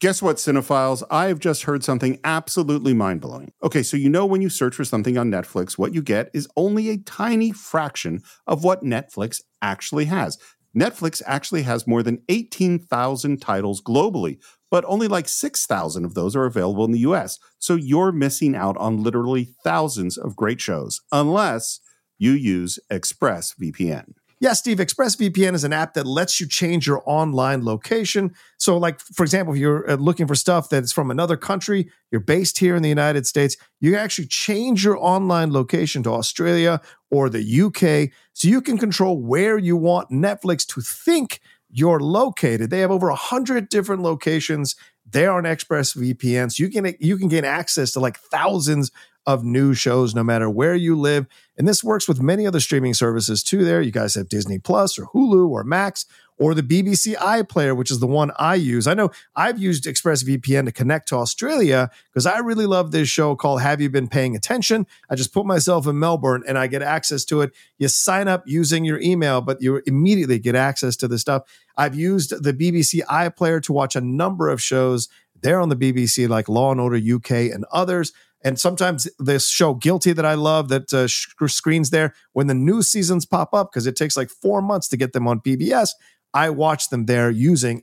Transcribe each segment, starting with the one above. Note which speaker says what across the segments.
Speaker 1: Guess what, cinephiles? I have just heard something absolutely mind blowing. Okay, so you know when you search for something on Netflix, what you get is only a tiny fraction of what Netflix actually has. Netflix actually has more than 18,000 titles globally, but only like 6,000 of those are available in the US. So you're missing out on literally thousands of great shows, unless you use ExpressVPN.
Speaker 2: Yeah, Steve, ExpressVPN is an app that lets you change your online location. So, like, for example, if you're uh, looking for stuff that's from another country, you're based here in the United States, you can actually change your online location to Australia or the UK so you can control where you want Netflix to think you're located. They have over 100 different locations. They're on ExpressVPN. So you can, you can gain access to like thousands of new shows no matter where you live. And this works with many other streaming services too there. You guys have Disney Plus or Hulu or Max or the BBC iPlayer, which is the one I use. I know I've used ExpressVPN to connect to Australia because I really love this show called Have You Been Paying Attention? I just put myself in Melbourne and I get access to it. You sign up using your email, but you immediately get access to the stuff. I've used the BBC iPlayer to watch a number of shows. They're on the BBC, like Law and Order UK and others. And sometimes this show Guilty that I love that uh, sh- screens there when the new seasons pop up because it takes like four months to get them on PBS. I watch them there using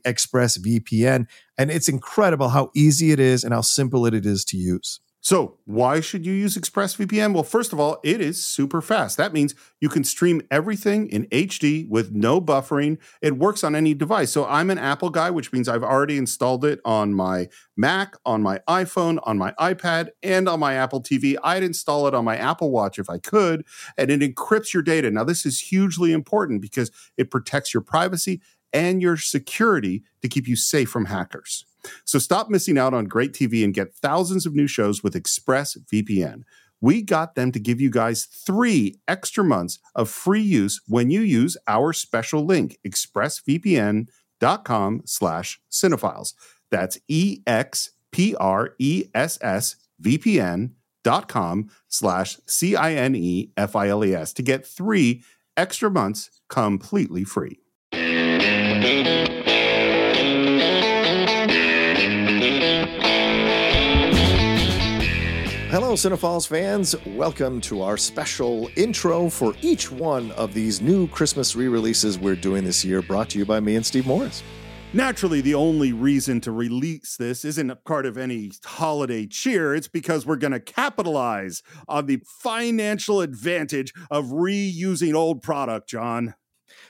Speaker 2: ExpressVPN, and it's incredible how easy it is and how simple it is to use.
Speaker 1: So, why should you use ExpressVPN? Well, first of all, it is super fast. That means you can stream everything in HD with no buffering. It works on any device. So, I'm an Apple guy, which means I've already installed it on my Mac, on my iPhone, on my iPad, and on my Apple TV. I'd install it on my Apple Watch if I could, and it encrypts your data. Now, this is hugely important because it protects your privacy and your security to keep you safe from hackers. So stop missing out on great TV and get thousands of new shows with ExpressVPN. We got them to give you guys three extra months of free use when you use our special link, expressvpn.com slash cinephiles. That's E E-X-P-R-E-S-S VPN dot com slash E C-I-N-E-F-I-L-E-S to get three extra months completely free.
Speaker 2: Hello, Cinephiles fans. Welcome to our special intro for each one of these new Christmas re releases we're doing this year, brought to you by me and Steve Morris.
Speaker 1: Naturally, the only reason to release this isn't a part of any holiday cheer. It's because we're going to capitalize on the financial advantage of reusing old product, John.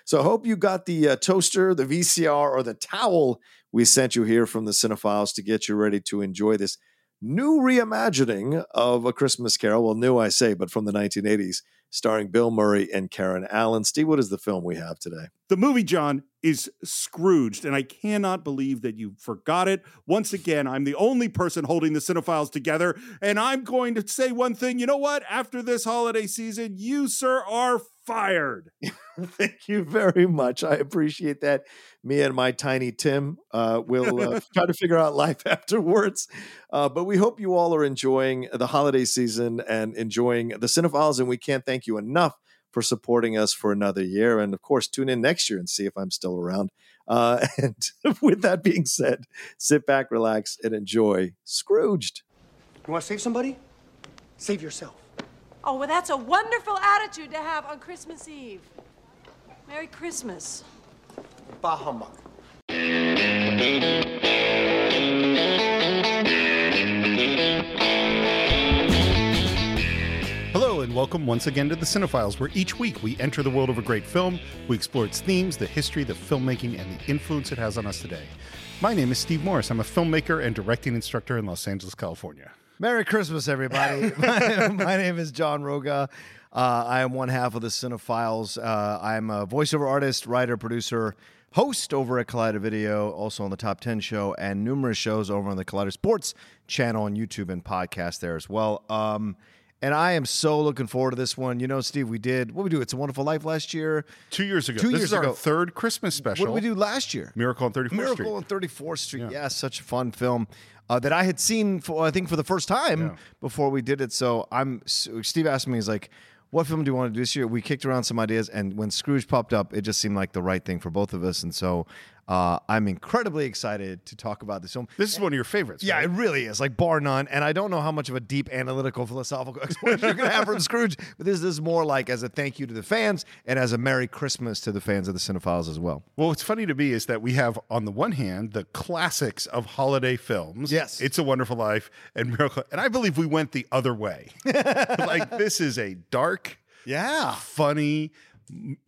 Speaker 2: So, hope you got the uh, toaster, the VCR, or the towel we sent you here from the Cinephiles to get you ready to enjoy this new reimagining of A Christmas Carol. Well, new, I say, but from the 1980s, starring Bill Murray and Karen Allen. Steve, what is the film we have today?
Speaker 1: The movie, John, is Scrooged, and I cannot believe that you forgot it. Once again, I'm the only person holding the cinephiles together, and I'm going to say one thing. You know what? After this holiday season, you, sir, are fired.
Speaker 2: Thank you very much. I appreciate that. Me and my tiny Tim uh, will uh, try to figure out life afterwards. Uh, but we hope you all are enjoying the holiday season and enjoying the Cinephiles. And we can't thank you enough for supporting us for another year. And of course, tune in next year and see if I'm still around. uh, and with that being said, sit back, relax, and enjoy Scrooged.
Speaker 3: You want to save somebody? Save yourself.
Speaker 4: Oh, well, that's a wonderful attitude to have on Christmas Eve. Merry Christmas.
Speaker 3: Bah humbug.
Speaker 1: Hello, and welcome once again to the Cinephiles, where each week we enter the world of a great film. We explore its themes, the history, the filmmaking, and the influence it has on us today. My name is Steve Morris. I'm a filmmaker and directing instructor in Los Angeles, California.
Speaker 5: Merry Christmas, everybody. my, my name is John Roga. Uh, I am one half of the Cinephiles. Uh, I'm a voiceover artist, writer, producer, host over at Collider Video, also on the Top 10 show, and numerous shows over on the Collider Sports channel on YouTube and podcast there as well. Um, and I am so looking forward to this one. You know, Steve, we did what we do. It's a Wonderful Life last year.
Speaker 1: Two years ago.
Speaker 5: Two
Speaker 1: this
Speaker 5: years
Speaker 1: is our
Speaker 5: ago.
Speaker 1: third Christmas special.
Speaker 5: What did we do last year?
Speaker 1: Miracle on 34th Street.
Speaker 5: Miracle on 34th Street. Yeah, such a fun film uh, that I had seen for I think for the first time before we did it. So I'm so Steve asked me, he's like, "What film do you want to do this year?" We kicked around some ideas, and when Scrooge popped up, it just seemed like the right thing for both of us. And so
Speaker 2: Uh, I'm incredibly excited to talk about this film.
Speaker 1: This is one of your favorites.
Speaker 2: Yeah,
Speaker 1: right?
Speaker 2: it really is, like bar none. And I don't know how much of a deep analytical philosophical explanation you're going to have from Scrooge, but this, this is more like as a thank you to the fans and as a Merry Christmas to the fans of the Cinephiles as well.
Speaker 1: Well, what's funny to me is that we have, on the one hand, the classics of holiday films.
Speaker 2: Yes.
Speaker 1: It's a Wonderful Life and Miracle. And I believe we went the other way. like, this is a dark,
Speaker 2: Yeah.
Speaker 1: funny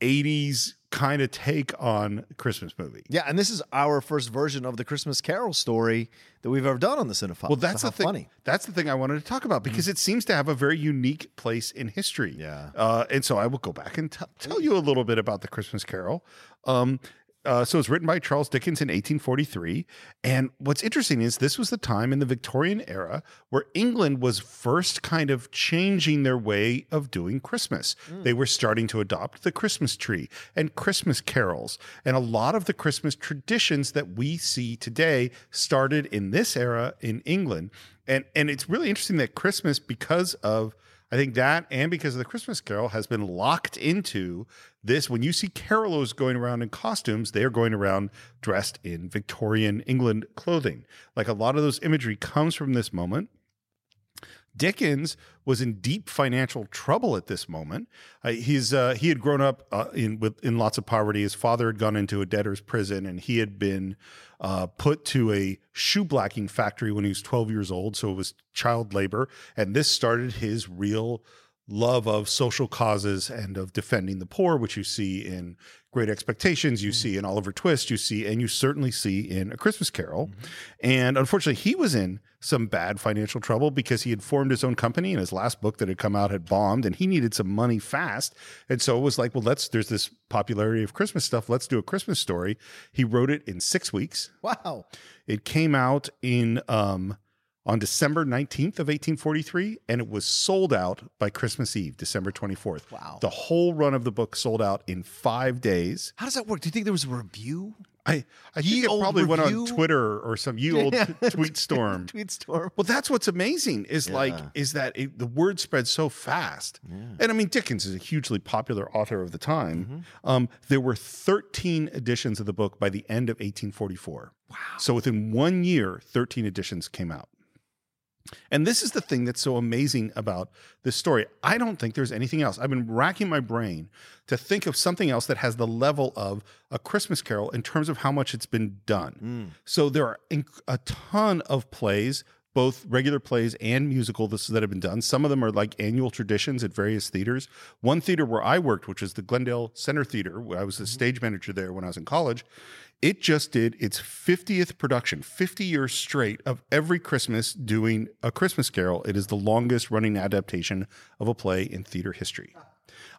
Speaker 1: 80s kind of take on Christmas movie.
Speaker 2: Yeah, and this is our first version of the Christmas Carol story that we've ever done on the Cinephiles.
Speaker 1: Well, that's
Speaker 2: so
Speaker 1: the
Speaker 2: how
Speaker 1: thing.
Speaker 2: funny.
Speaker 1: That's the thing I wanted to talk about because
Speaker 5: Mm.
Speaker 1: it seems to have a very unique place in history.
Speaker 2: Yeah.
Speaker 1: Uh, and so I will go back and t- tell you a little bit about the Christmas Carol. Um, uh, so it's written by Charles Dickens in 1843. And what's interesting is this was the time in the Victorian era where England was first kind of changing their way of doing Christmas. They were starting to adopt the Christmas tree and Christmas carols. And a lot of the Christmas traditions that we see today started in this era in England. And, and it's really interesting that Christmas, because of I think that and because of the Christmas Carol has been locked into this. When you see carolers going around in costumes, they are going around dressed in Victorian England clothing. Like a lot of those imagery comes from this moment. Dickens was in deep financial trouble at this moment. Uh, his, uh, he had grown up uh, in, with, in lots of poverty. His father had gone into a debtor's prison and he had been uh, put to a shoeblacking factory when he was 12 years old. So it was child labor. And this started his real love of social causes and of defending the poor, which you see in Great Expectations, you see in Oliver Twist, you see, and you certainly see in A Christmas Carol. And unfortunately, he was in some bad financial trouble because he had formed his own company and his last book that had come out had bombed and he needed some money fast. And so it was like, well, let's, there's this popularity of Christmas stuff. Let's do a Christmas story. He wrote it in six weeks.
Speaker 2: Wow.
Speaker 1: It came out in um, on December 19th of 1843 and it was sold out by Christmas Eve, December 24th.
Speaker 2: Wow.
Speaker 1: The whole run of the book sold out in 5 days.
Speaker 2: How does that work? Do you think there was a review?
Speaker 1: I I
Speaker 2: Ye
Speaker 1: think it
Speaker 2: olde
Speaker 1: probably
Speaker 2: review?
Speaker 1: went on Twitter or some ye old tweet storm.
Speaker 2: Tweet storm.
Speaker 1: Well, that's what's amazing is like is that it, the word spread so fast, and I mean Dickens is a hugely popular author of the time. Um, there were thirteen editions of the book by the end of 1844. Wow! So within one year, thirteen editions came out. And this is the thing that's so amazing about this story. I don't think there's anything else. I've been racking my brain to think of something else that has the level of a Christmas Carol in terms of how much it's been done. So there are inc- a ton of plays, both regular plays and musical this, that have been done. Some of them are like annual traditions at various theaters. One theater where I worked, which is the Glendale Center Theater, where I was the stage manager there when I was in college, it just did its 50th production, 50 years straight of every Christmas doing a Christmas Carol. It is the longest running adaptation of a play in theater history.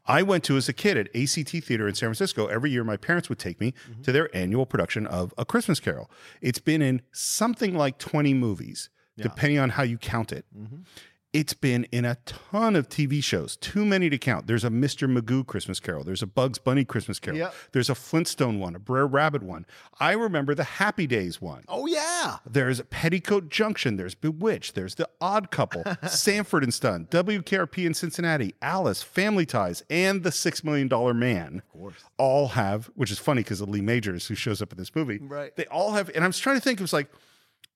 Speaker 1: I went to as a kid at ACT Theater in San Francisco. Every year, my parents would take me to their annual production of A Christmas Carol. It's been in something like 20 movies, depending on how you count it. It's been in a ton of TV shows, too many to count. There's a Mr. Magoo Christmas Carol. There's a Bugs Bunny Christmas Carol.
Speaker 2: Yep.
Speaker 1: There's a Flintstone one, a Brer Rabbit one. I remember the Happy Days one.
Speaker 2: Oh yeah.
Speaker 1: There's Petticoat Junction. There's Bewitched. There's The Odd Couple, Sanford and Stun, WKRP in Cincinnati, Alice, Family Ties, and The Six Million Dollar Man. Of course. All have, which is funny because of Lee Majors, who shows up in this movie.
Speaker 2: Right.
Speaker 1: They all have, and I was trying to think, it was like,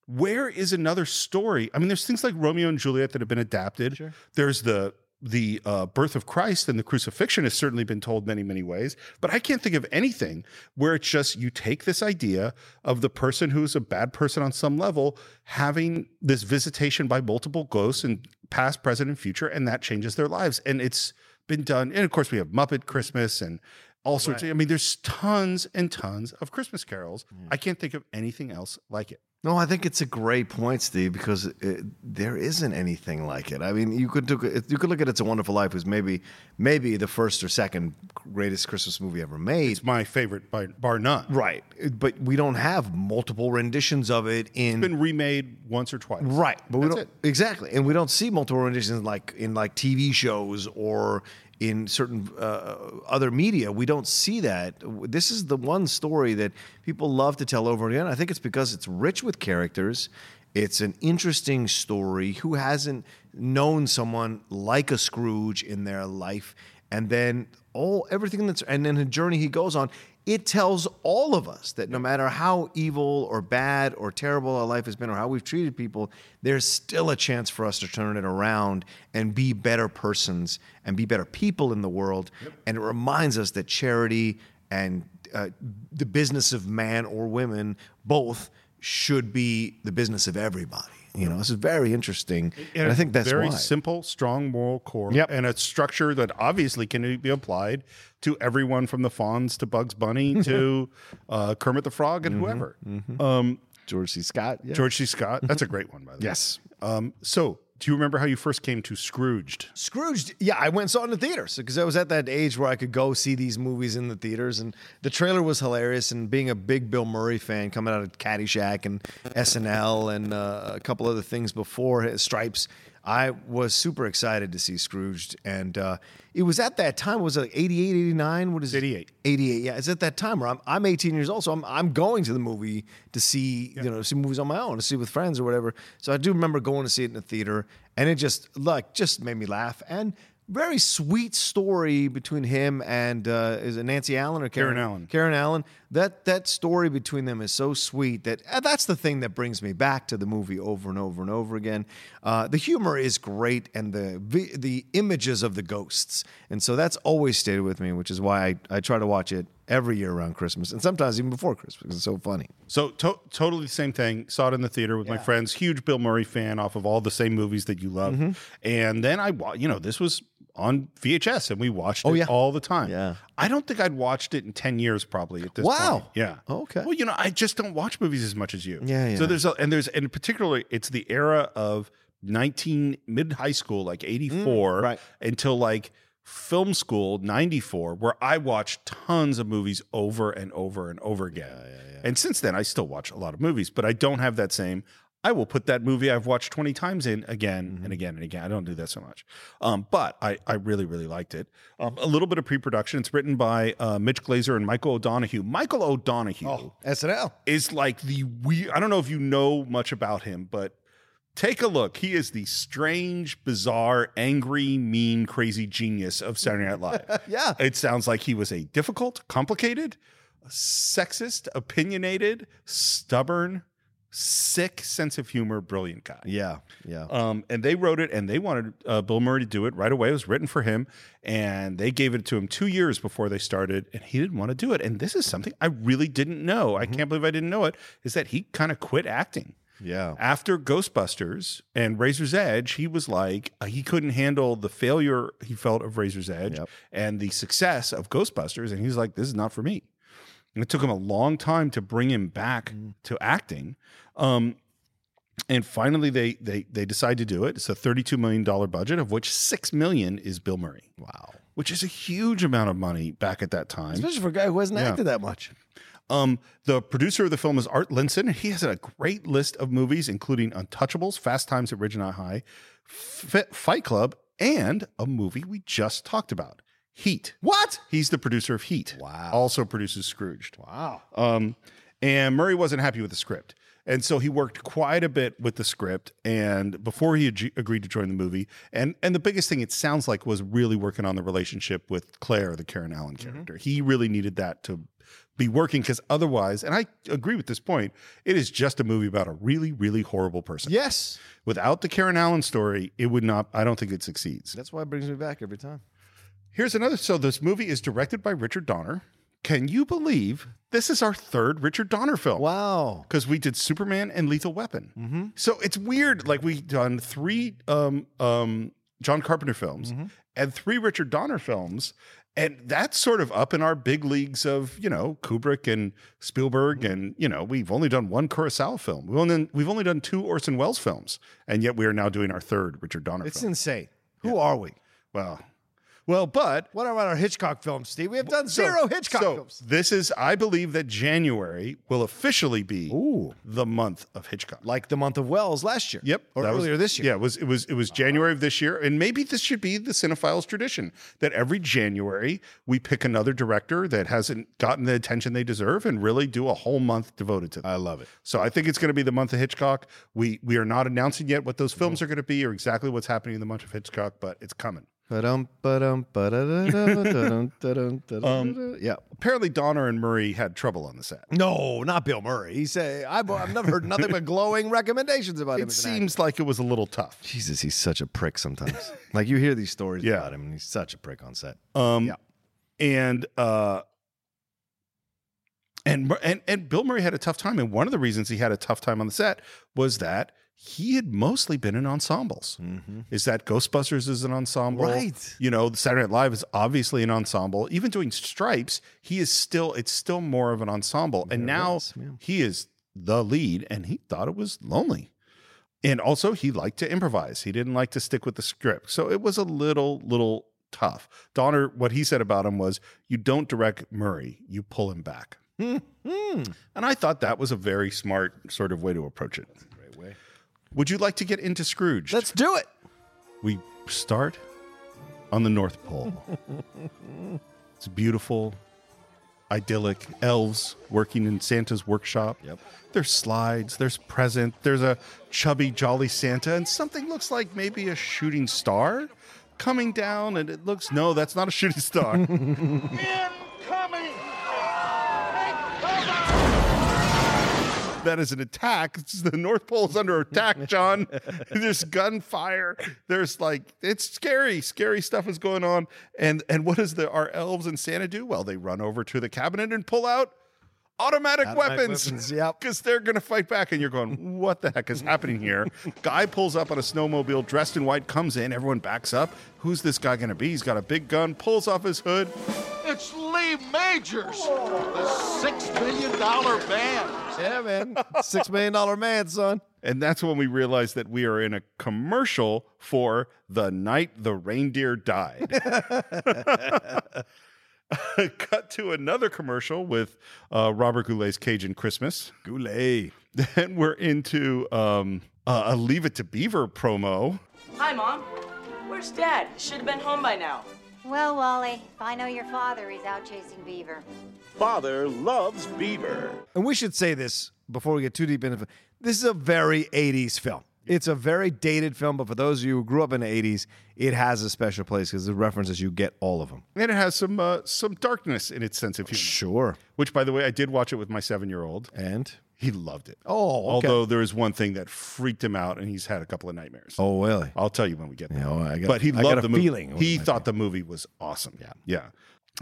Speaker 1: where is another story? I mean, there's things like Romeo and Juliet that have been adapted. There's the the uh, birth of Christ and the crucifixion has certainly been told many, many ways. But I can't think of anything where it's just you take this idea of the person who's a bad person on some level having this visitation by multiple ghosts and past, present, and future, and that changes their lives. And it's been done. And of course, we have Muppet Christmas and all sorts of. I mean, there's tons and tons of Christmas carols. I can't think of anything else like it.
Speaker 2: No, I think it's a great point, Steve, because it, there isn't anything like it. I mean, you could look at, you could look at "It's a Wonderful Life" as maybe maybe the first or second greatest Christmas movie ever made.
Speaker 1: It's my favorite, by, bar none.
Speaker 2: Right, but we don't have multiple renditions of it in
Speaker 1: Been remade once or twice.
Speaker 2: Right, but we
Speaker 1: That's
Speaker 2: don't
Speaker 1: it.
Speaker 2: exactly, and we don't see multiple renditions like in like TV shows or in certain uh, other media. We don't see that. This is the one story that people love to tell over and again. I think it's because it's rich with characters. It's an interesting story. Who hasn't known someone like a Scrooge in their life? And then all everything that's and then the journey he goes on. it tells all of us that no matter how evil or bad or terrible our life has been or how we've treated people, there's still a chance for us to turn it around and be better persons and be better people in the world. And it reminds us that charity and uh, the business of man or women both should be the business of everybody. You know, this is very interesting. And, I think that's
Speaker 1: very
Speaker 2: why.
Speaker 1: simple, strong moral core,
Speaker 2: Yep.
Speaker 1: and a structure that obviously can be applied to everyone from the Fonz to Bugs Bunny to uh, Kermit the Frog
Speaker 2: Mm-hmm.
Speaker 1: and whoever.
Speaker 2: George C. Scott. yeah.
Speaker 1: George C. Scott. That's a great one, by the way.
Speaker 2: Yes.
Speaker 1: Um, so, do you remember how you first came to Scrooged?
Speaker 2: Scrooged, yeah, I went and saw it in the theaters because I was at that age where I could go see these movies in the theaters, and the trailer was hilarious. And being a big Bill Murray fan, coming out of Caddyshack and SNL and uh, a couple other things before his Stripes, I was super excited to see Scrooged. And uh, it was at that time, was it like 88, 89? What is it?
Speaker 1: 88.
Speaker 2: 88. Yeah, it's at that time where I'm, I'm 18 years old, so I'm, I'm going to the movie to see you know see movies on my own, to see with friends or whatever. So I do remember going to see it in the theater, and it just like just made me laugh and. Very sweet story between him and uh, is it Nancy Allen or Karen,
Speaker 1: Karen Allen.
Speaker 2: Karen Allen. That that story between them is so sweet that uh, that's the thing that brings me back to the movie over and over and over again. Uh, the humor is great, and the vi- the images of the ghosts, and so that's always stayed with me, which is why I, I try to watch it every year around Christmas, and sometimes even before Christmas. 'cause It's so funny.
Speaker 1: So to- totally the same thing. Saw it in the theater with my friends. Huge Bill Murray fan off of all the same movies that you love.
Speaker 2: Mm-hmm.
Speaker 1: And then I, wa- you know, this was on VHS and we watched it
Speaker 2: Oh, yeah.
Speaker 1: all the time.
Speaker 2: Yeah.
Speaker 1: I don't think I'd watched it in 10 years probably at this
Speaker 2: Wow.
Speaker 1: point. Yeah.
Speaker 2: Okay.
Speaker 1: Well, you know, I just don't watch movies as much as you.
Speaker 2: Yeah,
Speaker 1: So
Speaker 2: yeah.
Speaker 1: there's a, and there's and particularly it's the era of 19 mid high school like 84
Speaker 2: right.
Speaker 1: until like film school 94 where i watched tons of movies over and over and over again and since then i still watch a lot of movies but i don't have that same i will put that movie i've watched 20 times in again and again and again i don't do that so much um, but I, I really really liked it um, a little bit of pre-production it's written by uh, mitch glazer and michael o'donohue michael o'donohue
Speaker 2: Oh, SNL.
Speaker 1: is like the we I don't know if you know much about him, but take a look. He is the strange, bizarre, angry, mean, crazy genius of Saturday Night Live.
Speaker 2: Yeah.
Speaker 1: It sounds like he was a difficult, complicated, sexist, opinionated, stubborn, sick sense of humor, brilliant guy.
Speaker 2: Yeah, yeah.
Speaker 1: Um, and they wrote it, and they wanted uh, Bill Murray to do it right away. It was written for him, and they gave it to him two years before they started, and he didn't want to do it. And this is something I really didn't know. I can't believe I didn't know it. Is that he kind of quit acting?
Speaker 2: Yeah.
Speaker 1: After Ghostbusters and Razor's Edge, he was like uh, he couldn't handle the failure he felt of Razor's Edge
Speaker 2: Yep.
Speaker 1: and the success of Ghostbusters, and he was like, "This is not for me." And it took him a long time to bring him back
Speaker 2: Mm.
Speaker 1: to acting. Um, and finally they they they decide to do it. It's a 32 million dollar budget of which 6 million is Bill Murray,
Speaker 2: wow.
Speaker 1: which is a huge amount of money back at that time.
Speaker 2: Especially for a guy who hasn't acted that much.
Speaker 1: Um, the producer of the film is Art Linson. He has a great list of movies, including Untouchables, Fast Times at Ridgemont High, F- Fight Club, and a movie we just talked about, Heat.
Speaker 2: What?
Speaker 1: He's the producer of Heat.
Speaker 2: Wow.
Speaker 1: Also produces Scrooged.
Speaker 2: Wow.
Speaker 1: Um, and Murray wasn't happy with the script. And so he worked quite a bit with the script and before he ag- agreed to join the movie. And and the biggest thing it sounds like was really working on the relationship with Claire, the Karen Allen
Speaker 2: Mm-hmm.
Speaker 1: character. He really needed that to be working because otherwise, and I agree with this point, it is just a movie about a really, really horrible person.
Speaker 2: Yes.
Speaker 1: Without the Karen Allen story, it would not, I don't think it succeeds.
Speaker 2: That's why it brings me back every time.
Speaker 1: Here's another. So this movie is directed by Richard Donner. Can you believe this is our third Richard Donner film?
Speaker 2: Wow. Mm-hmm.
Speaker 1: because we did Superman and Lethal Weapon. So it's weird. Like we've done three um, um, John Carpenter films
Speaker 2: Mm-hmm.
Speaker 1: and three Richard Donner films. And that's sort of up in our big leagues of, you know, Kubrick and Spielberg.
Speaker 2: Mm-hmm.
Speaker 1: And, you know, we've only done one Kurosawa film. We've only, we've only done two Orson Welles films. And yet we are now doing our third Richard Donner
Speaker 2: It's
Speaker 1: film.
Speaker 2: insane. Who are we?
Speaker 1: well, well, but
Speaker 2: What about our Hitchcock films, Steve? We have done
Speaker 1: so-
Speaker 2: zero Hitchcock
Speaker 1: so
Speaker 2: films.
Speaker 1: This is, I believe that January will officially be the month of Hitchcock.
Speaker 2: Like the month of Wells last year.
Speaker 1: Yep,
Speaker 2: Or
Speaker 1: that was-
Speaker 2: earlier this year. Uh-huh.
Speaker 1: Yeah, it was it was it was January of this year, and maybe this should be the cinephiles tradition that every January we pick another director that hasn't gotten the attention they deserve, and really do a whole month devoted to. Them. I love it. So I think it's going to be the month of Hitchcock.
Speaker 2: Mm-hmm.
Speaker 1: We we are not announcing yet what those films are going to be or exactly what's happening in the month of Hitchcock, but it's coming.
Speaker 2: Ba-dum, ba-dum, ba-da-da-da, da-dum, da-dum, da-dum, Yeah.
Speaker 1: Apparently, Donner and Murray had trouble on the set.
Speaker 2: No, not Bill Murray. He said, I've, I've never heard nothing but glowing recommendations about him.
Speaker 1: It
Speaker 2: as an actor."
Speaker 1: seems like it was a little tough.
Speaker 2: Jesus, he's such a prick sometimes. like you hear these stories
Speaker 1: Yeah.
Speaker 2: about him, and he's such a prick on set.
Speaker 1: Um,
Speaker 2: Yeah.
Speaker 1: and uh, and Mur- and and Bill Murray had a tough time, and one of the reasons he had a tough time on the set was that he had mostly been in ensembles. Is that Ghostbusters is an ensemble,
Speaker 2: Mm-hmm. Right.
Speaker 1: You know, Saturday Night Live is obviously an ensemble. Even doing Stripes, he is still it's still more of an ensemble, and now
Speaker 2: was, yeah.
Speaker 1: he is the lead, and he thought it was lonely. And also, he liked to improvise. He didn't like to stick with the script. So it was a little, little tough. Donner, what he said about him was, you don't direct Murray, you pull him back. And I thought that was a very smart sort of way to approach it. great way. Would you like to get into Scrooge?
Speaker 2: Let's do it.
Speaker 1: we start on the North Pole. it's beautiful, idyllic. Elves working in Santa's workshop.
Speaker 2: Yep.
Speaker 1: There's slides, there's present, there's a chubby, jolly Santa, and something looks like maybe a shooting star coming down, and it looks no, that's not a shooting star. that is an attack. It's- The North Pole is under attack, John. There's gunfire. There's like it's scary. Scary stuff is going on. And and what does the our elves and Santa do? Well, they run over to the cabinet and pull out automatic,
Speaker 2: Automatic
Speaker 1: weapons.
Speaker 2: weapons, yep.
Speaker 1: Because they're gonna fight back. And you're going, what the heck is happening here? guy pulls up on a snowmobile, dressed in white, comes in, everyone backs up. Who's this guy gonna be? He's got a big gun, pulls off his hood.
Speaker 5: It's Lee Majors, the six billion dollar band.
Speaker 2: Yeah, man. Six million dollar man, son.
Speaker 1: And that's when we realized that we are in a commercial for The Night the Reindeer Died. Cut to another commercial with uh, Robert Goulet's Cajun Christmas.
Speaker 2: Goulet.
Speaker 1: Then we're into um, uh, a Leave It to Beaver promo.
Speaker 6: Hi, Mom. Where's Dad? Should have been home by now.
Speaker 7: Well, Wally, if I know your father, he's out chasing beaver.
Speaker 5: Father loves Beaver.
Speaker 2: And we should say this before we get too deep into it. This is a very 80s film. It's a very dated film, but for those of you who grew up in the 80s, it has a special place because the references you get all of them.
Speaker 1: And it has some uh, some darkness in its sense of humor.
Speaker 2: Sure.
Speaker 1: Which, by the way, I did watch it with my seven year old.
Speaker 2: And
Speaker 1: He loved it.
Speaker 2: Oh, okay.
Speaker 1: although there is one thing that freaked him out, and he's had a couple of nightmares.
Speaker 2: oh, really?
Speaker 1: I'll tell you when we get there.
Speaker 2: Yeah, well, I got-
Speaker 1: but he
Speaker 2: I
Speaker 1: loved
Speaker 2: got a
Speaker 1: the movie.
Speaker 2: feeling it was
Speaker 1: He
Speaker 2: my
Speaker 1: thought the movie was awesome. Yeah, yeah.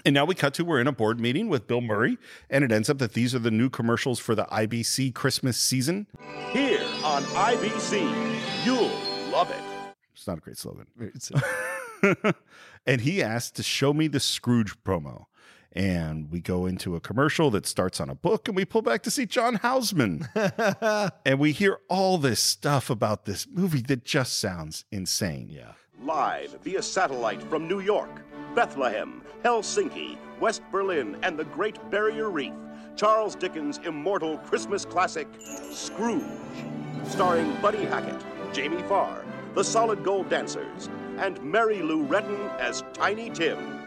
Speaker 1: And now we cut to we're in a board meeting with Bill Murray, and it ends up that these are the new commercials for the IBC Christmas season.
Speaker 5: Here on IBC, you'll love it.
Speaker 1: It's not a great slogan. and he asked to show me the Scrooge promo. And we go into a commercial that starts on a book, and we pull back to see John Houseman. and we hear all this stuff about this movie that just sounds insane. Yeah.
Speaker 5: Live via satellite from New York, Bethlehem, Helsinki, West Berlin, and the Great Barrier Reef, Charles Dickens' immortal Christmas classic, Scrooge. Starring Buddy Hackett, Jamie Farr, the Solid Gold Dancers, and Mary Lou Retton as Tiny Tim.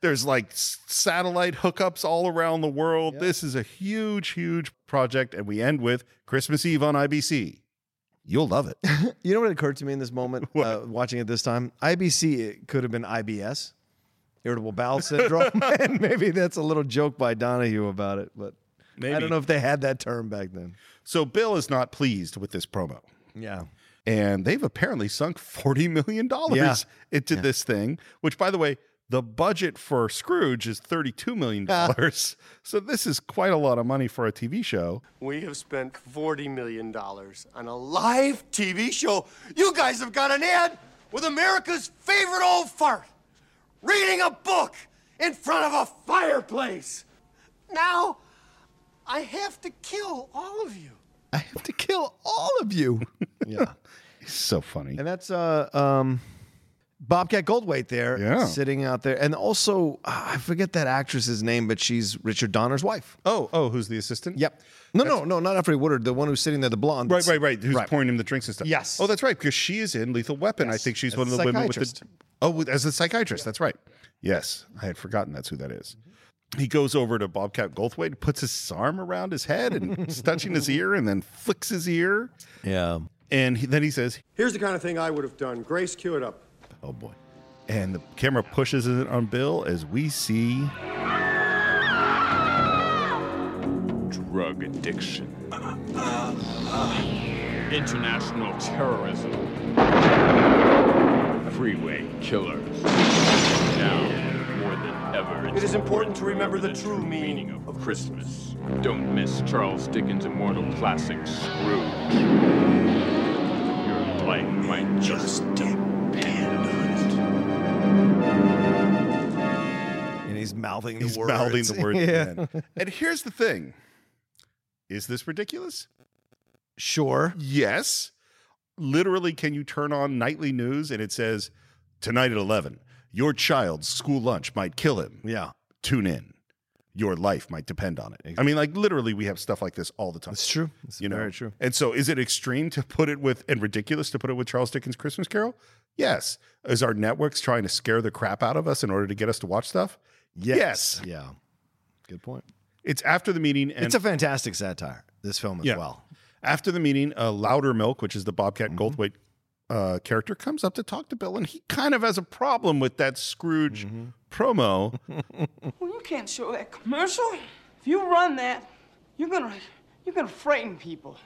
Speaker 1: There's like s- satellite hookups all around the world. This is a huge, huge project. And we end with Christmas Eve on IBC. You'll love it.
Speaker 2: You know what occurred to me in this moment, uh, watching it this time? IBC it could have been IBS, irritable bowel syndrome, and maybe that's a little joke by Donahue about it. But I
Speaker 1: Maybe.
Speaker 2: don't know if they had that term back then.
Speaker 1: so Bill is not pleased with this promo.
Speaker 2: Yeah,
Speaker 1: And they've apparently sunk $40 million
Speaker 2: Yeah.
Speaker 1: into this thing, which, by the way, the budget for Scrooge is $32 million.
Speaker 2: Ah.
Speaker 1: so this is quite a lot of money for a TV show.
Speaker 8: We have spent $40 million on a live TV show. You guys have got an ad with America's favorite old fart reading a book in front of a fireplace. Now, I have to kill all of you.
Speaker 2: I have to kill all of you. yeah,
Speaker 1: So funny.
Speaker 2: and that's uh, um, Bobcat Goldthwait there,
Speaker 1: Yeah.
Speaker 2: sitting out there, and also uh, I forget that actress's name, but she's Richard Donner's wife.
Speaker 1: Oh, oh, who's the assistant?
Speaker 2: Yep. No, no, no, not Alfred Woodard, the one who's sitting there, the blonde.
Speaker 1: Right, right, right. Who's
Speaker 2: Right.
Speaker 1: pouring him the drinks and stuff?
Speaker 2: Yes.
Speaker 1: Oh, that's right. Because she is in Lethal Weapon. I think she's
Speaker 2: as
Speaker 1: one of
Speaker 2: a
Speaker 1: the women with
Speaker 2: psychiatrist.
Speaker 1: the. Oh, with- as a psychiatrist. That's right. Yes, I had forgotten that's who that is. He goes over to Bobcat Goldthwait, puts his arm around his head and is touching his ear, and then flicks his ear.
Speaker 2: Yeah.
Speaker 1: And he, then he says,
Speaker 8: Here's the kind of thing I would have done. Grace, cue it up.
Speaker 2: Oh boy.
Speaker 1: And the camera pushes it on Bill as we see
Speaker 9: drug addiction, international terrorism, freeway killers. Now, more than ever,
Speaker 8: It is important to remember the true meaning
Speaker 9: meaning of Christmas. Don't miss Charles Dickens' immortal classic, Scrooge. Your life might just depend on it.
Speaker 2: and he's mouthing the
Speaker 1: he's
Speaker 2: words.
Speaker 1: mouthing the word.
Speaker 2: yeah.
Speaker 1: And here's the thing Is this ridiculous?
Speaker 2: Sure.
Speaker 1: Yes. Literally, can you turn on nightly news and it says, tonight at 11, your child's school lunch might kill him?
Speaker 2: Yeah.
Speaker 1: Tune in. Your life might depend on it. I mean, like, literally, we have stuff like this all the time.
Speaker 2: It's true. It's
Speaker 1: you know?
Speaker 2: very true.
Speaker 1: And so, is it extreme to put it with and ridiculous to put it with Charles Dickens' Christmas Carol? Yes. Is our networks trying to scare the crap out of us in order to get us to watch stuff? Yes.
Speaker 2: Yeah. Good point.
Speaker 1: It's after the meeting, and
Speaker 2: it's a fantastic satire, this film as
Speaker 1: Yeah.
Speaker 2: well.
Speaker 1: after the meeting, uh, Louder Milk, which is the Bobcat
Speaker 2: Mm-hmm.
Speaker 1: Goldthwait uh, character, comes up to talk to Bill, and he kind of has a problem with that Scrooge
Speaker 2: Mm-hmm.
Speaker 1: promo.
Speaker 6: Well, you can't show that commercial. If you run that, you're gonna you're gonna frighten people.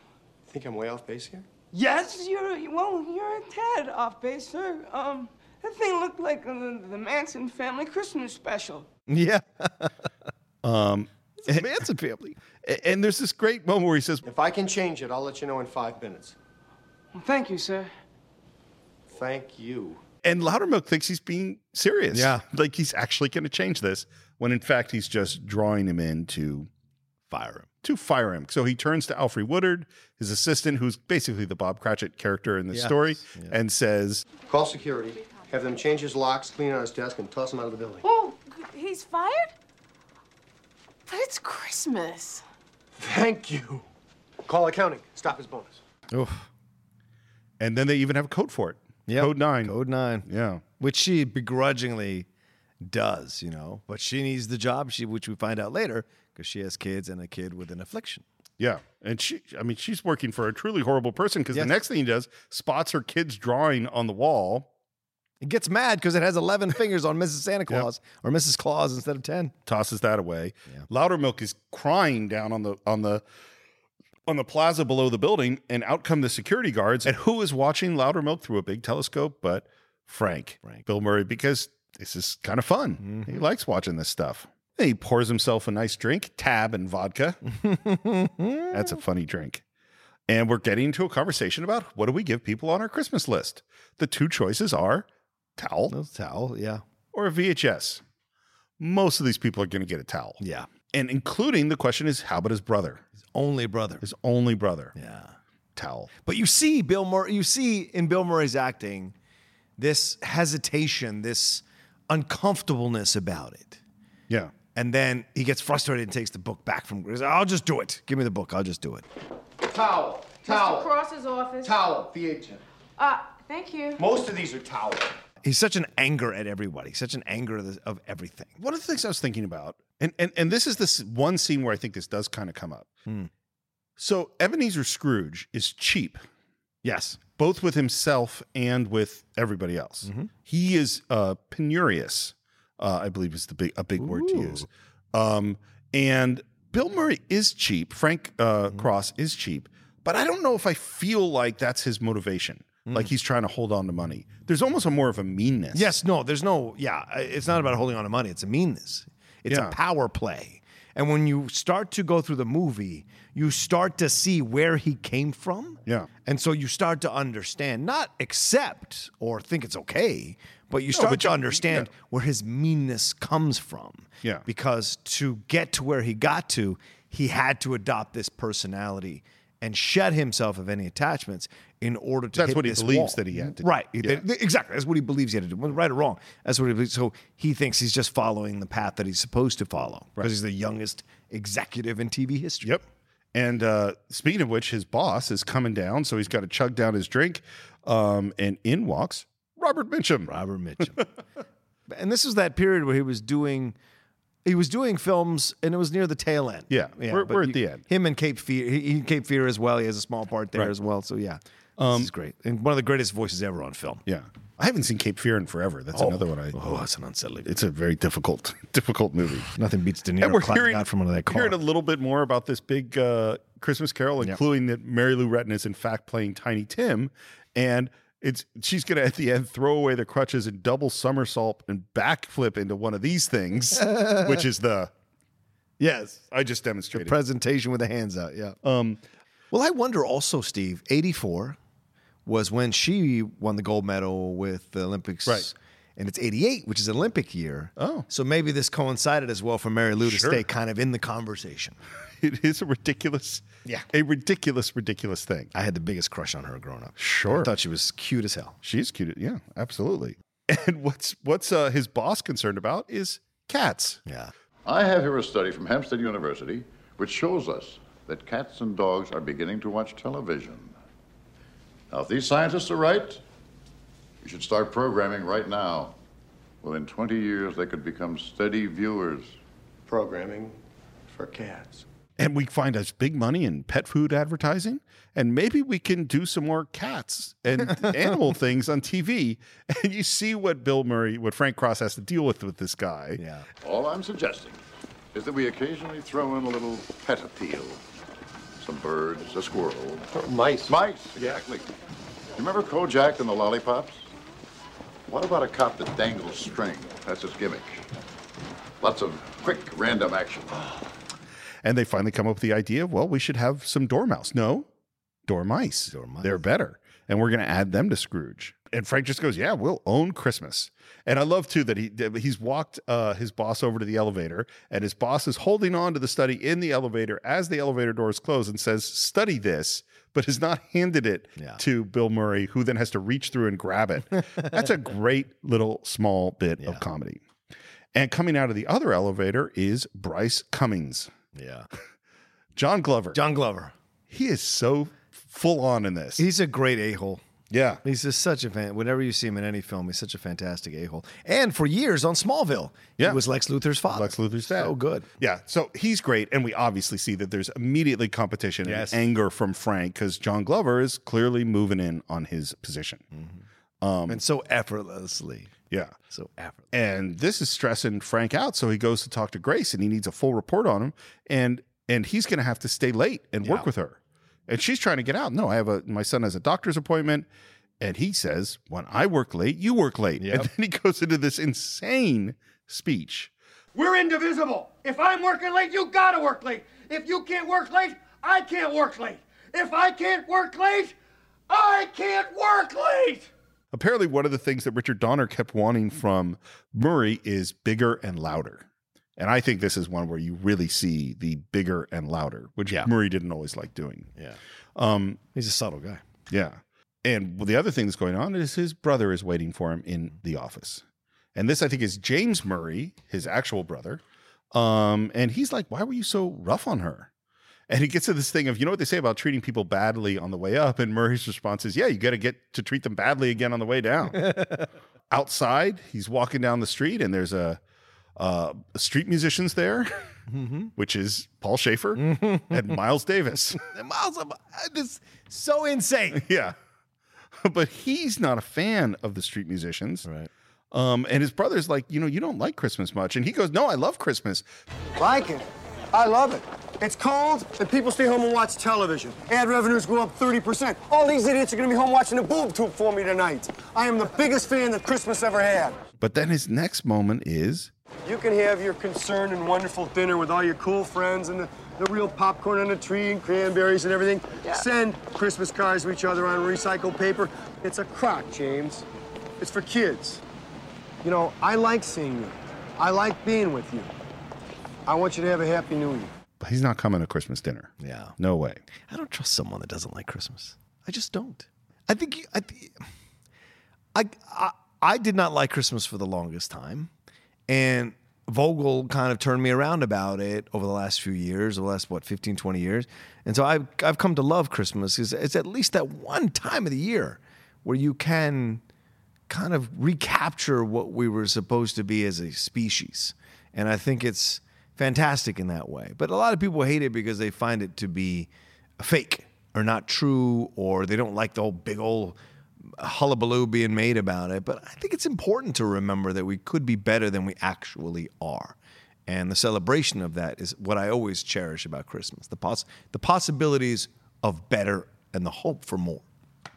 Speaker 8: Think I'm way off base here?
Speaker 6: Yes, you're well, you're a tad off base, sir. Um, that thing looked like the, the Manson family Christmas special.
Speaker 2: Yeah.
Speaker 1: Um,
Speaker 2: um, it's a Manson family.
Speaker 1: A- and there's this great moment where he says,
Speaker 8: If I can change it, I'll let you know in five minutes.
Speaker 6: Well, thank you, sir.
Speaker 8: Thank you.
Speaker 1: and Loudermilk thinks he's being serious.
Speaker 2: Yeah.
Speaker 1: Like he's actually going to change this when in fact he's just drawing him in to fire him. To fire him. So he turns to Alfred Woodard, his assistant, who's basically the Bob Cratchit character in this
Speaker 2: Yes.
Speaker 1: story,
Speaker 2: Yeah.
Speaker 1: and says,
Speaker 8: Call security, have them change his locks, clean out his desk, and toss him out of the building.
Speaker 4: Oh, he's fired? But it's Christmas.
Speaker 8: Thank you. Call accounting, stop his bonus.
Speaker 2: Oof.
Speaker 1: and then they even have a code for it.
Speaker 2: Yep.
Speaker 1: Code nine.
Speaker 2: Code nine.
Speaker 1: Yeah.
Speaker 2: Which she begrudgingly does, you know, but she needs the job, she, which we find out later because she has kids and a kid with an affliction.
Speaker 1: Yeah. And she, I mean, she's working for a truly horrible person because
Speaker 2: Yes.
Speaker 1: the next thing he does, spots her kid's drawing on the wall,
Speaker 2: It gets mad because it has 11 fingers on Mrs. Santa Claus or Mrs. Claus instead of 10.
Speaker 1: tosses that away. Loudermilk is crying down on the, on the, on the plaza below the building, and out come the security guards. And who is watching Loudermilk through a big telescope but Frank,
Speaker 2: Frank.
Speaker 1: Bill Murray, because this is kind of fun. He likes watching this stuff. He pours himself a nice drink, tab and vodka. That's a funny drink. And we're getting into a conversation about what do we give people on our Christmas list? The two choices are towel
Speaker 2: No towel. Yeah.
Speaker 1: or a VHS. Most of these people are going to get a towel.
Speaker 2: Yeah.
Speaker 1: And including the question is how about his brother?
Speaker 2: Only brother.
Speaker 1: His only brother.
Speaker 2: Yeah.
Speaker 1: Towel.
Speaker 2: But you see Bill Murray, you see in Bill Murray's acting this hesitation, this uncomfortableness about it.
Speaker 1: Yeah.
Speaker 2: And then he gets frustrated and takes the book back from. he's like, I'll just do it. Give me the book. I'll just do it.
Speaker 8: Towel,
Speaker 4: Mr.
Speaker 8: towel,
Speaker 4: Cross's office.
Speaker 8: towel, VH.
Speaker 4: Uh, thank you.
Speaker 8: Most of these are towel.
Speaker 2: He's such an anger at everybody, such an anger of, this- of everything.
Speaker 1: One of the things I was thinking about, and and, and this is this one scene where I think this does kind of come up.
Speaker 2: Hmm.
Speaker 1: So Ebenezer Scrooge is cheap.
Speaker 2: Yes.
Speaker 1: both with himself and with everybody else.
Speaker 2: Mm-hmm.
Speaker 1: He is uh, penurious, uh, I believe is the big a big word to use. Um, and Bill Murray is cheap. Frank uh,
Speaker 2: Mm-hmm.
Speaker 1: Cross is cheap, but I don't know if I feel like that's his motivation. Like he's trying to hold on to money. There's almost a more of a meanness.
Speaker 2: Mm. Yes. No, there's no, yeah, it's not about holding on to money. It's a meanness, it's
Speaker 1: Yeah.
Speaker 2: a power play. And when you start to go through the movie, you start to see where he came from.
Speaker 1: Yeah.
Speaker 2: And so you start to understand, not accept or think it's okay, but you start
Speaker 1: but
Speaker 2: to
Speaker 1: you-
Speaker 2: understand
Speaker 1: yeah.
Speaker 2: where his meanness comes from.
Speaker 1: Yeah.
Speaker 2: Because to get to where he got to, he had to adopt this personality and shed himself of any attachments in order to
Speaker 1: That's
Speaker 2: hit
Speaker 1: what he
Speaker 2: this
Speaker 1: believes
Speaker 2: wall.
Speaker 1: that he had to do.
Speaker 2: right
Speaker 1: Yeah.
Speaker 2: Th- th- exactly that's what he believes he had to do Well, right or wrong that's what he believes so he thinks he's just following the path that he's supposed to follow because he's the youngest executive in TV history
Speaker 1: Yep. And uh, speaking of which, his boss is coming down, so he's got to chug down his drink. Um, and in walks Robert Mitchum.
Speaker 2: Robert Mitchum. and this was that period where he was doing He was doing films, and it was near the tail end.
Speaker 1: Yeah, we're-
Speaker 2: but
Speaker 1: we're at
Speaker 2: you-
Speaker 1: the end.
Speaker 2: Him and Cape Fear, he, he- Cape Fear as well. He has a small part there
Speaker 1: Right.
Speaker 2: as well. So yeah, this is great, and one of the greatest voices ever on film.
Speaker 1: Yeah. I haven't seen Cape Fear in forever. That's another one I.
Speaker 2: Oh, that's an unsettling.
Speaker 1: It's a very difficult, difficult movie.
Speaker 2: Nothing beats De Niro
Speaker 1: And we're
Speaker 2: climbing
Speaker 1: hearing,
Speaker 2: out from under that
Speaker 1: we're
Speaker 2: car.
Speaker 1: hearing a little bit more about this big uh, Christmas Carol, including that Mary Lou Retton is in fact playing Tiny Tim, and it's she's gonna at the end throw away the crutches and double somersault and backflip into one of these things, which is the yes I just demonstrated.
Speaker 2: presentation with the hands out. Yeah.
Speaker 1: Um,
Speaker 2: well, I wonder also, Steve. '84 was when she won the gold medal with the Olympics,
Speaker 1: Right.
Speaker 2: And it's '88, which is Olympic year.
Speaker 1: Oh.
Speaker 2: so maybe this coincided as well for Mary Lou to
Speaker 1: Sure.
Speaker 2: stay kind of in the conversation.
Speaker 1: it is a ridiculous,
Speaker 2: Yeah.
Speaker 1: a ridiculous, ridiculous thing.
Speaker 2: I had the biggest crush on her growing up.
Speaker 1: Sure.
Speaker 2: I thought she was cute as hell.
Speaker 1: She's cute. Yeah, absolutely. And what's what's uh, his boss concerned about is cats.
Speaker 2: Yeah.
Speaker 10: I have here a study from Hampstead University which shows us that cats and dogs are beginning to watch television. Now, if these scientists are right, you should start programming right now. Within 20 years, they could become steady viewers.
Speaker 8: Programming for cats.
Speaker 1: and we find us big money in pet food advertising and maybe we can do some more cats and animal things on tv and you see what bill murray what frank cross has to deal with with this guy
Speaker 2: Yeah.
Speaker 10: All I'm suggesting is that we occasionally throw in a little pet appeal. Some birds, a squirrel,
Speaker 8: Mice.
Speaker 10: mice, exactly. You remember Kojak and the lollipops? What about a cop that dangles string? That's his gimmick. Lots of quick, random action.
Speaker 1: and they finally come up with the idea well we should have some dormouse no dormice,
Speaker 2: Dormice.
Speaker 1: they're better and we're going to add them to scrooge and frank just goes yeah we'll own christmas and i love too that he that he's walked uh, his boss over to the elevator and his boss is holding on to the study in the elevator as the elevator doors close and says study this but has not handed it
Speaker 2: Yeah.
Speaker 1: to bill murray who then has to reach through and grab it that's a great little small bit of comedy and coming out of the other elevator is bryce cummings
Speaker 2: Yeah.
Speaker 1: John Glover.
Speaker 2: John Glover.
Speaker 1: He is so full on in this.
Speaker 2: He's a great a hole.
Speaker 1: yeah.
Speaker 2: He's just such a fan. Whenever you see him in any film, he's such a fantastic a hole. And for years on Smallville,
Speaker 1: Yeah.
Speaker 2: he was Lex Luthor's father.
Speaker 1: Lex Luthor's dad.
Speaker 2: So good.
Speaker 1: Yeah. So he's great. And we obviously see that there's immediately competition
Speaker 2: Yes.
Speaker 1: and anger from Frank because John Glover is clearly moving in on his position.
Speaker 2: and so effortlessly.
Speaker 1: Yeah.
Speaker 2: Mm-hmm. So effortless.
Speaker 1: And this is stressing Frank out. So he goes to talk to Grace and he needs a full report on him. And and he's gonna have to stay late and work with her. And she's trying to get out. No, I have a my son has a doctor's appointment. And he says, When I work late, you work late. And then he goes into this insane speech.
Speaker 8: We're indivisible. If I'm working late, you gotta work late. If you can't work late, I can't work late. If I can't work late, I can't work late.
Speaker 1: apparently one of the things that Richard Donner kept wanting from Murray is bigger and louder. And I think this is one where you really see the bigger and louder, which Murray didn't always like doing.
Speaker 2: Yeah.
Speaker 1: Um,
Speaker 2: He's a subtle guy.
Speaker 1: yeah. And the other thing that's going on is his brother is waiting for him in the office. And this, I think, is James Murray, his actual brother. Um, and he's like, Why were you so rough on her? And he gets to this thing of, you know what they say about treating people badly on the way up? And Murray's response is, Yeah, you got to get to treat them badly again on the way down. Outside, he's walking down the street and there's a uh, street musicians there, which is Paul Schaefer and Miles Davis.
Speaker 2: Miles, I'm- I just so insane.
Speaker 1: Yeah. But he's not a fan of the street musicians.
Speaker 2: Right.
Speaker 1: Um, and his brother's like, you know, you don't like Christmas much. And he goes, No, I love Christmas.
Speaker 8: Like it. I love it. It's cold, and people stay home and watch television. Ad revenues go up 30%. All these idiots are gonna be home watching a boob tube for me tonight. I am the biggest fan that Christmas ever had.
Speaker 1: But then his next moment is
Speaker 8: You can have your concerned and wonderful dinner with all your cool friends and the, the real popcorn on the tree and cranberries and everything. Send Christmas cards to each other on recycled paper. It's a crock, James. It's for kids. You know, I like seeing you. I like being with you. I want you to have a happy new year.
Speaker 1: he's not coming to Christmas dinner.
Speaker 2: Yeah.
Speaker 1: No way.
Speaker 2: I don't trust someone that doesn't like Christmas. I just don't. I think you, I, th- I, I, I did not like Christmas for the longest time, and Vogel kind of turned me around about it over the last few years, over the last what 15, 20 years, and so I've I've come to love Christmas. It's, it's at least that one time of the year where you can kind of recapture what we were supposed to be as a species and I think it's fantastic in that way. But a lot of people hate it because they find it to be fake or not true, or they don't like the whole big old hullabaloo being made about it. But I think it's important to remember that we could be better than we actually are. And the celebration of that is what I always cherish about Christmas the, poss- the possibilities of better and the hope for more.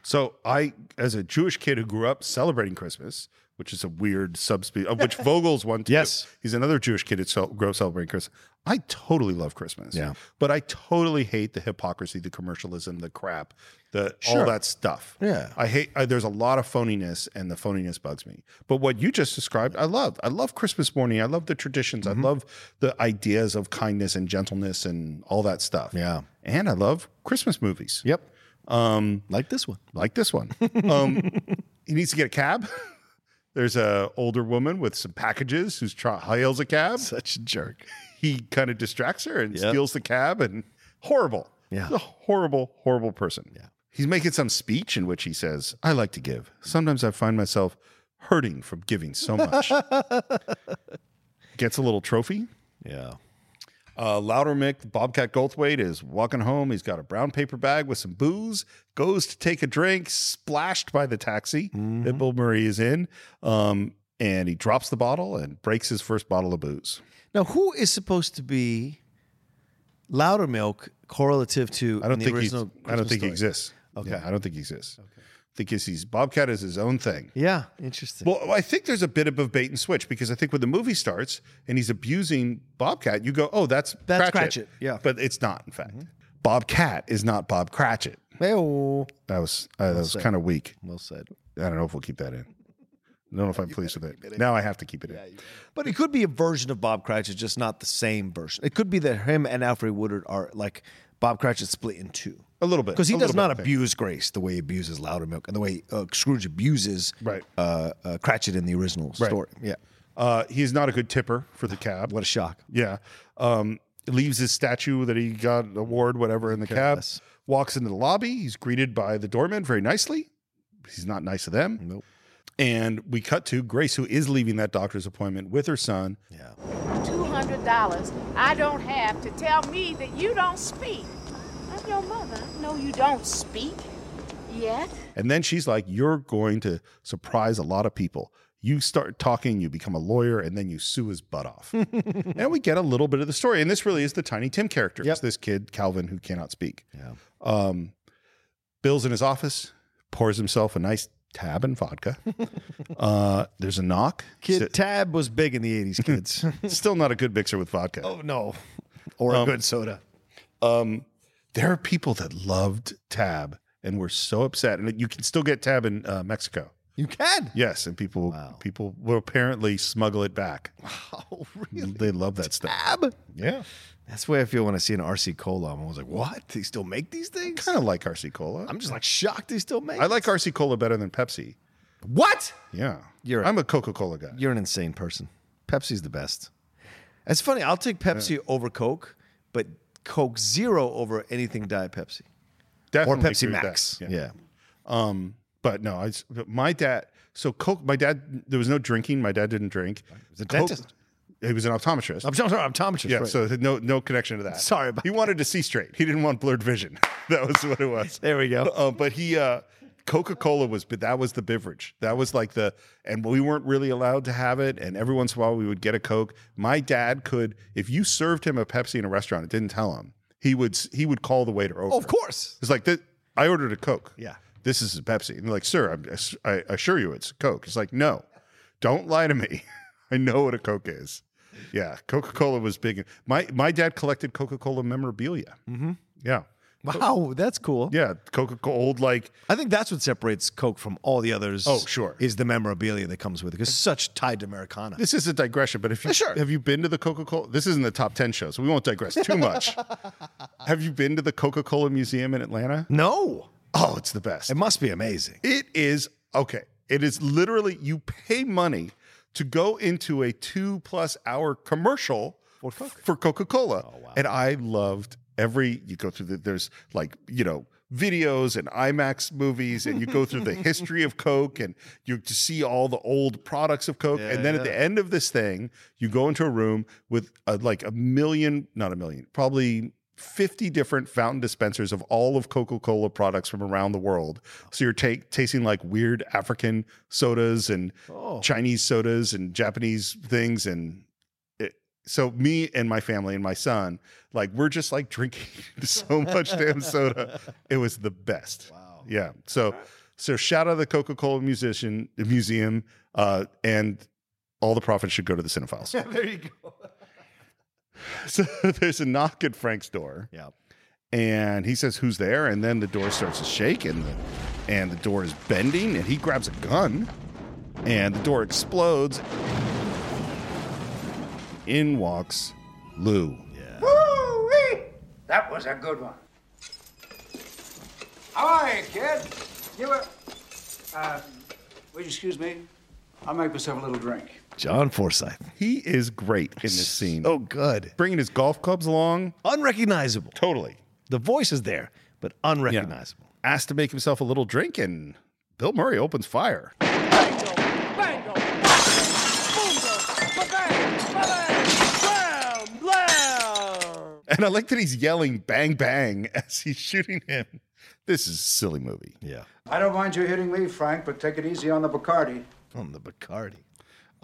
Speaker 1: So I, as a Jewish kid who grew up celebrating Christmas, which is a weird subspecies, of which Vogel's one too.
Speaker 2: Yes.
Speaker 1: He's another Jewish kid who cel- grew up celebrating Christmas. I totally love Christmas.
Speaker 2: Yeah.
Speaker 1: But I totally hate the hypocrisy, the commercialism, the crap, the all
Speaker 2: Sure.
Speaker 1: that stuff.
Speaker 2: Yeah.
Speaker 1: I hate, I, there's a lot of phoniness and the phoniness bugs me. But what you just described, I love. I love Christmas morning. I love the traditions.
Speaker 2: Mm-hmm.
Speaker 1: I love the ideas of kindness and gentleness and all that stuff.
Speaker 2: Yeah.
Speaker 1: And I love Christmas movies.
Speaker 2: Yep.
Speaker 1: Um,
Speaker 2: Like this one.
Speaker 1: like this one. Um, he needs to get a cab. There's a older woman with some packages who's try- hails a cab.
Speaker 2: Such a jerk.
Speaker 1: He kind of distracts her and
Speaker 2: Yep.
Speaker 1: steals the cab. And horrible.
Speaker 2: Yeah.
Speaker 1: He's a horrible, horrible person. Yeah. He's making some speech in which he says, "I like to give. Sometimes I find myself hurting from giving so much." Gets a little trophy.
Speaker 2: Yeah.
Speaker 1: Uh, Louder Mick, Bobcat Goldthwait is walking home. He's got a brown paper bag with some booze, goes to take a drink, splashed by the taxi
Speaker 2: Mm-hmm.
Speaker 1: that Bill Murray is in. Um, and he drops the bottle and breaks his first bottle of booze.
Speaker 2: Now, who is supposed to be louder milk correlative to
Speaker 1: I don't
Speaker 2: in the
Speaker 1: think he's,
Speaker 2: original?
Speaker 1: I don't
Speaker 2: Christmas
Speaker 1: think he
Speaker 2: story?
Speaker 1: exists.
Speaker 2: Okay.
Speaker 1: Yeah, I don't think he exists. Okay. I think he's, he's Bobcat is his own thing.
Speaker 2: Yeah, interesting.
Speaker 1: Well, I think there's a bit of a bait and switch because I think when the movie starts and he's abusing Bobcat, you go, "Oh, that's Cratchit."
Speaker 2: That's Cratchit, yeah. Mm-hmm.
Speaker 1: but it's not. In fact, Bobcat is not Bob Cratchit.
Speaker 2: Well,
Speaker 1: That was uh, that was
Speaker 2: said.
Speaker 1: kind of weak.
Speaker 2: well said.
Speaker 1: I don't know if we'll keep that in. I don't know if I'm pleased with it. Now I have to keep it in.
Speaker 2: But it could be a version of Bob Cratchit, just not the same version. It could be that him and Alfred Woodard are like Bob Cratchit split in two.
Speaker 1: A little bit.
Speaker 2: Because he
Speaker 1: A
Speaker 2: does
Speaker 1: little bit,
Speaker 2: not
Speaker 1: I think.
Speaker 2: abuse Grace the way he abuses Loudermilk and the way uh, Scrooge abuses
Speaker 1: Right.
Speaker 2: uh, uh, Cratchit in the original
Speaker 1: Right.
Speaker 2: story. Yeah.
Speaker 1: Uh, he's not a good tipper for the cab.
Speaker 2: What a shock.
Speaker 1: Yeah. Um, leaves his statue that he got an award, whatever, in the cab.
Speaker 2: Careless.
Speaker 1: Walks into the lobby. He's greeted by the doorman very nicely. He's not nice to them.
Speaker 2: Nope.
Speaker 1: And we cut to Grace, who is leaving that doctor's appointment with her son.
Speaker 2: Yeah.
Speaker 11: $200 I don't have to tell me that you don't speak. I'm your mother. No, you don't speak. Yet.
Speaker 1: And then she's like, You're going to surprise a lot of people. You start talking, you become a lawyer, and then you sue his butt off. and we get a little bit of the story. And this really is the Tiny Tim character. It's this kid, Calvin, who cannot speak.
Speaker 2: Yeah.
Speaker 1: Um, Bill's in his office, pours himself a nice tab and vodka. uh, there's a knock.
Speaker 2: Kid Tab was big in the 80s, kids.
Speaker 1: Still not a good mixer with vodka.
Speaker 2: oh, no. Or a good soda.
Speaker 1: Um, there are people that loved tab and were so upset. And you can still get tab in uh, Mexico.
Speaker 2: You can.
Speaker 1: Yes, and people
Speaker 2: Wow.
Speaker 1: people will apparently smuggle it back.
Speaker 2: Oh,
Speaker 1: They love that stuff.
Speaker 2: Tab?
Speaker 1: Yeah,
Speaker 2: That's the way I feel when I see an RC Cola. I'm always like, what? They still make these things?
Speaker 1: kind of like RC Cola.
Speaker 2: I'm just like shocked they still make
Speaker 1: I like RC Cola better than Pepsi.
Speaker 2: What?
Speaker 1: Yeah,
Speaker 2: You're-
Speaker 1: I'm a Coca Cola guy.
Speaker 2: You're an insane person. Pepsi's the best. It's funny. I'll take Pepsi over Coke, but Coke Zero over anything Diet Pepsi
Speaker 1: Definitely
Speaker 2: or Pepsi
Speaker 1: agree with
Speaker 2: Max.
Speaker 1: that.
Speaker 2: Yeah.
Speaker 1: Um, but no, I s- but my dad. So Coke. My dad. There was no drinking. My dad didn't drink. He was
Speaker 2: a dentist.
Speaker 1: He was an optometrist.
Speaker 2: I'm sorry, optometrist.
Speaker 1: yeah,
Speaker 2: right.
Speaker 1: so no no connection to that.
Speaker 2: Sorry about
Speaker 1: He wanted to see straight. He didn't want blurred vision. that was what it was.
Speaker 2: There we go.
Speaker 1: Uh, but he uh, Coca Cola was, but that was the beverage. That was like the, and we weren't really allowed to have it. And every once in a while, we would get a Coke. My dad could, if you served him a Pepsi in a restaurant, it didn't tell him. He would s- he would call the waiter over.
Speaker 2: Oh, of course.
Speaker 1: It's like, "Th- I ordered a Coke.
Speaker 2: Yeah.
Speaker 1: This is a Pepsi. And they're like, sir, I'm, I assure you it's Coke. It's like, no, don't lie to me. I know what a Coke is. Yeah. Coca Cola was big. My, my dad collected Coca Cola memorabilia. Mm-hmm. Yeah.
Speaker 2: Wow, that's cool.
Speaker 1: Yeah. Coca Cola, old, like,
Speaker 2: I think that's what separates Coke from all the others.
Speaker 1: Oh, sure.
Speaker 2: Is the memorabilia that comes with it. Because such tied to Americana.
Speaker 1: this is a digression, but if you,
Speaker 2: Sure.
Speaker 1: have you been to the Coca Cola? This isn't the top 10 show, so we won't digress too much. have you been to the Coca Cola Museum in Atlanta?
Speaker 2: no.
Speaker 1: Oh, it's the best.
Speaker 2: It must be amazing.
Speaker 1: It is okay. It is literally you pay money to go into a two plus hour commercial for, Coca Cola. And I loved every you go through the there's like, you know, videos and IMAX movies, and you go through the history of Coke and you to see all the old products of Coke. and then at
Speaker 2: yeah.
Speaker 1: the end of this thing, you go into a room with uh like a million, not a million, probably 50 different fountain dispensers of all of Coca Cola products from around the world. So you're ta- tasting like weird African sodas and
Speaker 2: Oh.
Speaker 1: Chinese sodas and Japanese things and it, so me and my family and my son, like we're just like drinking so much damn soda. It was the best. Wow. Yeah. So so shout out to the Coca-Cola musician museum. Uh and all the profits should go to the cinephiles.
Speaker 2: there you go.
Speaker 1: So there's a knock at Frank's door. Yeah. And he says, Who's there? And then the door starts to shake and the, and the door is bending and he grabs a gun and the door explodes. In walks Lou.
Speaker 12: Woo-wee! That was a good one. How are you, kid? You were. Uh, will you excuse me? I'll make myself a little drink.
Speaker 2: John Forsythe.
Speaker 1: He is great in this scene.
Speaker 2: Oh, good.
Speaker 1: Bringing his golf clubs along.
Speaker 2: Unrecognizable.
Speaker 1: Totally.
Speaker 2: The voice is there, but unrecognizable.
Speaker 1: Asked to make himself a little drink and Bill Murray opens fire.
Speaker 8: Bango! Boongo! Ba-bang! Ba-bang! Blam! Blam!
Speaker 1: And I like that he's yelling bang bang as he's shooting him. This is a silly movie.
Speaker 2: Yeah.
Speaker 12: I don't mind you hitting me, Frank, but take it easy on the Bacardi.
Speaker 2: On the Bacardi.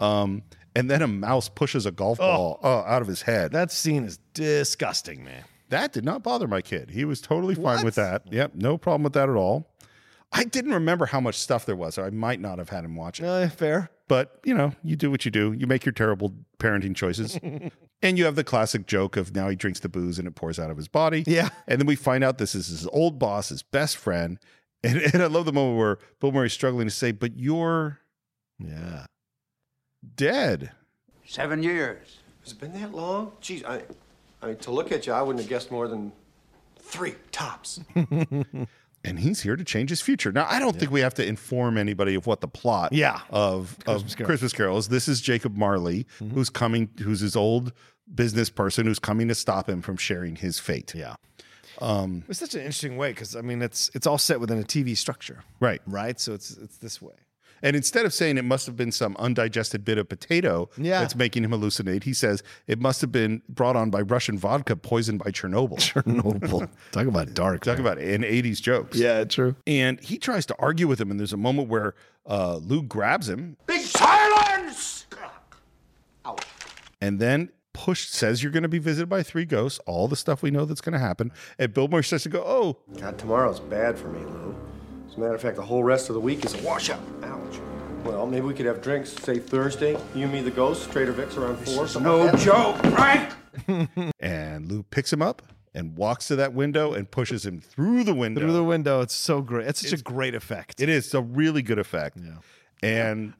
Speaker 1: Um, and then a mouse pushes a golf ball uh, out of his head.
Speaker 2: Oh. That scene is disgusting, man.
Speaker 1: That did not bother my kid. He was totally fine with that. Yep, no problem with that at all. I didn't remember how much stuff there was. so I might not have had him watch it.
Speaker 2: Uh, fair.
Speaker 1: But, you know, you do what you do. You make your terrible parenting choices. and you have the classic joke of now he drinks the booze and it pours out of his body.
Speaker 2: Yeah.
Speaker 1: And then we find out this is his old boss, his best friend. And, and I love the moment where Bill Murray's struggling to say, but you're
Speaker 2: Yeah.
Speaker 1: dead.
Speaker 12: Seven years.
Speaker 8: Has it been that long? Geez, I, I mean, to look at you, I wouldn't have guessed more than three tops.
Speaker 1: and he's here to change his future. Now, I don't think we have to inform anybody of what the plot
Speaker 2: Yeah.
Speaker 1: of,
Speaker 2: Christmas
Speaker 1: of
Speaker 2: Carol. Mm-hmm.
Speaker 1: Christmas Carols. This is Jacob Marley, who's coming, who's his old business person who's coming to stop him from sharing his fate.
Speaker 2: Yeah.
Speaker 1: Um,
Speaker 2: It's such an interesting way because I mean it's it's all set within a TV structure,
Speaker 1: right.
Speaker 2: right? So it's it's this way.
Speaker 1: And instead of saying it must have been some undigested bit of potato
Speaker 2: Yeah.
Speaker 1: that's making him hallucinate, he says it must have been brought on by Russian vodka poisoned by Chernobyl.
Speaker 2: Chernobyl. Talk about dark.
Speaker 1: Talk about an 80s jokes.
Speaker 2: Yeah, true.
Speaker 1: And he tries to argue with him, and there's a moment where uh, Lou grabs him
Speaker 12: Big silence!
Speaker 1: and then Push says you're going to be visited by three ghosts, all the stuff we know that's going to happen. And Bill Murray starts to go, Oh,
Speaker 8: God, tomorrow's bad for me, Lou. As a matter of fact, the whole rest of the week is a washout. Ouch. Well, maybe we could have drinks, say Thursday, you, me, the ghost, Trader Vic's around four. something
Speaker 12: No
Speaker 8: like that.
Speaker 12: joke, Frank!
Speaker 1: and Lou picks him up and walks to that window and pushes him through the window.
Speaker 2: Through the window, it's so great. It's such a great effect.
Speaker 1: It is a really good effect. Yeah. And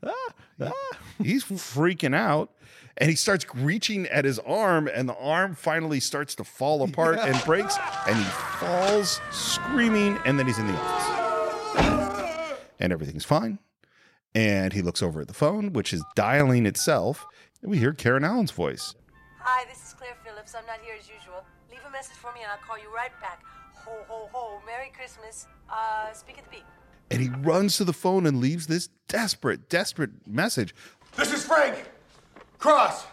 Speaker 1: he- he's freaking out. And he starts reaching at his arm, and the arm finally starts to fall apart and breaks, and he falls screaming, and then he's in the office. And everything's fine. And he looks over at the phone, which is dialing itself, and we hear Karen Allen's voice.
Speaker 4: Hi, this is Claire Phillips. I'm not here as usual. Leave a message for me and I'll call you right back. Ho, ho, ho. Merry Christmas. Uh, speak at the beat.
Speaker 1: And he runs to the phone and leaves this desperate, desperate message.
Speaker 8: This is Frank Cross.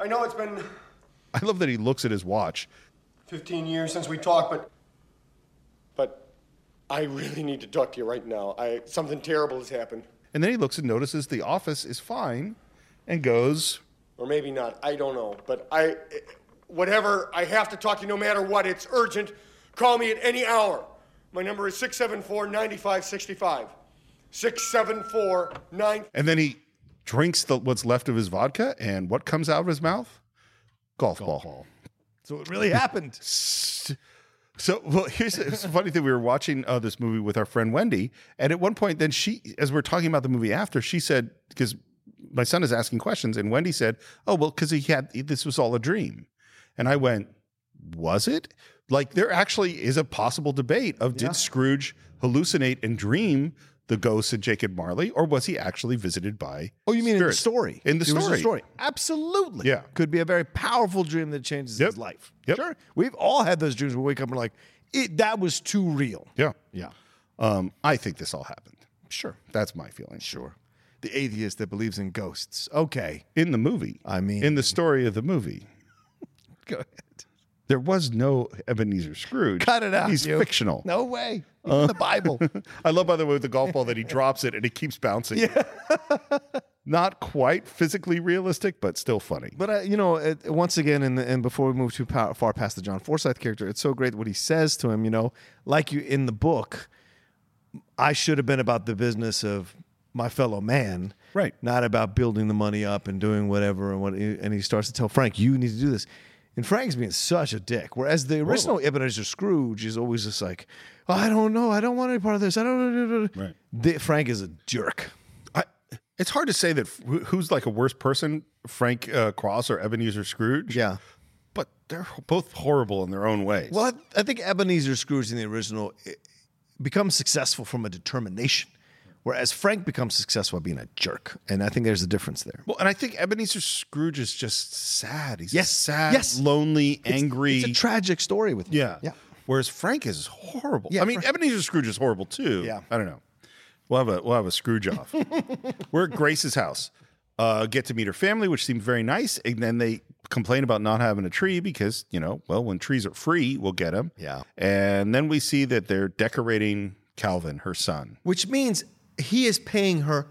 Speaker 8: I know it's been
Speaker 1: I love that he looks at his watch
Speaker 8: 15 years since we talked, but. But I really need to talk to you right now. I Something terrible has happened.
Speaker 1: And then he looks and notices the office is fine and goes,
Speaker 8: Or maybe not. I don't know. But I. Whatever. I have to talk to you no matter what. It's urgent. Call me at any hour. My number is 674 9565. 674
Speaker 1: and then he drinks the, what's left of his vodka. And what comes out of his mouth? Golf, ball.
Speaker 2: So it really happened.
Speaker 1: So, well, here's a, it's a funny thing. We were watching uh, this movie with our friend Wendy. And at one point, then she, as we are talking about the movie after, she said, because my son is asking questions. And Wendy said, Oh, well, because he had, this was all a dream. And I went, was it? Like there actually is a possible debate of did Scrooge hallucinate and dream the ghosts of Jacob Marley, or was he actually visited by?
Speaker 2: Oh, you mean in the
Speaker 1: spirits?
Speaker 2: story?
Speaker 1: In the
Speaker 2: It was
Speaker 1: story,
Speaker 2: Absolutely.
Speaker 1: Yeah.
Speaker 2: Could be a very powerful dream that changes his life.
Speaker 1: Yep.
Speaker 2: Sure. We've all had those dreams where we wake up and we're like, it, that was too real.
Speaker 1: Yeah.
Speaker 2: Yeah.
Speaker 1: Um, I think this all happened.
Speaker 2: Sure.
Speaker 1: That's my feeling.
Speaker 2: Sure. The atheist that believes in ghosts. Okay.
Speaker 1: In the movie.
Speaker 2: I mean,
Speaker 1: In the story of the movie.
Speaker 2: go ahead.
Speaker 1: There was no Ebenezer Scrooge.
Speaker 2: Cut it out.
Speaker 1: He's
Speaker 2: you.
Speaker 1: fictional. Uh.
Speaker 2: No way. He's in the Bible.
Speaker 1: I love, by the way, with the golf ball that he drops it and it keeps bouncing. Not quite physically realistic, but still funny.
Speaker 2: But uh, you know, it, once again, and and before we move too pow- far past the John Forsyth character, it's so great what he says to him. You know, like you in the book, I should have been about the business of my fellow man,
Speaker 1: Right.
Speaker 2: Not about building the money up and doing whatever and what. And he starts to tell Frank, "You need to do this." And Frank's being such a dick. Whereas the original Ebenezer Scrooge is always just like, "Oh, "I don't know, I don't want any part of this. I don't."
Speaker 1: Right.
Speaker 2: The, Frank is a jerk.
Speaker 1: I, it's hard to say that wh- who's like a worse person, Frank uh, Cross or Ebenezer Scrooge.
Speaker 2: Yeah.
Speaker 1: But they're both horrible in their own ways.
Speaker 2: Well, I, I think Ebenezer Scrooge in the original eh, becomes successful from a determination, whereas Frank becomes successful by being a jerk. And I think there's a difference there.
Speaker 1: Well, and I think Ebenezer Scrooge is just sad. He's
Speaker 2: Yes,
Speaker 1: sad,
Speaker 2: yes.
Speaker 1: lonely,
Speaker 2: It's-
Speaker 1: angry.
Speaker 2: It's, a tragic story with him.
Speaker 1: yeah.
Speaker 2: Yeah.
Speaker 1: Whereas Frank is horrible.
Speaker 2: Yeah,
Speaker 1: I mean,
Speaker 2: Fra-
Speaker 1: Ebenezer Scrooge is horrible too.
Speaker 2: Yeah.
Speaker 1: I don't know. We'll have a we'll have a Scrooge off. We're at Grace's house. Uh, get to meet her family, which seemed very nice, and then they complain about not having a tree because you know, well, when trees are free, we'll get them.
Speaker 2: Yeah.
Speaker 1: And then we see that they're decorating Calvin, her son.
Speaker 2: Which means he is paying her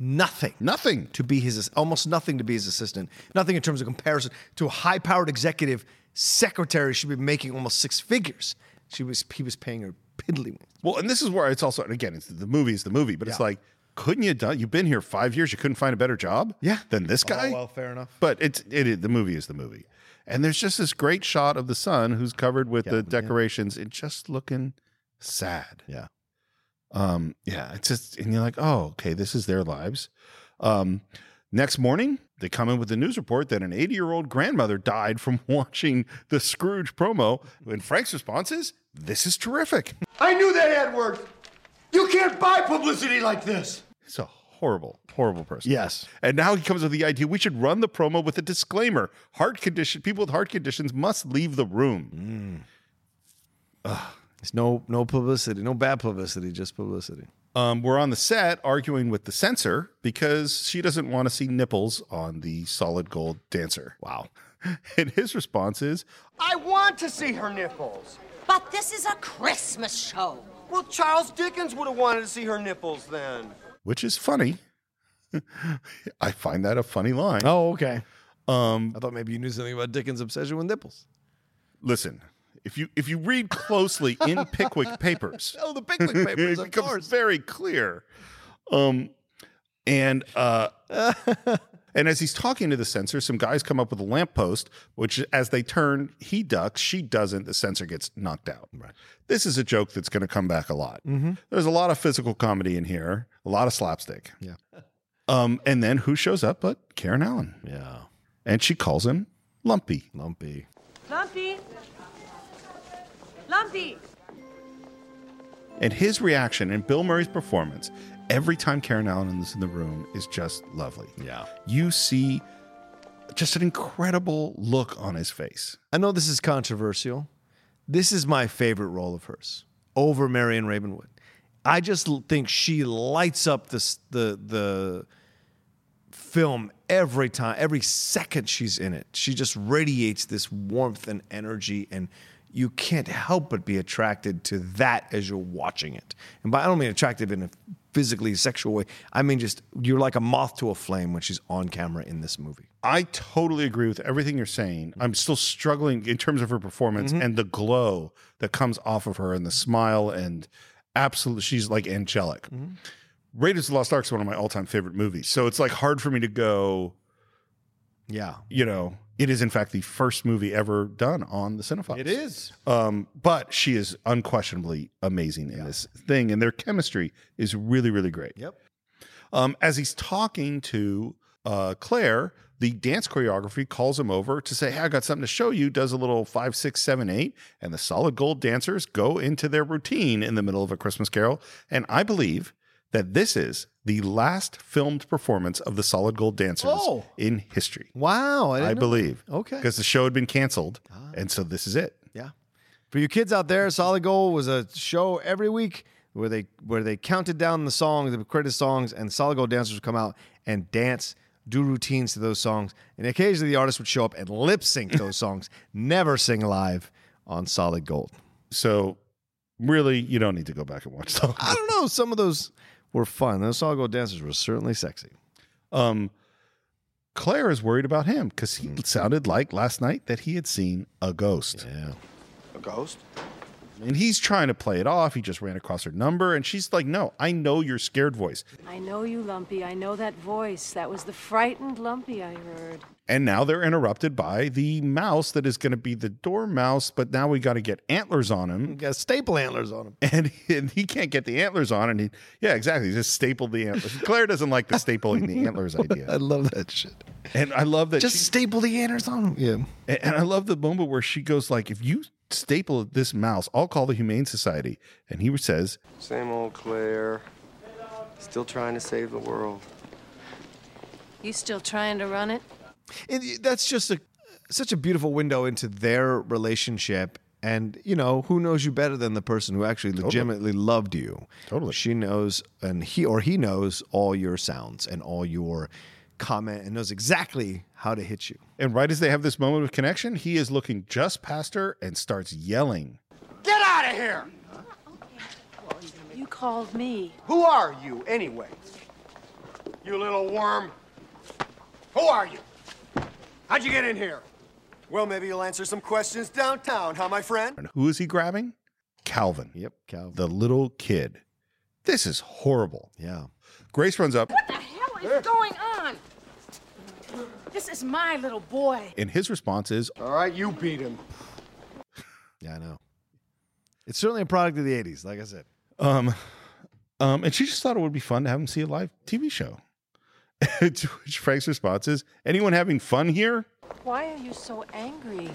Speaker 2: nothing.
Speaker 1: Nothing.
Speaker 2: to be his almost nothing to be his assistant. Nothing in terms of comparison to a high-powered executive secretary should be making almost six figures. She was he was paying her piddly.
Speaker 1: Well, and this is where it's also, and again, it's the movie is the movie, but it's
Speaker 2: Yeah.
Speaker 1: like, couldn't you done? You've been here five years. You couldn't find a better job,
Speaker 2: Yeah. Oh,
Speaker 1: than this guy.
Speaker 2: well, fair enough.
Speaker 1: But it's it, is- the movie is the movie, and there's just this great shot of the son who's covered with the decorations and just looking sad.
Speaker 2: Yeah.
Speaker 1: Um. Yeah. It's just, and you're like, oh, okay, this is their lives. Um. Next morning, they come in with the news report that an 80 year old grandmother died from watching the Scrooge promo. And Frank's response is, "This is terrific."
Speaker 8: I knew that ad worked. You can't buy publicity like this.
Speaker 1: He's a horrible, horrible person.
Speaker 2: Yes.
Speaker 1: And now he comes with the idea we should run the promo with a disclaimer. Heart condition people with heart conditions must leave the room.
Speaker 2: It's no no publicity, no bad publicity, just publicity.
Speaker 1: Um, we're on the set arguing with the censor because she doesn't want to see nipples on the solid gold dancer. Wow. And his response is,
Speaker 8: I want to see her nipples.
Speaker 4: But this is a Christmas show.
Speaker 8: Well, Charles Dickens would have wanted to see her nipples then.
Speaker 1: which is funny. I find that a funny line.
Speaker 2: Oh, okay.
Speaker 1: Um,
Speaker 2: I thought maybe you knew something about Dickens' obsession with nipples.
Speaker 1: listen, if you if you read closely in Pickwick Papers,
Speaker 2: Oh, the Pickwick
Speaker 1: it
Speaker 2: Papers, of
Speaker 1: becomes
Speaker 2: course.
Speaker 1: very clear. Um, and uh, and as he's talking to the censor, some guys come up with a lamppost, which as they turn, he ducks, she doesn't. The censor gets knocked out. Right. This is a joke that's going to come back a lot.
Speaker 2: Mm-hmm.
Speaker 1: There's a lot of physical comedy in here, a lot of slapstick.
Speaker 2: Yeah.
Speaker 1: Um, and then who shows up but Karen Allen,
Speaker 2: Yeah,
Speaker 1: and she calls him lumpy.
Speaker 2: lumpy.
Speaker 4: Lumpy. Lumpy.
Speaker 1: And his reaction and Bill Murray's performance every time Karen Allen is in the room is just lovely.
Speaker 2: Yeah.
Speaker 1: You see just an incredible look on his face.
Speaker 2: I know this is controversial. This is my favorite role of hers over Marion Ravenwood. I just l- think she lights up this the the film every time, every second she's in it. She just radiates this warmth and energy, and you can't help but be attracted to that as you're watching it. And by I don't mean attractive in a physically sexual way. I mean just you're like a moth to a flame when she's on camera in this movie.
Speaker 1: I totally agree with everything you're saying. I'm still struggling in terms of her performance and the glow that comes off of her and the smile and absolutely she's like angelic. Raiders of the Lost Ark is one of my all-time favorite movies. So it's like hard for me to go
Speaker 2: Yeah.
Speaker 1: you know, it is in fact the first movie ever done on the Cinefox.
Speaker 2: It is.
Speaker 1: Um, but she is unquestionably amazing in this thing, and their chemistry is really, really great.
Speaker 2: Yep.
Speaker 1: Um, as he's talking to uh, Claire, the dance choreography calls him over to say, Hey, I got something to show you. Does a little five, six, seven, eight. And the solid gold dancers go into their routine in the middle of a Christmas carol. And I believe that this is the last filmed performance of the solid gold dancers
Speaker 2: Oh.
Speaker 1: in history.
Speaker 2: Wow. I,
Speaker 1: I
Speaker 2: didn't know-
Speaker 1: believe.
Speaker 2: Okay. Ah.
Speaker 1: Because the show had been canceled. And so this is it.
Speaker 2: Yeah. For you kids out there, Solid Gold was a show every week where they where they counted down the songs, the credited songs, and Solid Gold dancers would come out and dance, do routines to those songs, and occasionally the artist would show up and lip sync those songs. Never sing live on Solid Gold.
Speaker 1: So really, you don't need to go back and watch Solid
Speaker 2: I don't know. Some of those were fun. Those Solid Gold dancers were certainly sexy.
Speaker 1: Um, Claire is worried about him because he
Speaker 2: Mm.
Speaker 1: sounded like last night that he had seen a ghost.
Speaker 2: Yeah.
Speaker 8: A ghost?
Speaker 1: And he's trying to play it off. He just ran across her number and she's like, No, I know your scared voice.
Speaker 4: I know you, Lumpy. I know that voice. That was the frightened Lumpy I heard.
Speaker 1: And now they're interrupted by the mouse that is going to be the door mouse, but now we got to get antlers on him.
Speaker 2: Got staple antlers on him.
Speaker 1: And, and he can't get the antlers on. And he, yeah, exactly. He just stapled the antlers. Claire doesn't like the stapling the antlers idea.
Speaker 2: I love that shit.
Speaker 1: And I love that.
Speaker 2: Just
Speaker 1: she-
Speaker 2: staple the antlers on him. Yeah.
Speaker 1: And, and I love the moment where she goes like, "If you staple this mouse, I'll call the Humane Society." And he says,
Speaker 8: Same old Claire. Still trying to save the world.
Speaker 4: You still trying to run it?
Speaker 2: And y- that's just a such a beautiful window into their relationship. And you know, who knows you better than the person who actually legitimately loved you? Totally. She knows, and he or he knows all your sounds and all your comment, and knows exactly how to hit you.
Speaker 1: and right as they have this moment of connection, he is looking just past her and starts yelling.
Speaker 8: Get out of here!
Speaker 4: You called me.
Speaker 8: Who are you, anyway? You little worm. Who are you? How'd you get in here? Well, maybe you'll answer some questions downtown, huh, my friend?
Speaker 1: And who is he grabbing? Calvin.
Speaker 2: Yep, Calvin.
Speaker 1: The little kid. This is horrible.
Speaker 2: Yeah.
Speaker 1: Grace runs up
Speaker 11: What the hell is going on? This is my little boy.
Speaker 1: and his response is,
Speaker 8: All right, you beat him.
Speaker 2: Yeah, I know. It's certainly a product of the '80s, like I said.
Speaker 1: um, um, and she just thought it would be fun to have him see a live TV show. to which Frank's response is, anyone having fun here?
Speaker 4: Why are you so angry?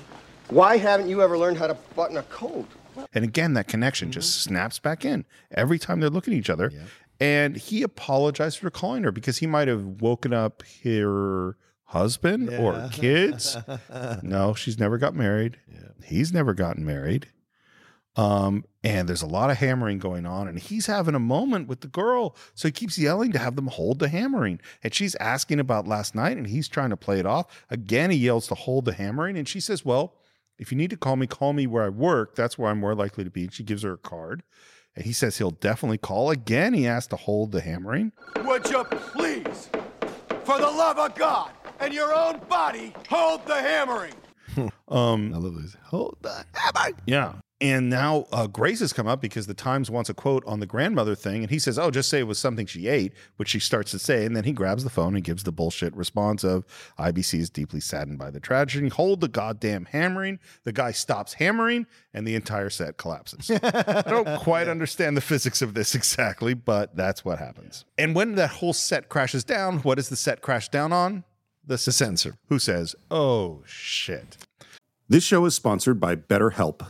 Speaker 8: Why haven't you ever learned how to button a coat?
Speaker 1: And again, that connection just snaps back in every time they're looking at each other. And he apologized for calling her because he might have woken up her husband or kids. no, she's never got married. He's never gotten married. Um, and there's a lot of hammering going on, and he's having a moment with the girl. So he keeps yelling to have them hold the hammering. And she's asking about last night, and he's trying to play it off. Again, he yells to hold the hammering, and she says, Well, if you need to call me, call me where I work. That's where I'm more likely to be. And she gives her a card. And he says he'll definitely call. Again, he asks to hold the hammering.
Speaker 8: Would you please, for the love of God and your own body, hold the hammering?
Speaker 1: Um,
Speaker 2: I love this. Hold the hammer.
Speaker 1: Yeah. And now uh, Grace has come up because the Times wants a quote on the grandmother thing. And he says, Oh, just say it was something she ate, which she starts to say. And then he grabs the phone and gives the bullshit response of IBC is deeply saddened by the tragedy. Hold the goddamn hammering. The guy stops hammering and the entire set collapses. I don't quite understand the physics of this exactly, but that's what happens. And when that whole set crashes down, what does the set crash down on? The,
Speaker 2: The censor.
Speaker 1: who says, Oh, shit.
Speaker 13: This show is sponsored by BetterHelp.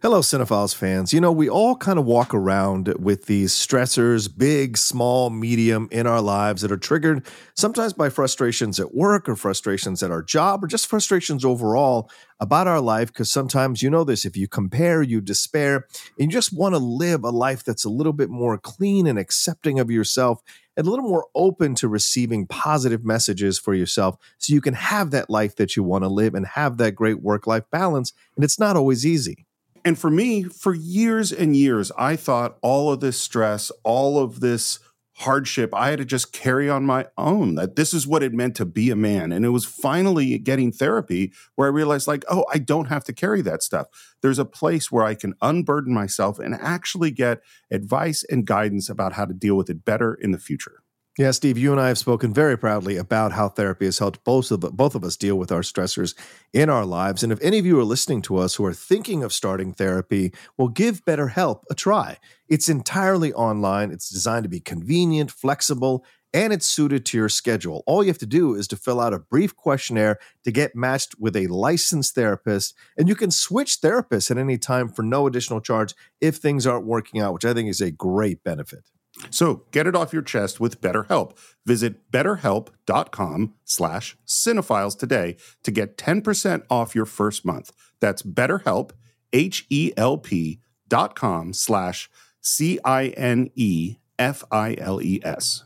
Speaker 14: Hello, Cinephiles fans. You know, we all kind of walk around with these stressors, big, small, medium, in our lives that are triggered sometimes by frustrations at work or frustrations at our job or just frustrations overall about our life. Because sometimes you know this if you compare, you despair, and you just want to live a life that's a little bit more clean and accepting of yourself and a little more open to receiving positive messages for yourself so you can have that life that you want to live and have that great work life balance. And it's not always easy.
Speaker 13: And for me, for years and years, I thought all of this stress, all of this hardship, I had to just carry on my own, that this is what it meant to be a man. And it was finally getting therapy where I realized, like, oh, I don't have to carry that stuff. There's a place where I can unburden myself and actually get advice and guidance about how to deal with it better in the future.
Speaker 14: Yeah, Steve, you and I have spoken very proudly about how therapy has helped both of both of us deal with our stressors in our lives. And if any of you are listening to us who are thinking of starting therapy, well, give BetterHelp a try. It's entirely online. It's designed to be convenient, flexible, and it's suited to your schedule. All you have to do is to fill out a brief questionnaire to get matched with a licensed therapist, and you can switch therapists at any time for no additional charge if things aren't working out, which I think is a great benefit.
Speaker 13: So get it off your chest with BetterHelp. Visit betterhelp.com slash cinephiles today to get 10% off your first month. That's betterhelp, H E L P dot com slash C I N E F I L E S.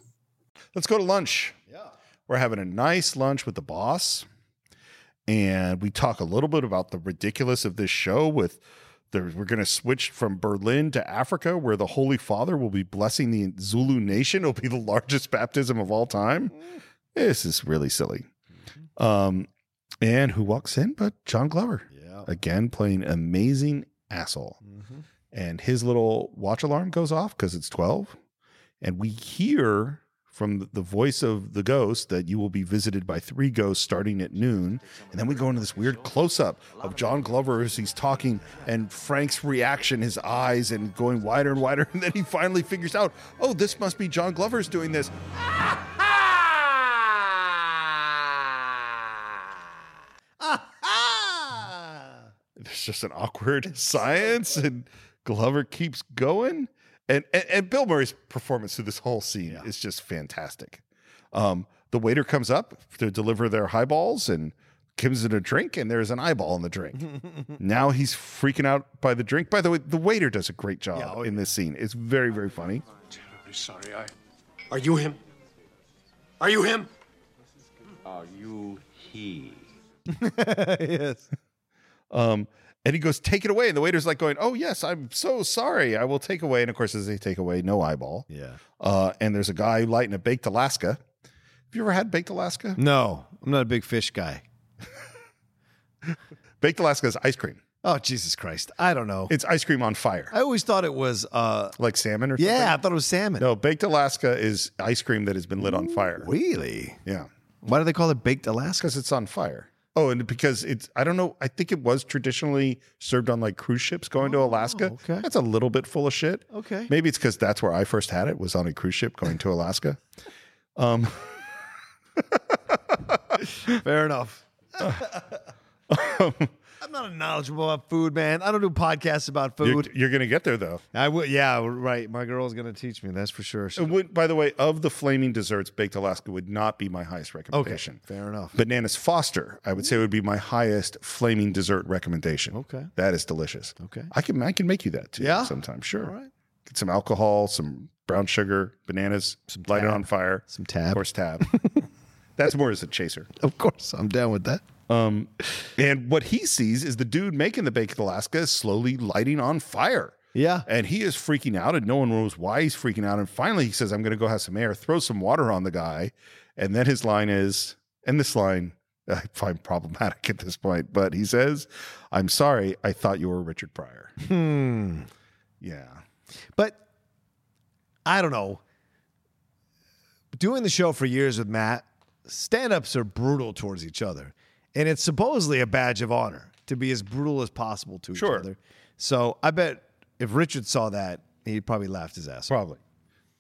Speaker 1: Let's go to lunch. Yeah. We're having a nice lunch with the boss. And we talk a little bit about the ridiculous of this show with there we're going to switch from Berlin to Africa where the Holy Father will be blessing the Zulu nation. It'll be the largest baptism of all time. This is really silly. Um and who walks in but John Glover. Yeah. Mm-hmm. Again playing amazing asshole. And his little watch alarm goes off cuz it's 12 and we hear from the- the voice of the ghost that you will be visited by three ghosts starting at noon. And then we go into this weird close up of John Glover as he's talking and Frank's reaction, his eyes, and going wider and wider. And then he finally figures out, oh, this must be John Glover's doing this. There's just an awkward silence, and Glover keeps going. And, and and Bill Murray's performance through this whole scene is just fantastic. Um, the waiter comes up to deliver their highballs and gives it a drink, and there's an eyeball in the drink. now he's freaking out by the drink. By the way, the waiter does a great job in this scene. It's very, very funny.
Speaker 8: I'm sorry, I. Are you him? Are you him?
Speaker 9: Are you he?
Speaker 1: yes. Um, and he goes, take it away. And the waiter's like going, oh, yes, I'm so sorry. I will take away. And of course, as they take away, no eyeball.
Speaker 2: Yeah.
Speaker 1: Uh, and there's a guy lighting a baked Alaska. Have you ever had baked Alaska?
Speaker 2: No, I'm not a big fish guy.
Speaker 1: Baked Alaska is ice cream.
Speaker 2: Oh, Jesus Christ. I don't know.
Speaker 1: It's ice cream on fire.
Speaker 2: I always thought it was uh
Speaker 1: Like salmon or
Speaker 2: Oh, Yeah, I
Speaker 1: something?
Speaker 2: thought it was salmon.
Speaker 1: No, baked Alaska is ice cream that has been lit on fire.
Speaker 2: Really?
Speaker 1: Yeah.
Speaker 2: Why do they call it baked Alaska?
Speaker 1: Because it's on fire. Oh, and because it's, I don't know, I think it was traditionally served on like cruise ships going to Alaska.
Speaker 2: Oh, okay.
Speaker 1: That's a little bit full of shit.
Speaker 2: Okay.
Speaker 1: Maybe it's because that's where I first had it, was on a cruise ship going to Alaska. Um,
Speaker 2: Fair enough. I'm not knowledgeable about food, man. I don't do podcasts about
Speaker 1: you're,
Speaker 2: food.
Speaker 1: you're going to get there though.
Speaker 2: I would, yeah, right. My girl's gonna teach me. That's for sure.
Speaker 1: It would- by the way, of the flaming desserts, baked Alaska would not be my highest recommendation.
Speaker 2: Fair enough.
Speaker 1: Bananas Foster, I would say, would be my highest flaming dessert recommendation.
Speaker 2: Okay.
Speaker 1: that is delicious.
Speaker 2: Okay.
Speaker 1: I can I can make you that too.
Speaker 2: Yeah?
Speaker 1: sometime sure.
Speaker 2: All right.
Speaker 1: Get some alcohol, some brown sugar, bananas, light it
Speaker 2: tab.
Speaker 1: on fire,
Speaker 2: Some tab.
Speaker 1: of course tab. That's more as a chaser.
Speaker 2: Of course, I'm down with that.
Speaker 1: Um, and what he sees is the dude making the baked Alaska is slowly lighting on fire.
Speaker 2: Yeah.
Speaker 1: And he is freaking out, and no one knows why he's freaking out. And finally, he says, I'm going to go have some air, throw some water on the guy. And then his line is, and this line I find problematic at this point, but he says, I'm sorry, I thought you were Richard Pryor.
Speaker 2: Hmm.
Speaker 1: Yeah.
Speaker 2: But I don't know. Doing the show for years with Matt, stand ups are brutal towards each other. And it's supposedly a badge of honor to be as brutal as possible to
Speaker 1: Sure.
Speaker 2: each other. So I bet if Richard saw that, he'd probably laughed his ass off.
Speaker 1: Probably.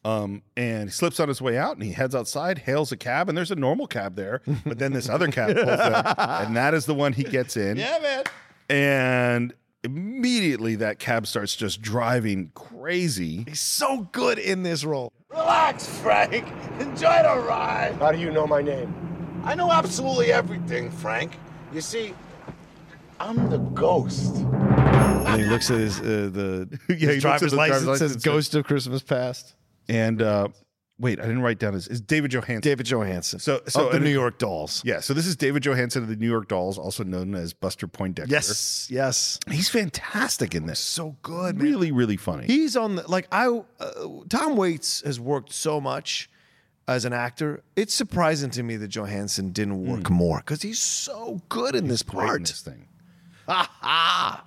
Speaker 1: Um, and he slips on his way out and he heads outside, hails a cab, and there's a normal cab there. But then this other cab pulls up, and that is the one he gets in.
Speaker 2: Yeah, man.
Speaker 1: and immediately that cab starts just driving crazy.
Speaker 2: He's so good in this role.
Speaker 15: Relax, Frank. Enjoy the ride.
Speaker 8: How do you know my name?
Speaker 15: I know absolutely everything, Frank. You see, I'm the ghost.
Speaker 2: And he looks at his, uh, the
Speaker 1: Yeah, he looks at
Speaker 2: his driver's
Speaker 1: the driver's
Speaker 2: license, says
Speaker 1: license.
Speaker 2: Ghost of Christmas Past.
Speaker 1: And uh, wait, I didn't write down his. Is David Johansen?
Speaker 2: David Johansen.
Speaker 1: So- so-
Speaker 2: of the
Speaker 1: and-
Speaker 2: New York Dolls.
Speaker 1: yeah, so this is David Johansen of the New York Dolls, also known as Buster Poindexter.
Speaker 2: Yes, yes.
Speaker 1: he's fantastic in this.
Speaker 2: So good, man.
Speaker 1: really, really funny.
Speaker 2: He's on the like I. Uh, Tom Waits has worked so much as an actor. It's surprising to me that Johansson didn't work more because he's so good in this
Speaker 1: Hmm. Great in
Speaker 2: part.
Speaker 1: this thing.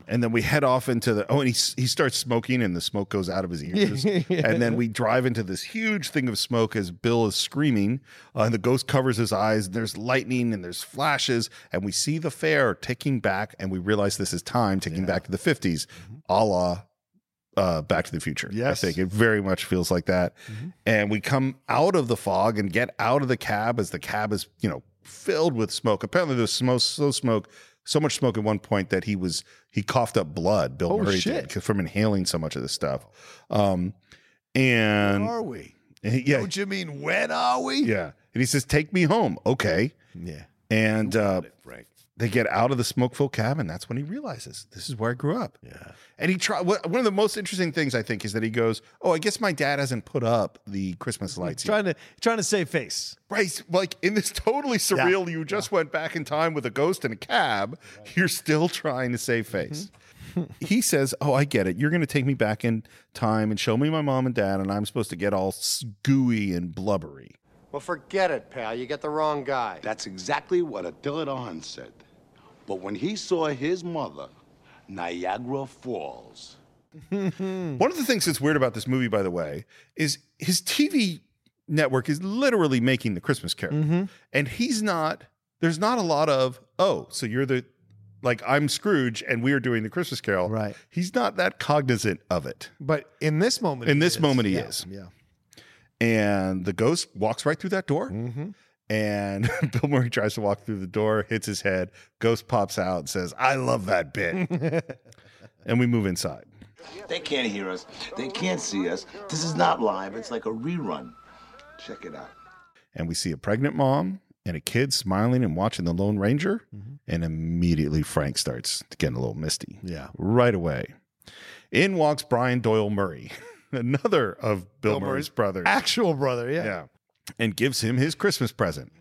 Speaker 1: And then we head off into the oh, and he s- he starts smoking, and the smoke goes out of his ears. And then we drive into this huge thing of smoke as Bill is screaming, uh, and the ghost covers his eyes. And there's lightning and there's flashes, and we see the fair ticking back, and we realize this is time ticking back to the fifties, a la uh, Back to the Future.
Speaker 2: Yes. Mm-hmm.
Speaker 1: I think it very much feels like that. And we come out of the fog and get out of the cab as the cab is, you know, filled with smoke. Apparently, there was so, so smoke, so much smoke at one point that he was he coughed up blood. Bill
Speaker 2: Oh,
Speaker 1: Murray
Speaker 2: shit.
Speaker 1: did from inhaling so much of this stuff. Um, and
Speaker 2: Where are we?
Speaker 1: yeah,
Speaker 2: Don't you mean when are we?
Speaker 1: yeah. And he says, "Take me home, okay?"
Speaker 2: Yeah.
Speaker 1: And uh,
Speaker 2: Frank.
Speaker 1: they get out of the smoke-filled cabin. That's when he realizes this is where I grew up. Yeah. And he try wha- one of the most interesting things I think is that he goes, "Oh, I guess my dad hasn't put up the Christmas lights."
Speaker 9: Trying to trying to save face.
Speaker 1: Right, like in this totally surreal. You just went back in time with a ghost and a cab. You're still trying to save
Speaker 9: Mm-hmm.
Speaker 1: face. he says, "Oh, I get it. You're going to take me back in time and show me my mom and dad, and I'm supposed to get all s- gooey and blubbery."
Speaker 16: Well, forget it, pal. You got the wrong guy.
Speaker 5: That's exactly what Attila the Hun said. But when he saw his mother, Niagara Falls,
Speaker 1: One of the things that's weird about this movie, by the way, is his TV network is literally making the Christmas Carol,
Speaker 2: Mm-hmm.
Speaker 1: and he's not. There's not a lot of oh, so you're the like I'm Scrooge, and we are doing the Christmas Carol. Right. He's not that cognizant of it.
Speaker 2: But in this moment,
Speaker 1: In
Speaker 2: he
Speaker 1: this
Speaker 2: is.
Speaker 1: moment, he
Speaker 2: Yeah,
Speaker 1: is.
Speaker 2: Yeah.
Speaker 1: and the ghost walks right through that door.
Speaker 2: Mm-hmm.
Speaker 1: And Bill Murray tries to walk through the door, hits his head. Ghost pops out and says, "I love that bit." and we move inside.
Speaker 5: they can't hear us. They can't see us. This is not live. It's like a rerun. Check it out.
Speaker 1: and we see a pregnant mom and a kid smiling and watching the Lone Ranger. And immediately Frank starts getting a little misty. Yeah. Right away. In walks Brian Doyle Murray, another of Bill,
Speaker 2: Bill
Speaker 1: Murray's
Speaker 2: Murray's
Speaker 1: brothers.
Speaker 2: Actual brother, yeah.
Speaker 1: Yeah. And gives him his Christmas present.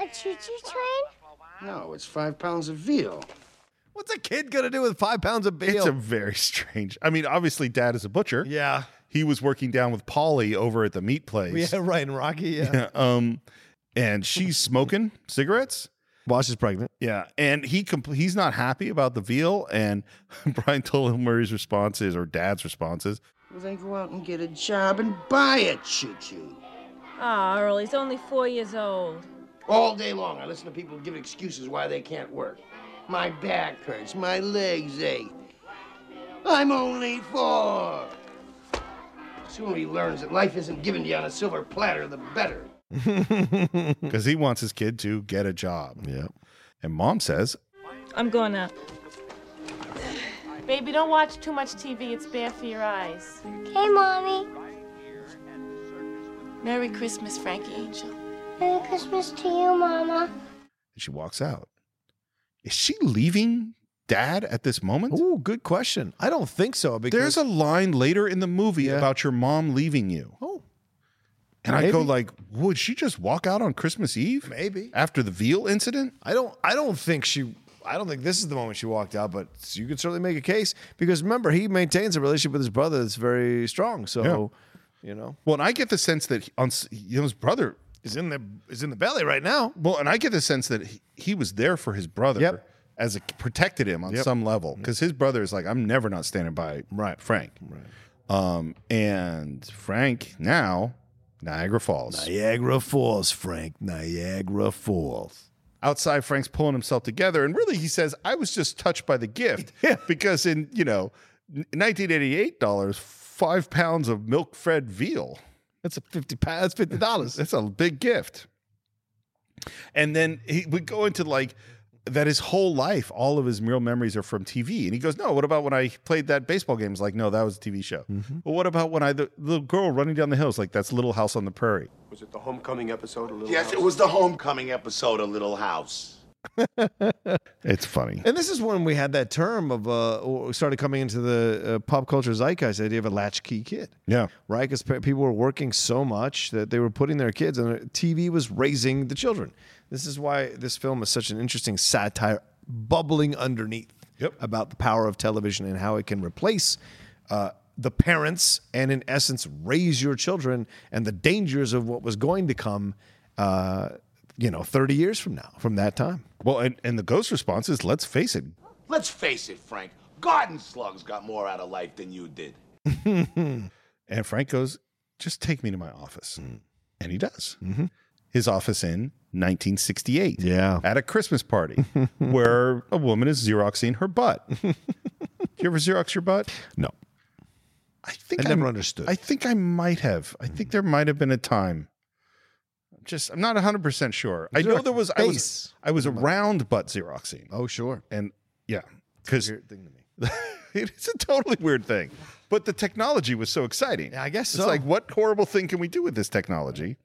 Speaker 8: A choo-choo train?
Speaker 5: No, it's five pounds of veal.
Speaker 9: What's a kid gonna do with five pounds of
Speaker 1: It's
Speaker 9: bail?
Speaker 1: a very strange. I mean, obviously, dad is a butcher.
Speaker 9: Yeah.
Speaker 1: He was working down with Polly over at the meat place.
Speaker 9: yeah, right. And Rocky, yeah.
Speaker 1: Yeah, um, and she's smoking cigarettes.
Speaker 2: Boss is pregnant.
Speaker 1: Yeah, and he compl- he's not happy about the veal. And Brian Doyle Murray's response is, or Dad's response is,
Speaker 8: Well, then go out and get a
Speaker 5: Job and buy it, choo choo.
Speaker 8: Ah, Earl, he's only four years old.
Speaker 5: All day long, I listen to people give excuses why they can't work. My back hurts. My legs ache. I'm only four. Soon he learns that life isn't given to you on a silver platter, the better.
Speaker 9: Hmm.
Speaker 1: because he wants his kid to get a job. Yeah. And Mom says,
Speaker 8: I'm going up.
Speaker 11: Baby, don't watch too much TV. It's bad for your eyes.
Speaker 8: Hey, Mommy.
Speaker 11: Merry Christmas, Frankie Angel.
Speaker 8: Merry Christmas to you, Mama.
Speaker 1: and she walks out. Is she leaving Dad at this moment?
Speaker 9: Oh, good question. I don't think so. Because
Speaker 1: There's a line later in the movie about your mom leaving you.
Speaker 9: Oh.
Speaker 1: And I go
Speaker 9: Maybe.
Speaker 1: like, would she just walk out on Christmas Eve?
Speaker 9: Maybe.
Speaker 1: After the veal incident?
Speaker 2: I don't I don't think she I don't think this is the moment she walked out, but you could certainly make a case because remember he maintains a relationship with his brother that's very strong. So, you know,
Speaker 1: Well, and I get the sense that he- on s- you know, his brother
Speaker 2: is in the is in the belly right now.
Speaker 1: Well, and I get the sense that he, he was there for his brother as a protected him on
Speaker 2: Yep.
Speaker 1: some level because his brother is like, I'm never not standing by right. Frank. Right. Um, and Frank now Niagara Falls.
Speaker 9: Niagara Falls, Frank. Niagara Falls.
Speaker 1: Outside, Frank's pulling himself together, and really, he says, "I was just touched by the gift because in you know, 1988 dollars, five pounds of milk fed veal."
Speaker 9: That's a fifty pounds. That's fifty dollars.
Speaker 1: That's a big gift. And then he would go into like that his whole life, all of his real memories are from TV. And he goes, No, what about when I played that baseball game? It's like, No, that was a TV show.
Speaker 9: Mm-hmm.
Speaker 1: Well, what about when I, the little girl running down the hills, like that's Little House on the Prairie?
Speaker 16: Was it the homecoming episode? A little
Speaker 5: Yes, it
Speaker 16: House?
Speaker 5: was the homecoming episode of Little House.
Speaker 1: It's funny.
Speaker 2: And this is when we had that term of uh or started coming into the uh, pop culture zeitgeist, the idea of a latchkey kid.
Speaker 1: Yeah.
Speaker 2: right? Because people were working so much that they were putting their kids, and their TV was raising the children. This is why this film is such an interesting satire, bubbling underneath about the power of television and how it can replace uh, the parents and, in essence, raise your children and the dangers of what was going to come, uh, you know, 30 years from now, from that time.
Speaker 1: Well, and, and the ghost response is, Let's face it,
Speaker 5: Let's face it, Frank. Garden slugs got more out of life than you did.
Speaker 1: And Frank goes, just take me to my office.
Speaker 2: Hmm.
Speaker 1: And he does.
Speaker 2: Mm-hmm.
Speaker 1: His office in 1968. Yeah. At a Christmas party where a woman is Xeroxing her butt. Do you ever Xerox your butt?
Speaker 2: No.
Speaker 1: I think
Speaker 2: I never understood. Mm-hmm.
Speaker 1: I think I might have. I think there might have been a time. Just I'm not 100% sure. I know
Speaker 2: Xerox
Speaker 1: there was I was
Speaker 2: face.
Speaker 1: I was around butt Xeroxing.
Speaker 2: Oh, sure.
Speaker 1: And yeah. Cuz
Speaker 2: Weird thing to me.
Speaker 1: it's a totally weird thing. But the technology was so exciting. I
Speaker 2: guess
Speaker 1: It's
Speaker 2: so.
Speaker 1: like, what horrible thing can we do with this technology?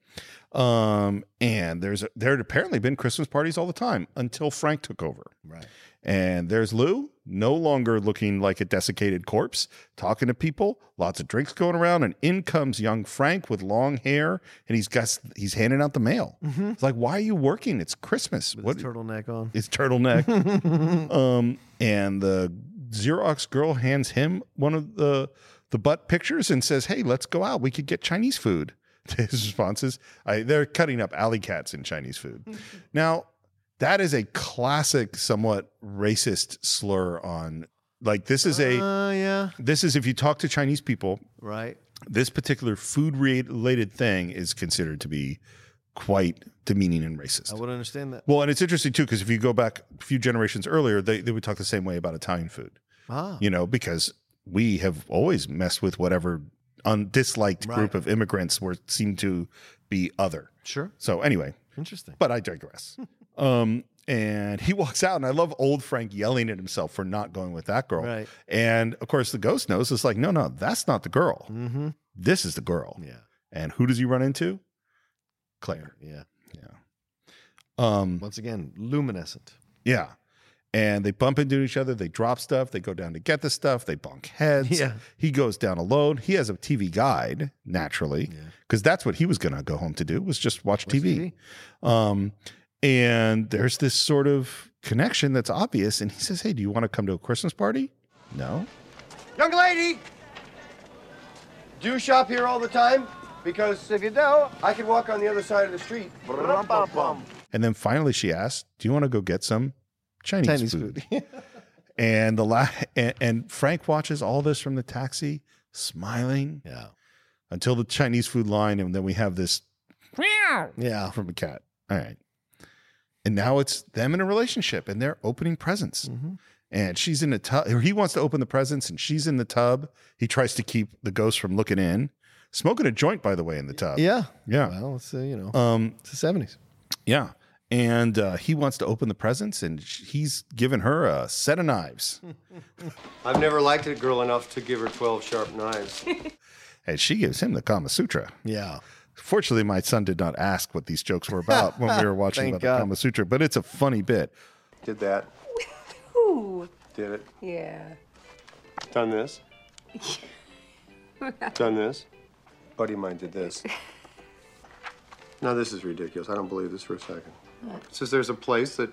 Speaker 1: Um, and there's a, there had apparently been Christmas parties all the time until Frank took over.
Speaker 2: Right.
Speaker 1: And there's Lou, no longer looking like a desiccated corpse, talking to people, lots of drinks going around, and in comes young Frank with long hair, and he's got he's handing out the mail.
Speaker 2: Mm-hmm.
Speaker 1: It's like, why are you working? It's Christmas. With what
Speaker 2: turtleneck on?
Speaker 1: His turtleneck. um, and the Xerox girl hands him one of the the butt pictures and says, "Hey, let's go out. We could get Chinese food." His response is, I, "They're cutting up alley cats in Chinese food." now, that is a classic, somewhat racist slur on. Like this is a
Speaker 2: Uh, yeah.
Speaker 1: this is if you talk to Chinese people,
Speaker 2: Right.
Speaker 1: this particular food related thing is considered to be quite demeaning and racist.
Speaker 2: I would understand that.
Speaker 1: Well, and it's interesting too because if you go back a few generations earlier, they, they would talk the same way about Italian food.
Speaker 2: Ah.
Speaker 1: You know, because we have always messed with whatever un- disliked
Speaker 2: Right.
Speaker 1: group of immigrants were seemed to be other.
Speaker 2: Sure.
Speaker 1: So anyway,
Speaker 2: Interesting.
Speaker 1: but I digress. um, and he walks out, and I love old Frank yelling at himself for not going with that girl.
Speaker 2: Right.
Speaker 1: And of course, the ghost knows. It's like, no, no, that's not the girl.
Speaker 2: Mm-hmm.
Speaker 1: This is the girl.
Speaker 2: Yeah.
Speaker 1: And who does he run into? Claire.
Speaker 2: Yeah.
Speaker 1: Um,
Speaker 2: Once again, luminescent.
Speaker 1: Yeah. And they bump into each other. They drop stuff. They go down to get the stuff. They bonk heads.
Speaker 2: Yeah.
Speaker 1: He goes down alone. He has a TV guide naturally because that's what he was going to go home to do was just watch TV. Um, and there's this sort of connection that's obvious. And he says, "Hey, do you want to come to a Christmas party?" No.
Speaker 8: Young lady, do you shop here all the time? Because if you do, I could walk on the other side of the street. Brum-bum-bum.
Speaker 1: And then finally, she asks, "Do you want to go get some Chinese, food?" and the la- and, and Frank watches all this from the taxi, smiling.
Speaker 2: Yeah.
Speaker 1: Until the Chinese food line, and then we have this yeah from a cat. All right. And now it's them in a relationship, and they're opening presents.
Speaker 2: Mm-hmm.
Speaker 1: And she's in a tub, or he wants to open the presents, and she's in the tub. He tries to keep the ghost from looking in, smoking a joint, by the way, in the tub.
Speaker 2: Yeah.
Speaker 1: Yeah.
Speaker 2: Well, it's uh, you know,
Speaker 1: Um,
Speaker 2: it's the seventies.
Speaker 1: yeah. And uh, he wants to open the presents, and sh- he's given her a set of knives.
Speaker 2: Hmm.
Speaker 8: I've never liked a girl enough to give her 12 sharp knives.
Speaker 1: And she gives him the Kama Sutra.
Speaker 2: Yeah.
Speaker 1: Fortunately, my son did not ask what these jokes were about when we were watching
Speaker 2: Thank
Speaker 1: about
Speaker 2: God.
Speaker 1: the Kama Sutra, but it's a funny bit.
Speaker 8: Did that.
Speaker 4: Ooh.
Speaker 8: Did it.
Speaker 4: Yeah.
Speaker 8: Done this. Done this. Buddy of mine did this. Now, this is ridiculous. I don't believe this for a second. It says there's a place that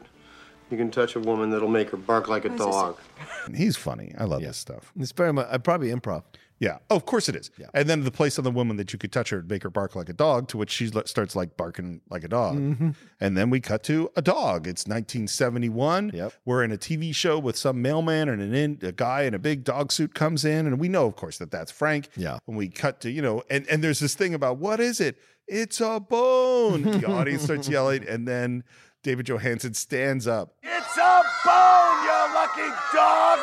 Speaker 8: you can touch a woman that'll make her bark like a
Speaker 2: Why is this-
Speaker 8: dog.
Speaker 1: And he's funny. I love this stuff.
Speaker 2: It's very much uh, probably improv.
Speaker 1: Yeah. Oh, of course it is. And then the place on the woman that you could touch her and make her bark like a dog, to which she le- starts like barking like a dog. And then we cut to a dog. It's 1971. Yep. We're in a TV show with some mailman and an in, a guy in a big dog suit comes in, and we know, of course, that that's Frank.
Speaker 2: Yeah.
Speaker 1: When we cut to you know, and and there's this thing about what is it? It's a bone. The audience starts yelling, and then David Johansen stands up.
Speaker 8: It's a bone, you lucky dog!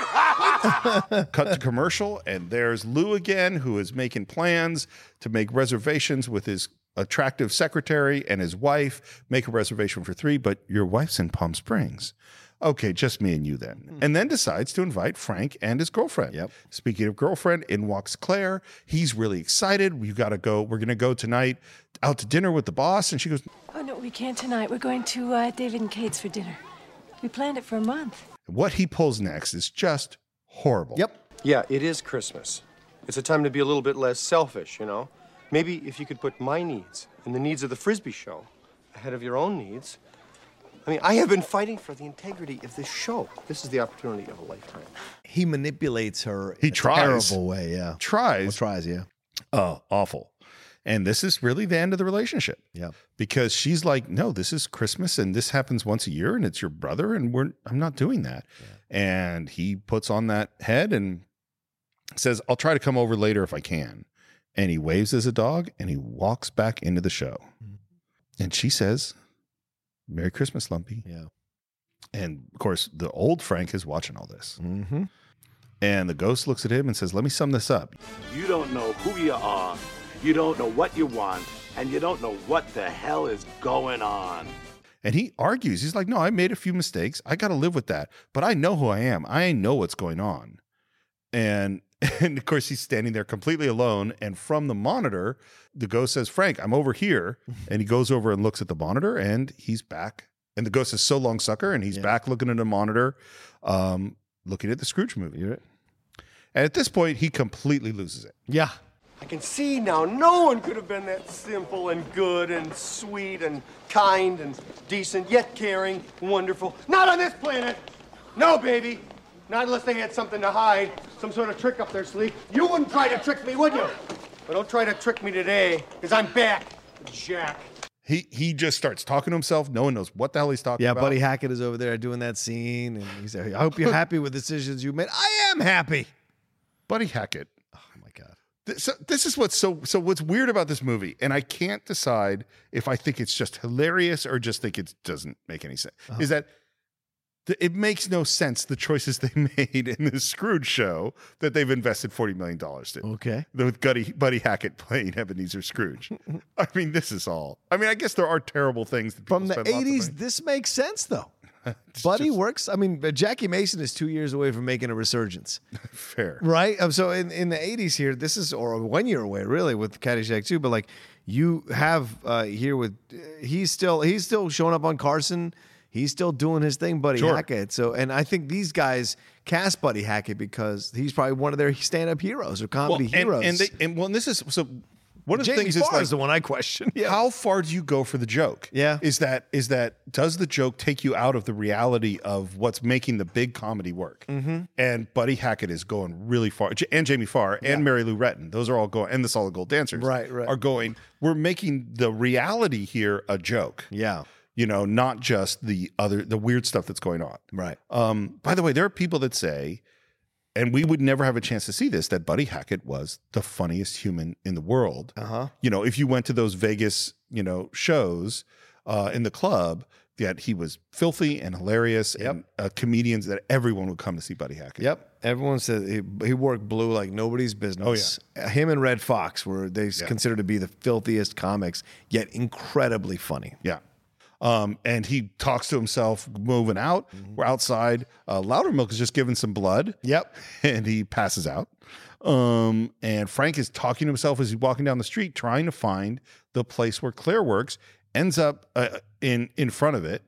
Speaker 1: Cut to commercial, and there's Lou again, who is making plans to make reservations with his attractive secretary and his wife. Make a reservation for three, but your wife's in Palm Springs. Okay, just me and you then. And then decides to invite Frank and his girlfriend. Hmm. Yep. Speaking of girlfriend, in walks Claire. He's really excited. You got to go. We're going to go tonight out to dinner with the boss. And she goes,
Speaker 4: Oh, no, we can't tonight. We're going to uh, David and Kate's for dinner. We planned it for a month.
Speaker 1: What he pulls next is just horrible. Yep.
Speaker 8: yeah, it is Christmas. It's a time to be a little bit less selfish, you know? Maybe if you could put my needs and the needs of the Frisbee show ahead of your own needs. I mean, I have been fighting for the integrity of this show. This is the opportunity of a lifetime.
Speaker 2: He manipulates her.
Speaker 1: He
Speaker 2: in a
Speaker 1: tries.
Speaker 2: terrible way. Yeah.
Speaker 1: Tries.
Speaker 2: Well, tries. Yeah.
Speaker 1: Oh, awful. And this is really the end of the relationship.
Speaker 2: Yeah.
Speaker 1: Because she's like, no, this is Christmas and this happens once a year and it's your brother and we're I'm not doing that. And he puts on that head and says, I'll try to come over later if I can. And he waves as a dog and he walks back into the show.
Speaker 2: Mm-hmm.
Speaker 1: And she says, Merry Christmas, Lumpy.
Speaker 2: Yeah.
Speaker 1: And of course, the old Frank is watching all this.
Speaker 2: Mm-hmm.
Speaker 1: And the ghost looks at him and says, Let me sum this up.
Speaker 16: You don't know who you are, you don't know what you want, and you don't know what the hell is going on.
Speaker 1: And he argues. He's like, no, I made a few mistakes. I got to live with that. But I know who I am. I know what's going on. And And of course, he's standing there completely alone. And from the monitor, the ghost says, Frank, I'm over here. And he goes over and looks at the monitor and he's back. And the ghost is so long, sucker. And he's back looking at the monitor, um, looking at the Scrooge movie. And at this point, he completely loses it.
Speaker 2: Yeah.
Speaker 8: I can see now no one could have been that simple and good and sweet and kind and decent, yet caring, wonderful. Not on this planet! No, baby! Not unless they had something to hide, some sort of trick up their sleeve. You wouldn't try to trick me, would you? But don't try to trick me today, because I'm back, Jack.
Speaker 1: He he just starts talking to himself. No one knows what the hell he's talking
Speaker 2: Yeah,
Speaker 1: about.
Speaker 2: Buddy Hackett is over there doing that scene, and he's like, "I hope you're happy with the decisions you made." I am happy.
Speaker 1: Buddy Hackett. Oh my god. This, so this is what's so so what's weird about this movie, and I can't decide if I think it's just hilarious or just think it doesn't make any sense.
Speaker 2: Uh-huh.
Speaker 1: Is that th- it makes no sense the choices they made in this Scrooge show that they've invested forty million dollars to.
Speaker 2: Okay.
Speaker 1: with Gutty, Buddy Hackett playing Ebenezer Scrooge. I mean, this is all. I mean, I guess there are terrible things that people
Speaker 2: From the
Speaker 1: spend lots of money-
Speaker 2: '80s, this makes sense though. Buddy works. I mean, but Jackie Mason is two years away from making a resurgence,
Speaker 1: Fair.
Speaker 2: right? Um, so in, in the '80s here, this is or one year away really with Caddyshack too. But like you have uh, here with he's still he's still showing up on Carson. He's still doing his thing, Buddy
Speaker 1: Sure.
Speaker 2: Hackett. So and I think these guys cast Buddy Hackett because he's probably one of their stand-up heroes or comedy
Speaker 1: well, and-
Speaker 2: heroes.
Speaker 1: And, they, and well, and this is so. One of the
Speaker 2: Jamie
Speaker 1: things
Speaker 2: Farr
Speaker 1: like,
Speaker 2: is the one I question.
Speaker 1: How far do you go for the joke?
Speaker 2: Yeah.
Speaker 1: Is that is that does the joke take you out of the reality of what's making the big comedy work?
Speaker 2: Mhm.
Speaker 1: And Buddy Hackett is going really far, J- and Jamie Farr and Mary Lou Retton. Those are all going, and the Solid Gold Dancers,
Speaker 2: Right, right.
Speaker 1: Are going. We're making the reality here a joke.
Speaker 2: Yeah.
Speaker 1: You know, not just the other the weird stuff that's going on.
Speaker 2: Right.
Speaker 1: Um, by the way, there are people that say, and we would never have a chance to see this, that Buddy Hackett was the funniest human in the world.
Speaker 2: Uh-huh.
Speaker 1: You know, if you went to those Vegas, you know, shows uh, in the club, that he was filthy and hilarious and uh, comedians that everyone would come to see Buddy Hackett.
Speaker 2: Yep. Everyone said he, he worked blue like nobody's business. Oh, yeah. Him and Red Fox were they s-
Speaker 1: Yeah.
Speaker 2: considered to be the filthiest comics, yet incredibly funny.
Speaker 1: Yeah. Um, and he talks to himself moving out. We're outside. Uh, Loudermilk is just given some blood.
Speaker 2: Mm-hmm. Yep.
Speaker 1: And he passes out. Um, and Frank is talking to himself as he's walking down the street, trying to find the place where Claire works. Ends up uh, in in front of it.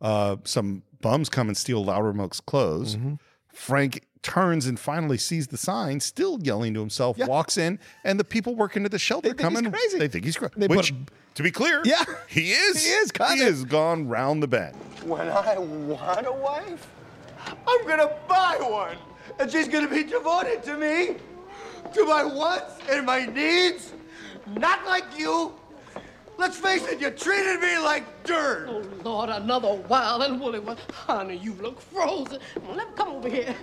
Speaker 1: Uh, some bums come and steal Loudermilk's clothes.
Speaker 2: Mm-hmm.
Speaker 1: Frank turns and finally sees the sign, still yelling to himself. Walks in, and the people working at the shelter
Speaker 2: think
Speaker 1: come
Speaker 2: he's
Speaker 1: in.
Speaker 2: crazy.
Speaker 1: They think he's crazy.
Speaker 2: They put
Speaker 1: Which,
Speaker 2: a-
Speaker 1: to be clear,
Speaker 2: Yeah.
Speaker 1: he is.
Speaker 2: He is,
Speaker 1: He
Speaker 2: kinda.
Speaker 1: has gone round the bend.
Speaker 8: When I want a wife, I'm gonna buy one, and she's gonna be devoted to me, to my wants and my needs, not like you. Let's face it, you treated me like dirt.
Speaker 17: Oh, Lord, another wild and woolly one. Honey, you look frozen. Let me come over here.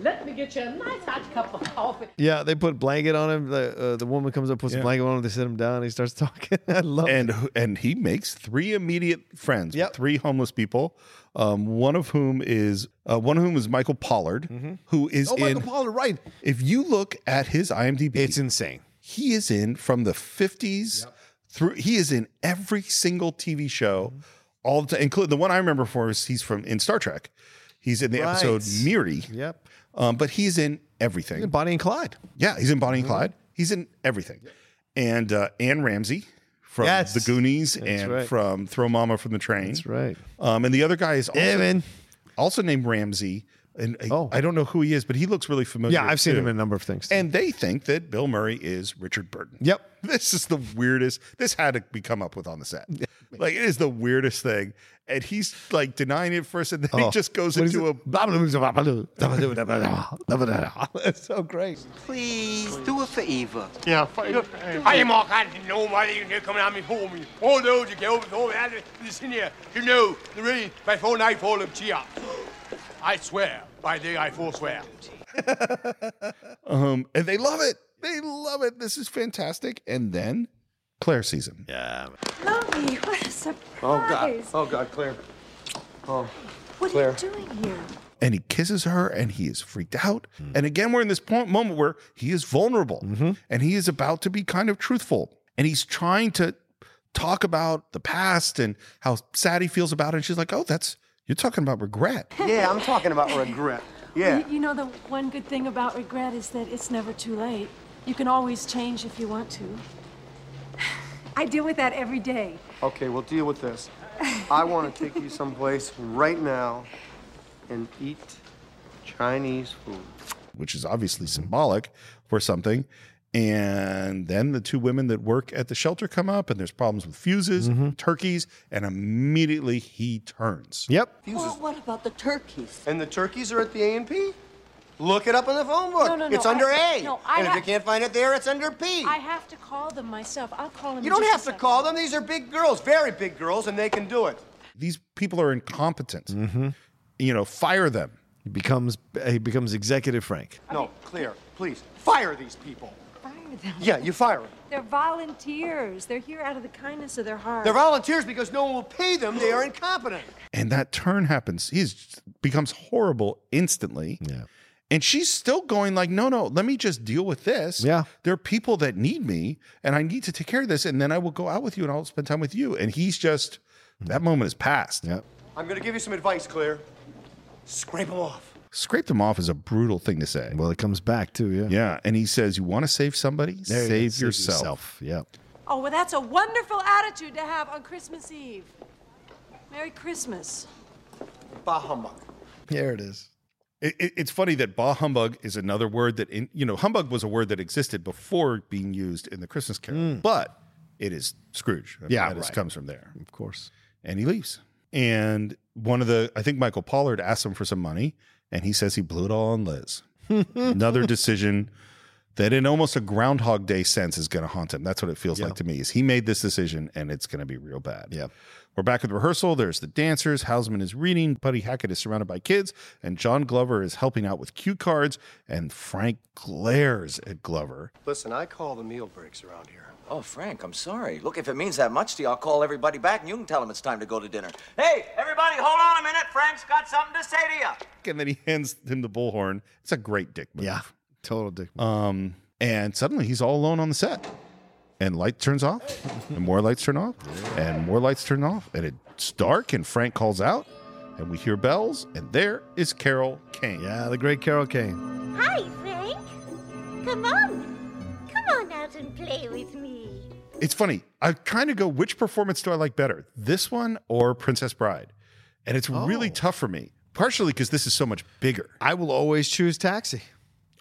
Speaker 17: Let me get you a nice hot cup of coffee.
Speaker 2: Yeah, they put blanket on him. The uh, the woman comes up, puts a blanket on him. They sit him down. And he starts talking. I love
Speaker 1: And and he makes three immediate friends. with
Speaker 2: Yep.
Speaker 1: Three homeless people. Um, one of whom is uh, one of whom is Michael Pollard, who is
Speaker 2: Oh,
Speaker 1: in.
Speaker 2: Michael Pollard, right?
Speaker 1: If you look at his IMDb,
Speaker 2: It's insane.
Speaker 1: He is in from the fifties through. He is in every single TV show,
Speaker 2: Mm-hmm.
Speaker 1: all the time, including the one I remember for is he's from in Star Trek. He's in the
Speaker 2: Right.
Speaker 1: episode Miri.
Speaker 2: Yep.
Speaker 1: Um, but he's in everything.
Speaker 2: Bonnie and Clyde.
Speaker 1: Yeah, he's in
Speaker 2: Mm-hmm.
Speaker 1: Bonnie and Clyde. He's in everything. And uh, Anne Ramsey from
Speaker 2: Yes.
Speaker 1: The Goonies and
Speaker 2: right.
Speaker 1: from Throw Mama from the Train. That's
Speaker 2: right.
Speaker 1: Um, and the other guy is also,
Speaker 2: Evan.
Speaker 1: also named Ramsey. And I, I don't know who he is, but he looks really familiar.
Speaker 2: Oh. Yeah, I've seen
Speaker 1: too.
Speaker 2: him in a number of things.
Speaker 1: And they think that Bill Murray is Richard Burton.
Speaker 2: Yep.
Speaker 1: This is the weirdest. This had to be come up with on the set. Like it is the weirdest thing. And he's like denying it first, and then he
Speaker 2: Oh,
Speaker 1: just goes
Speaker 2: what is
Speaker 1: into a
Speaker 2: it? That's so great.
Speaker 8: Please do a favor.
Speaker 12: Yeah,
Speaker 8: Hey, Mark, I didn't know why you didn't come out and hold me. All those you get over told me I this in here. You know, the rain by four nightfall of Chia. I swear, by the I forswear.
Speaker 1: Um, and they love it. They love it. This is fantastic. And then Claire sees him.
Speaker 2: Yeah.
Speaker 4: Lovey, what a surprise.
Speaker 12: Oh, God, Claire. Oh.
Speaker 4: What
Speaker 1: Claire.
Speaker 4: are you doing here?
Speaker 1: And he kisses her and he is freaked out. And again, we're in this point moment where he is vulnerable and he is about to be kind of truthful. And he's trying to talk about the past and how sad he feels about it. And she's like, Oh, that's you're talking about regret.
Speaker 8: Yeah, I'm talking about regret.
Speaker 12: Yeah.
Speaker 4: You, you know, the one good thing about regret is that it's never too late. You can always change if you want to. I deal with that every day.
Speaker 8: Okay, we'll deal with this. I want to take you someplace right now and eat Chinese food.
Speaker 1: which is obviously symbolic for something. And then the two women that work at the shelter come up, and there's problems with fuses, turkeys, and immediately he turns. Yep.
Speaker 8: Well, what about the turkeys? And the turkeys are at the A and P? Look it up on the phone book.
Speaker 4: No, no, no,
Speaker 8: It's under
Speaker 4: I-
Speaker 8: A.
Speaker 4: no, I
Speaker 8: and
Speaker 4: ha-
Speaker 8: if you can't find it there, it's under P.
Speaker 4: I have to call them myself. I'll call them.
Speaker 8: you don't have to call them. These are big girls, very big girls, and they can do it.
Speaker 1: These people are incompetent.
Speaker 2: Mm-hmm.
Speaker 1: You know, fire them.
Speaker 2: He becomes he becomes executive Frank.
Speaker 8: No, clear. Please, fire these people. Yeah, you fire them.
Speaker 4: They're volunteers. They're here out of the kindness of their heart.
Speaker 8: They're volunteers because no one will pay them. They are incompetent.
Speaker 1: And that turn happens. He is, becomes horrible instantly. Yeah. And she's still going like, no, no, let me just deal with this. Yeah. There are people that need me and I need to take care of this. And then I will go out with you and I'll spend time with you. And he's just,
Speaker 2: Mm-hmm.
Speaker 1: that moment is past. Yeah.
Speaker 8: I'm going to give you some advice, Claire. Scrape them off.
Speaker 1: Scrape them off is a brutal thing to say.
Speaker 2: Well, it comes back too, yeah.
Speaker 1: Yeah. And he says, You want to save somebody?
Speaker 2: There you go.
Speaker 1: save,
Speaker 2: Save
Speaker 1: yourself.
Speaker 2: yourself. Yeah.
Speaker 4: Oh, well, that's a wonderful attitude to have on Christmas Eve. Merry Christmas.
Speaker 8: Bah humbug.
Speaker 2: There it is.
Speaker 1: It, it- it's funny that bah humbug is another word that, in, you know, humbug was a word that existed before being used in the Christmas Carol, but it is Scrooge. I mean,
Speaker 2: Hmm. Yeah,
Speaker 1: That is-
Speaker 2: right.
Speaker 1: comes from there.
Speaker 2: Of course.
Speaker 1: And he leaves. And one of the, I think Michael Pollard asked him for some money, and he says he blew it all on Liz. another decision that in almost a groundhog day sense is going to haunt him that's what it feels like to me is he made this decision and it's going to be real bad yeah we're back at the rehearsal there's the dancers hausman is reading buddy hackett is surrounded by kids and john glover is helping out with cue cards and frank glares at glover
Speaker 8: Listen, I call the meal breaks around here.
Speaker 18: Oh, Frank, I'm sorry. Look, if it means that much to you, I'll call everybody back and you can tell them it's time to go to dinner.
Speaker 19: Hey, everybody, hold on a minute. Frank's got something to say to you.
Speaker 1: and then he hands him the bullhorn it's a great dick move yeah
Speaker 2: total dick
Speaker 1: move. um and suddenly he's all alone on the set and light turns off and more lights turn off and more lights turn off and it's dark and frank calls out and we hear bells and there is carol kane
Speaker 2: yeah the great carol kane
Speaker 20: Hi, Frank. Come on. Come on out and play with me.
Speaker 1: it's funny i kind of go which performance do i like better this one or princess bride and it's really tough for me partially because this is so much bigger
Speaker 2: i will always choose taxi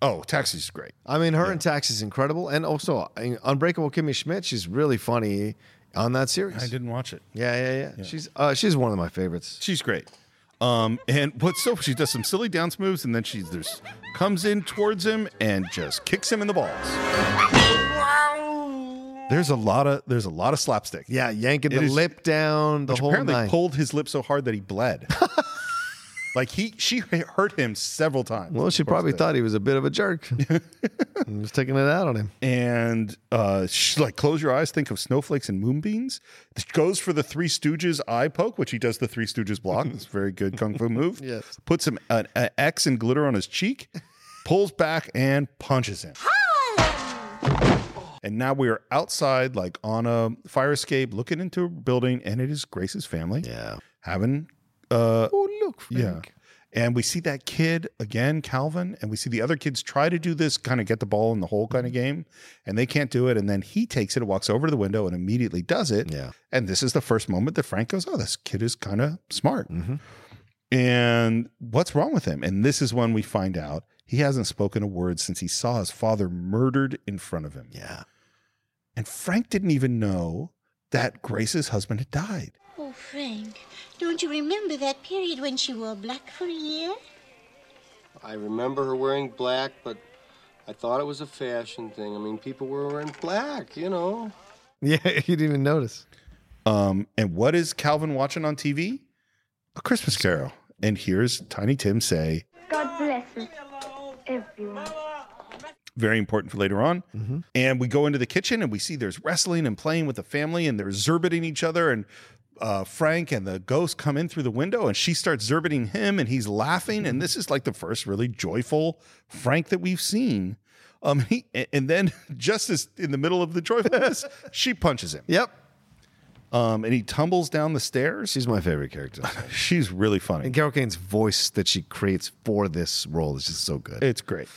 Speaker 1: oh taxi's great
Speaker 2: I mean, her in Taxi's incredible, and also I mean, Unbreakable Kimmy Schmidt. She's really funny on that series. I
Speaker 1: didn't watch it.
Speaker 2: Yeah, yeah, yeah. She's uh, she's one of my favorites.
Speaker 1: She's great. Um, and what's so she does some silly dance moves, and then she there's comes in towards him and just kicks him in the balls. There's a lot of there's a lot of slapstick.
Speaker 2: Yeah, yanking
Speaker 1: It
Speaker 2: the
Speaker 1: is-
Speaker 2: lip down, the
Speaker 1: Which
Speaker 2: whole
Speaker 1: apparently
Speaker 2: nine.
Speaker 1: pulled his lip so hard that he bled. like he she hurt him several times.
Speaker 2: well, she probably thought he was a bit of a jerk. I'm just taking it out on him.
Speaker 1: And uh, sh- like close your eyes, think of snowflakes and moonbeams. It goes for the Three Stooges eye poke, which he does the Three Stooges block. it's a very good kung fu move.
Speaker 2: Yes.
Speaker 1: Puts him an, an X and glitter on his cheek, pulls back and punches him. And now we are outside, like on a fire escape, looking into a building, and it is Grace's family.
Speaker 2: Yeah.
Speaker 1: Having uh
Speaker 2: Oh look,
Speaker 1: Yeah. And we see that kid again, Calvin, and we see the other kids try to do this kind of get the ball in the hole kind of game, and they can't do it. And then he takes it and walks over to the window and immediately does it. Yeah. And this is the first moment that Frank goes, Oh, this kid is kind of smart. And what's wrong with him? And this is when we find out he hasn't spoken a word since he saw his father murdered in front of him.
Speaker 2: Yeah.
Speaker 1: And Frank didn't even know that Grace's husband had died.
Speaker 20: Oh, Frank, don't you remember that period when she wore black for a year?
Speaker 8: I remember her wearing black, but I thought it was a fashion thing. I mean, people were wearing black, you know.
Speaker 2: Yeah, you didn't even notice.
Speaker 1: Um, and what is Calvin watching on TV? A Christmas Carol. And here's Tiny Tim say,
Speaker 20: God bless us, everyone.
Speaker 1: very important for later on.
Speaker 2: Mm-hmm.
Speaker 1: And we go into the kitchen and we see there's wrestling and playing with the family and they're zerbiting each other. And uh, Frank and the ghost come in through the window and she starts zerbiting him and he's laughing.
Speaker 2: Mm-hmm.
Speaker 1: And this is like the first really joyful Frank that we've seen. Um, he, and then just as in the middle of the joyfulness, she punches him.
Speaker 2: Yep.
Speaker 1: Um, and he tumbles down the stairs.
Speaker 2: She's my favorite character.
Speaker 1: She's really funny.
Speaker 2: And Carol Kane's voice that she creates for this role is just so good.
Speaker 1: It's great.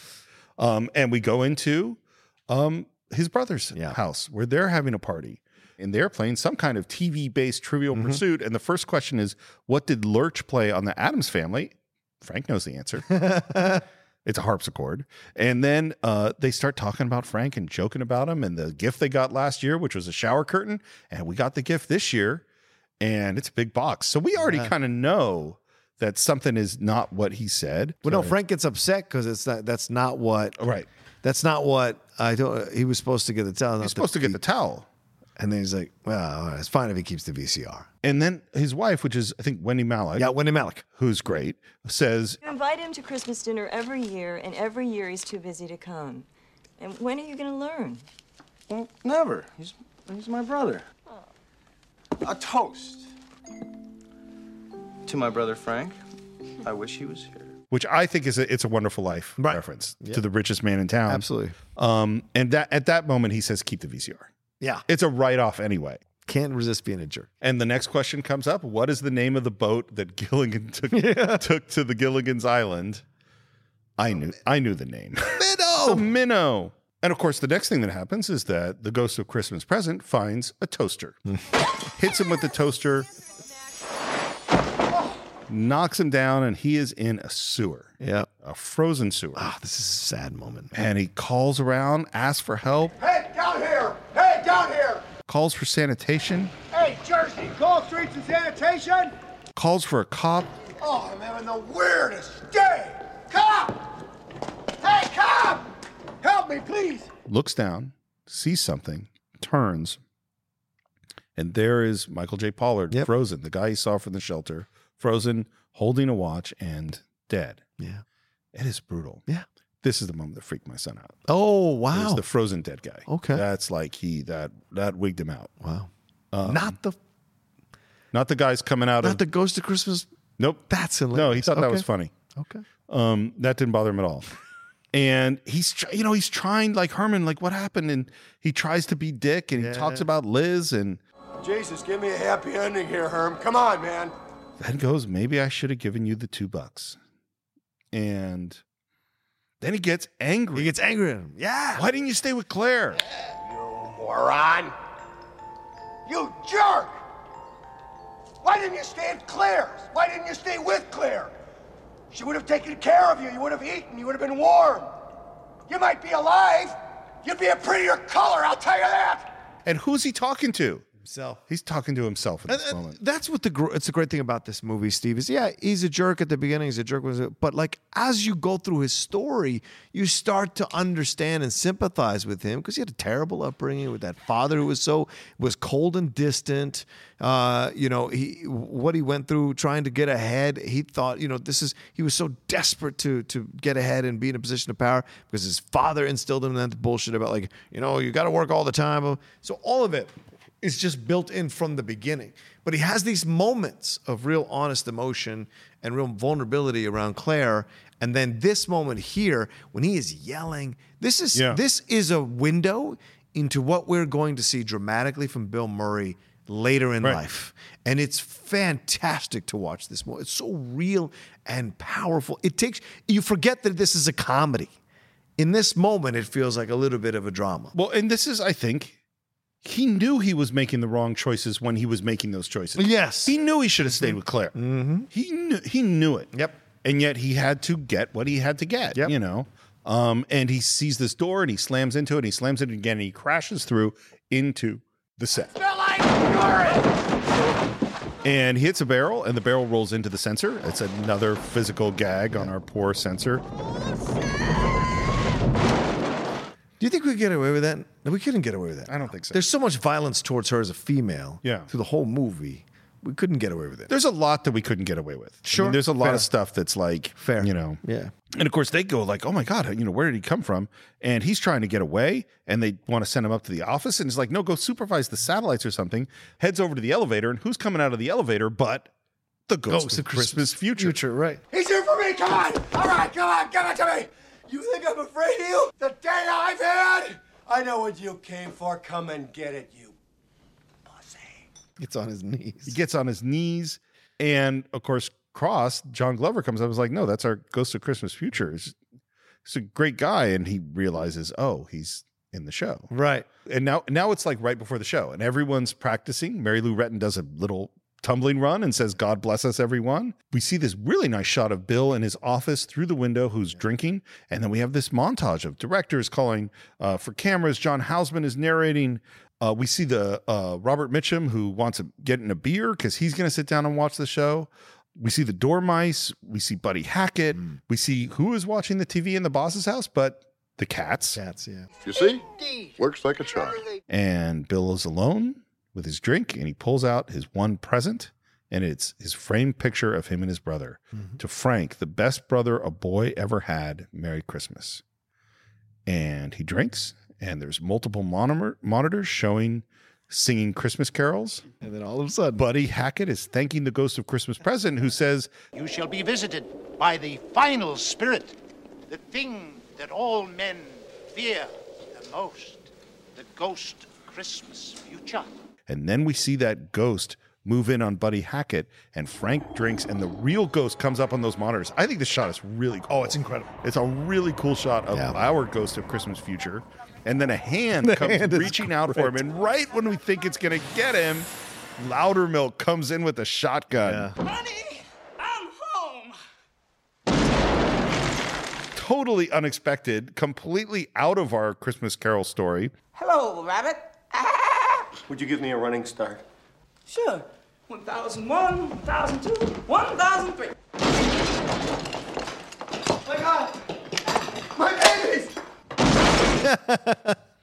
Speaker 1: Um, and we go into um, his brother's house where they're having a party and they're playing some kind of TV based trivial
Speaker 2: Mm-hmm.
Speaker 1: pursuit. And the first question is, what did Lurch play on the Adams family? Frank knows the answer. it's a harpsichord. And then uh, they start talking about Frank and joking about him and the gift they got last year, which was a shower curtain. And we got the gift this year and it's a big box. So we already
Speaker 2: Yeah.
Speaker 1: kind of know that something is not what he said.
Speaker 2: Well, no, Frank gets upset because it's not. That's not what.
Speaker 1: Right.
Speaker 2: That's not what I don't. He was supposed to get the towel.
Speaker 1: He's supposed to get the towel.
Speaker 2: And then he's like, "Well, all right, it's fine if he keeps the VCR."
Speaker 1: And then his wife, which is I think Wendy Malik. Yeah,
Speaker 2: Wendy Malik,
Speaker 1: who's great, says
Speaker 21: You invite him to Christmas dinner every year, and every year he's too busy to come. And when are you going to learn?
Speaker 16: Well, never. He's, he's my brother. A toast. To my brother Frank, I wish he was here.
Speaker 1: which I think is a it's a wonderful life reference to the richest man in town.
Speaker 2: Absolutely.
Speaker 1: Um, and that at that moment he says, keep the VCR.
Speaker 2: Yeah.
Speaker 1: It's a write off anyway.
Speaker 2: Can't resist being a jerk.
Speaker 1: And the next question comes up: What is the name of the boat that Gilligan took took to the Gilligan's Island? I knew I knew the name. Minnow,
Speaker 2: Oh.
Speaker 1: minnow. And of course, the next thing that happens is that the ghost of Christmas present finds a toaster, hits him with the toaster, knocks him down, and he is in a sewer.
Speaker 2: Yeah,
Speaker 1: a frozen sewer.
Speaker 2: Ah, this is a sad moment.
Speaker 1: And he calls around, asks for help,
Speaker 8: Hey, down here! Hey, down here!
Speaker 1: calls for sanitation,
Speaker 8: Hey, Jersey, call streets and sanitation?
Speaker 1: calls for a cop.
Speaker 8: Oh, I'm having the weirdest day! Cop! Hey, cop! Help me, please!
Speaker 1: looks down, sees something, turns, and there is Michael J. Pollard, frozen, the guy he saw from the shelter, frozen, holding a watch and dead.
Speaker 2: Yeah.
Speaker 1: It is brutal.
Speaker 2: Yeah.
Speaker 1: This is the moment that freaked my son out.
Speaker 2: Oh
Speaker 1: It was
Speaker 2: wow.
Speaker 1: the frozen dead guy.
Speaker 2: Okay.
Speaker 1: That's like he that that wigged him out.
Speaker 2: Wow.
Speaker 1: Um,
Speaker 2: not the
Speaker 1: not the guys coming out
Speaker 2: not
Speaker 1: of
Speaker 2: the ghost of Christmas.
Speaker 1: Nope.
Speaker 2: That's
Speaker 1: No, he
Speaker 2: hilarious.
Speaker 1: thought that
Speaker 2: Okay.
Speaker 1: was funny.
Speaker 2: Okay.
Speaker 1: Um, that didn't bother him at all. And he's, tr- you know, he's trying like Herman, like what happened, and he tries to be Dick, and he talks about Liz, and
Speaker 8: Jesus, give me a happy ending here, Herm. Come on, man.
Speaker 1: then goes, maybe I should have given you the two bucks. And then he gets angry. He
Speaker 2: gets angry at him. Yeah.
Speaker 1: Why didn't you stay with Claire?
Speaker 8: Moron! You jerk! Why didn't you stay at Claire's? Why didn't you stay with Claire? She would have taken care of you. You would have eaten. You would have been warm. You might be alive. You'd be a prettier color, I'll tell you that.
Speaker 1: And who's he talking to?
Speaker 2: Himself.
Speaker 1: He's talking to himself at
Speaker 2: And-
Speaker 1: this
Speaker 2: and
Speaker 1: moment.
Speaker 2: That's what the gr- it's the great thing about this movie, Steve. Is yeah, he's a jerk at the beginning, he's a jerk, when he's a- but like as you go through his story, you start to understand and sympathize with him because he had a terrible upbringing with that father who was so was cold and distant. Uh, you know, he what he went through trying to get ahead. He thought, you know, this is he was so desperate to to get ahead and be in a position of power because his father instilled him in that bullshit about like you know you got to work all the time. So all of it is just built in from the beginning. But he has these moments of real honest emotion and real vulnerability around Claire. And then this moment here, when he is yelling, this is
Speaker 1: Yeah.
Speaker 2: this is a window into what we're going to see dramatically from Bill Murray later in
Speaker 1: Right.
Speaker 2: life. And it's fantastic to watch this movie. It's so real and powerful. It takes you forget that this is a comedy. In this moment, it feels like a little bit of a drama.
Speaker 1: Well, and this is, I think, he knew he was making the wrong choices when he was making those choices.
Speaker 2: Yes.
Speaker 1: He knew he should have stayed with Claire. Mm-hmm. He knew he knew it. Yep. And yet he had to get what he had to get. You know. Um, and he sees this door and he slams into it and he slams it again and he crashes through into the set. And he hits a barrel and the barrel rolls into the sensor. It's another physical gag on our poor sensor.
Speaker 2: Do you think we could get away with that? No, we couldn't get away with that.
Speaker 1: I don't think so.
Speaker 2: There's so much violence towards her as a female.
Speaker 1: Yeah.
Speaker 2: Through the whole movie, we couldn't get away with it.
Speaker 1: There's a lot that we couldn't get away with. Sure. there's a lot
Speaker 2: Fair.
Speaker 1: of stuff that's like
Speaker 2: Fair.
Speaker 1: you know.
Speaker 2: Yeah.
Speaker 1: And of course, they go like, "Oh my god, you know, where did he come from?" And he's trying to get away, and they want to send him up to the office, and he's like, "No, go supervise the satellites or something." Heads over to the elevator, and who's coming out of the elevator but
Speaker 2: Oh,
Speaker 1: the ghost, of, Christmas, future.
Speaker 2: Future, right?
Speaker 8: He's here for me. Come on. All right, come on. Give it to me. You think I'm afraid of you? The day I've had? I know what you came for. Come and get it, you
Speaker 2: Gets on his knees.
Speaker 1: He gets on his knees, and of course, Cross John Glover comes up. and was like, no, that's our Ghost of Christmas Future. He's, he's a great guy, and he realizes, oh, he's in the show,
Speaker 2: right?
Speaker 1: And now, now it's like right before the show, and everyone's practicing. Mary Lou Retton does a little tumbling run and says, God bless us, everyone. We see this really nice shot of Bill in his office through the window who's drinking. And then we have this montage of directors calling uh, for cameras. John Hausman is narrating. Uh, we see the uh, Robert Mitchum who wants to get in a beer because he's going to sit down and watch the show. We see the Dormice. We see Buddy Hackett. We see who is watching the TV in the boss's house, but the cats.
Speaker 2: Cats, yeah.
Speaker 10: You see? Works like a charm.
Speaker 1: And Bill is alone with his drink and he pulls out his one present and it's his framed picture of him and his brother
Speaker 2: Mm-hmm.
Speaker 1: to Frank, the best brother a boy ever had. Merry Christmas. And he drinks and there's multiple monitor- monitors showing singing Christmas carols.
Speaker 2: And then all of a sudden,
Speaker 1: Buddy Hackett is thanking the ghost of Christmas present who says,
Speaker 3: You shall be visited by the final spirit, the thing that all men fear the most, the ghost Christmas future.
Speaker 1: And then we see that ghost move in on Buddy Hackett, and Frank drinks, and the real ghost comes up on those monitors. I think the shot is really cool.
Speaker 2: Oh, it's incredible.
Speaker 1: It's a really cool shot of
Speaker 2: Yeah.
Speaker 1: our ghost of Christmas future. And then a hand
Speaker 2: The
Speaker 1: comes
Speaker 2: hand is
Speaker 1: reaching out for him, and right when we think it's going to get him, Loudermilk comes in with a shotgun.
Speaker 6: Honey, I'm home.
Speaker 1: Totally unexpected, completely out of our Christmas Carol story.
Speaker 6: Hello, Rabbit.
Speaker 8: Would you give me a running start?
Speaker 6: Sure. 1001, 1002, 1003. My God! My babies!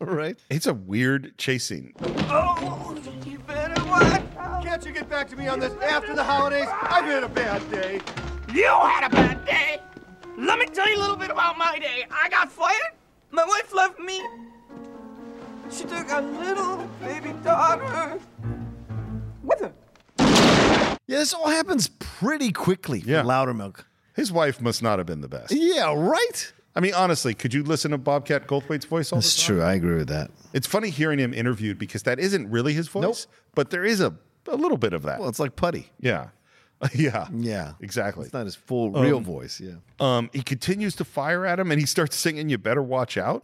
Speaker 2: right?
Speaker 1: It's a weird chasing.
Speaker 8: Oh, you better watch out. Can't you get back to me on this after the holidays? I've had a bad day.
Speaker 6: You had a bad day. Let me tell you a little bit about my day. I got fired. My wife left me. She took our little baby daughter.
Speaker 2: Yeah, this all happens pretty quickly.
Speaker 1: Yeah.
Speaker 2: Loudermilk.
Speaker 1: His wife must not have been the best.
Speaker 2: Yeah, right?
Speaker 1: I mean, honestly, could you listen to Bobcat Goldthwait's voice all the
Speaker 2: That's true. I agree with that.
Speaker 1: It's funny hearing him interviewed because that isn't really his voice, but there is a, a little bit of that.
Speaker 2: Well, it's like putty.
Speaker 1: yeah. yeah.
Speaker 2: Yeah.
Speaker 1: Exactly.
Speaker 2: It's not his full
Speaker 1: Um,
Speaker 2: real voice. Yeah.
Speaker 1: Um, he continues to fire at him and he starts singing, You Better Watch Out.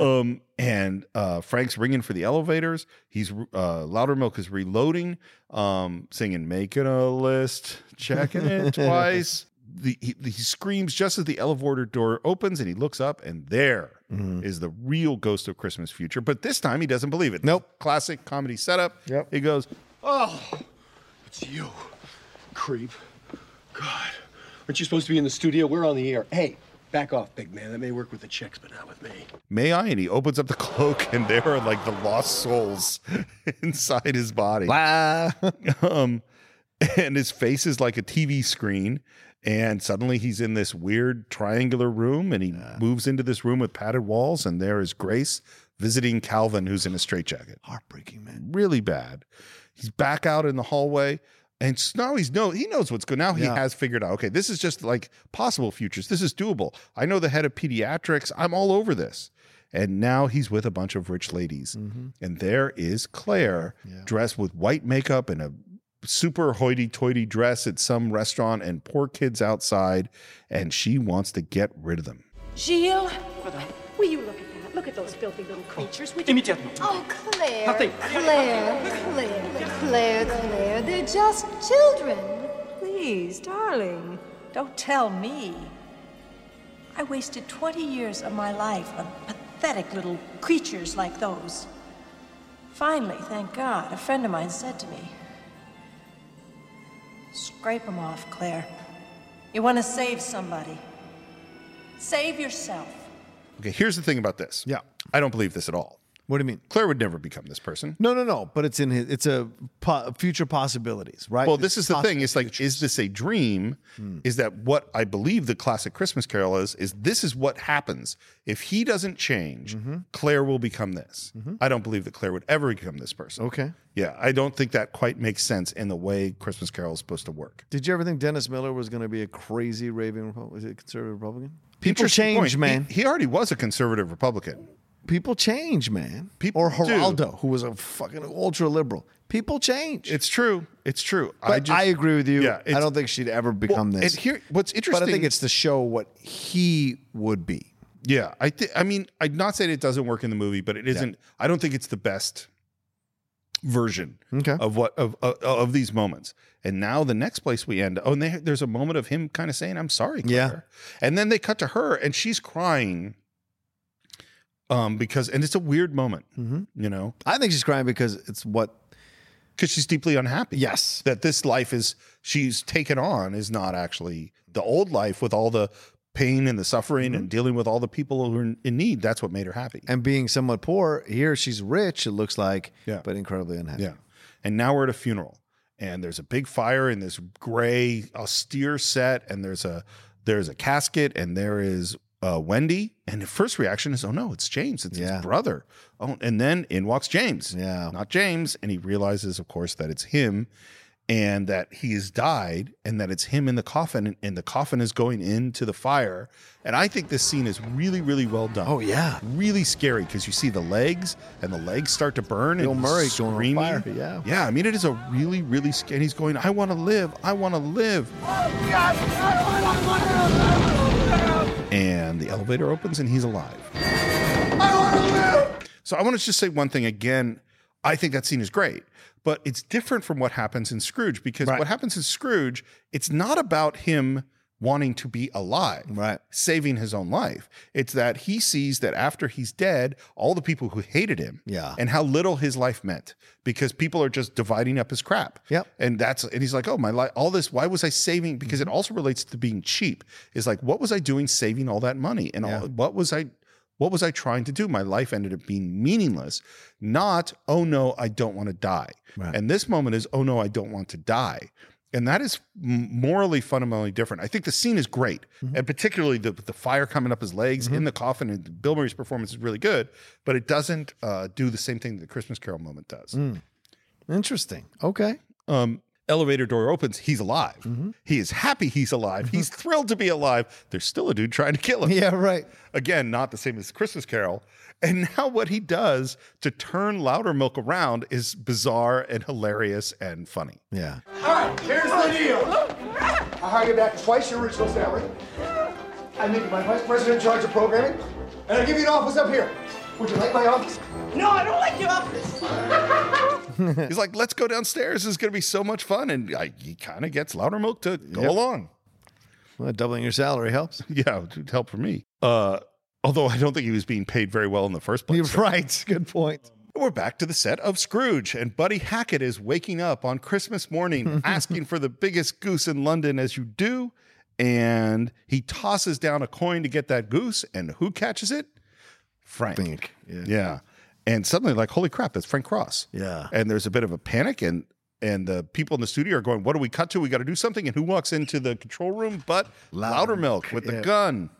Speaker 1: um, and uh, Frank's ringing for the elevators. He's uh, Loudermilk is reloading, um, singing, Making a list, checking it twice. The, he, he screams just as the elevator door opens and he looks up, and there is the real ghost of Christmas future. But this time he doesn't believe it. Nope. Classic comedy setup. Yep. He goes,
Speaker 22: Oh, it's you, creep. God, aren't you supposed to be in the studio? We're on the air. Hey, back off, big man. That may work with the chicks, but not with me.
Speaker 1: May I? And he opens up the cloak, and there are like the lost souls inside his body. um, and his face is like a TV screen. And suddenly he's in this weird triangular room, and he moves into this room with padded walls. And there is Grace visiting Calvin, who's in a straitjacket.
Speaker 2: Heartbreaking, man.
Speaker 1: Really bad. He's back out in the hallway. And s- now he's no, he knows what's going. Now he
Speaker 2: Yeah.
Speaker 1: has figured out. Okay, this is just like possible futures. This is doable. I know the head of pediatrics. I'm all over this. And now he's with a bunch of rich ladies,
Speaker 2: Mm-hmm.
Speaker 1: and there is Claire dressed with white makeup and a super hoity-toity dress at some restaurant, and poor kids outside, and she wants to get rid of them.
Speaker 4: Gilles,
Speaker 3: Madame.
Speaker 4: will you look at that? Look at those filthy little creatures. Would you-
Speaker 3: Immediately.
Speaker 7: Oh, Claire,
Speaker 3: Nothing.
Speaker 7: Claire, Claire, Claire, Claire. They're just children.
Speaker 4: Please, darling, don't tell me. I wasted 20 years of my life on pathetic little creatures like those. Finally, thank God, a friend of mine said to me, Scrape them off, Claire. You want to save somebody. Save yourself.
Speaker 1: Okay, here's the thing about this.
Speaker 2: Yeah.
Speaker 1: I don't believe this at all.
Speaker 2: What do you mean?
Speaker 1: Claire would never become this person.
Speaker 2: No, no, no. But it's in his. It's a po- future possibilities, right?
Speaker 1: Well, this is the Hmm. thing.
Speaker 2: possible
Speaker 1: It's like, is this a dream? Is that what I believe the classic Christmas Carol is? Is this is what happens if he doesn't change? Claire will become this. I don't believe that Claire would ever become this person.
Speaker 2: Okay.
Speaker 1: Yeah, I don't think that quite makes sense in the way Christmas Carol is supposed to work.
Speaker 2: Did you ever think Dennis Miller was going to be a crazy raving Republican? Is it conservative Republican?
Speaker 1: People's
Speaker 2: change,
Speaker 1: point,
Speaker 2: man.
Speaker 1: He, he already was a conservative Republican.
Speaker 2: people change, man. People or Geraldo, who was a fucking ultra liberal. People change.
Speaker 1: It's true. It's true.
Speaker 2: But I,
Speaker 1: just-
Speaker 2: agree with you.
Speaker 1: Yeah,
Speaker 2: I
Speaker 1: it's-
Speaker 2: don't think she'd ever become
Speaker 1: Well,
Speaker 2: this.
Speaker 1: and here- what's
Speaker 2: But I
Speaker 1: interesting-
Speaker 2: think it's to show what he would be.
Speaker 1: Yeah, I think. I mean, I'd not say it doesn't work in the movie, but it isn't. I don't think it's the best version
Speaker 2: Okay.
Speaker 1: of what of, of of these moments. And now the next place we end. Oh, and they, there's a moment of him kind of saying, "I'm sorry."
Speaker 2: Yeah.
Speaker 1: Claire." And then they cut to her, and she's crying. Um, because and it's a weird moment,
Speaker 2: Mm-hmm.
Speaker 1: you know,
Speaker 2: I think she's crying because it's what.
Speaker 1: because she's deeply unhappy.
Speaker 2: Yes.
Speaker 1: that this life is she's taken on is not actually the old life with all the pain and the suffering
Speaker 2: Mm-hmm.
Speaker 1: and dealing with all the people who are in- in need. That's what made her happy.
Speaker 2: And being somewhat poor, here she's rich, it looks like,
Speaker 1: Yeah.
Speaker 2: but incredibly unhappy.
Speaker 1: Yeah. And now we're at a funeral and there's a big fire in this gray austere set and there's a there's a casket and there is uh, Wendy and the first reaction is oh no it's James it's
Speaker 2: Yeah.
Speaker 1: his brother oh and then in walks James
Speaker 2: Yeah.
Speaker 1: not James and he realizes of course that it's him and that he's died and that it's him in the coffin and, and the coffin is going into the fire and I think this scene is really really well done
Speaker 2: Oh, yeah.
Speaker 1: really scary because you see the legs and the legs start to burn
Speaker 2: Bill
Speaker 1: and he's
Speaker 2: Murray going on
Speaker 1: screaming
Speaker 2: fire, yeah.
Speaker 1: yeah, I mean, it is a really, really scary. He's going, I want to live. I want to live. And the elevator opens and he's alive. So I want to just say one thing again. I think that scene is great, but it's different from what happens in Scrooge because what happens in Scrooge, it's not about him wanting to be alive,
Speaker 2: Right.
Speaker 1: saving his own life. It's that he sees that after he's dead, all the people who hated him
Speaker 2: Yeah.
Speaker 1: and how little his life meant because people are just dividing up his crap.
Speaker 2: Yep.
Speaker 1: And that's and he's like, "Oh, my life all this, why was I saving?" Because it also relates to being cheap. Is like, "What was I doing saving all that money?" And all, what was I what was I trying to do? My life ended up being meaningless. Not, "Oh no, I don't want to die."
Speaker 2: Right.
Speaker 1: And this moment is, "Oh no, I don't want to die." And that is m- morally fundamentally different. I think the scene is great, and particularly the the fire coming up his legs in the coffin. And Bill Murray's performance is really good, but it doesn't uh, do the same thing that the Christmas Carol moment does.
Speaker 2: Interesting. Okay.
Speaker 1: Um, elevator door opens. He's alive.
Speaker 2: Mm-hmm.
Speaker 1: He is happy. He's alive. He's thrilled to be alive. There's still a dude trying to kill him.
Speaker 2: Yeah, right.
Speaker 1: Again, not the same as Christmas Carol. And now what he does to turn Louder Milk around is bizarre and hilarious and funny.
Speaker 2: Yeah.
Speaker 3: All right, here's the deal. I hire you back twice your original salary. I make you my vice president in charge of programming, and I give you an office up here. Would you like my office?
Speaker 6: No, I don't like your office.
Speaker 1: He's like, let's go downstairs. This is going to be so much fun. And I, he kind of gets Louder Milk to go
Speaker 2: Yep.
Speaker 1: along.
Speaker 2: Well, doubling your salary helps.
Speaker 1: Yeah, it would help for me. Uh, although I don't think he was being paid very well in the first place.
Speaker 2: You're right. Good point.
Speaker 1: We're back to the set of Scrooge, and Buddy Hackett is waking up on Christmas morning asking for the biggest goose in London as you do. And he tosses down a coin to get that goose, and who catches it? Frank.
Speaker 2: Think. Yeah.
Speaker 1: Yeah. And suddenly, like, holy crap, that's Frank Cross.
Speaker 2: Yeah.
Speaker 1: And there's a bit of a panic, and and the people in the studio are going, What do we cut to? We got to do something. And who walks into the control room but Loudermilk with the
Speaker 2: Yeah.
Speaker 1: gun?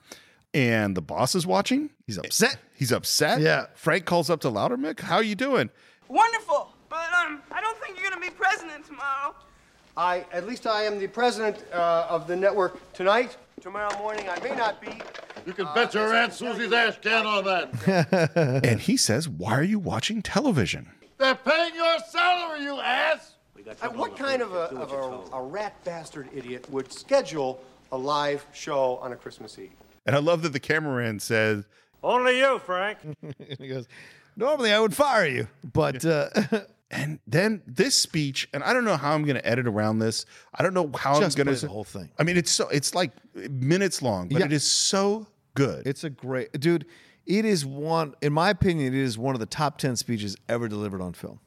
Speaker 1: And the boss is watching.
Speaker 2: He's upset.
Speaker 1: He's upset.
Speaker 2: Yeah.
Speaker 1: Frank calls up to Loudermilk. How you doing?
Speaker 6: Wonderful, but um, I don't think you're gonna be president tomorrow.
Speaker 3: I, at least I am the president uh, of the network tonight. Tomorrow morning I may not be.
Speaker 10: You can bet your Aunt Susie's ass can on that.
Speaker 1: and he says, Why are you watching television?
Speaker 10: They're paying your salary, you ass!
Speaker 3: Uh, what kind of, a, of a, a rat bastard idiot would schedule a live show on a Christmas Eve?
Speaker 1: And I love that the cameraman says,
Speaker 13: Only you, Frank.
Speaker 2: he goes, normally I would fire you, but uh,
Speaker 1: and then this speech, and I don't know how I'm going to edit around this. I don't know how
Speaker 2: Just
Speaker 1: I'm going
Speaker 2: play
Speaker 1: to
Speaker 2: the whole thing.
Speaker 1: I mean, it's so it's like minutes long, but
Speaker 2: Yeah.
Speaker 1: it is so good.
Speaker 2: It's a great dude. It is one, in my opinion, it is one of the top ten speeches ever delivered on film.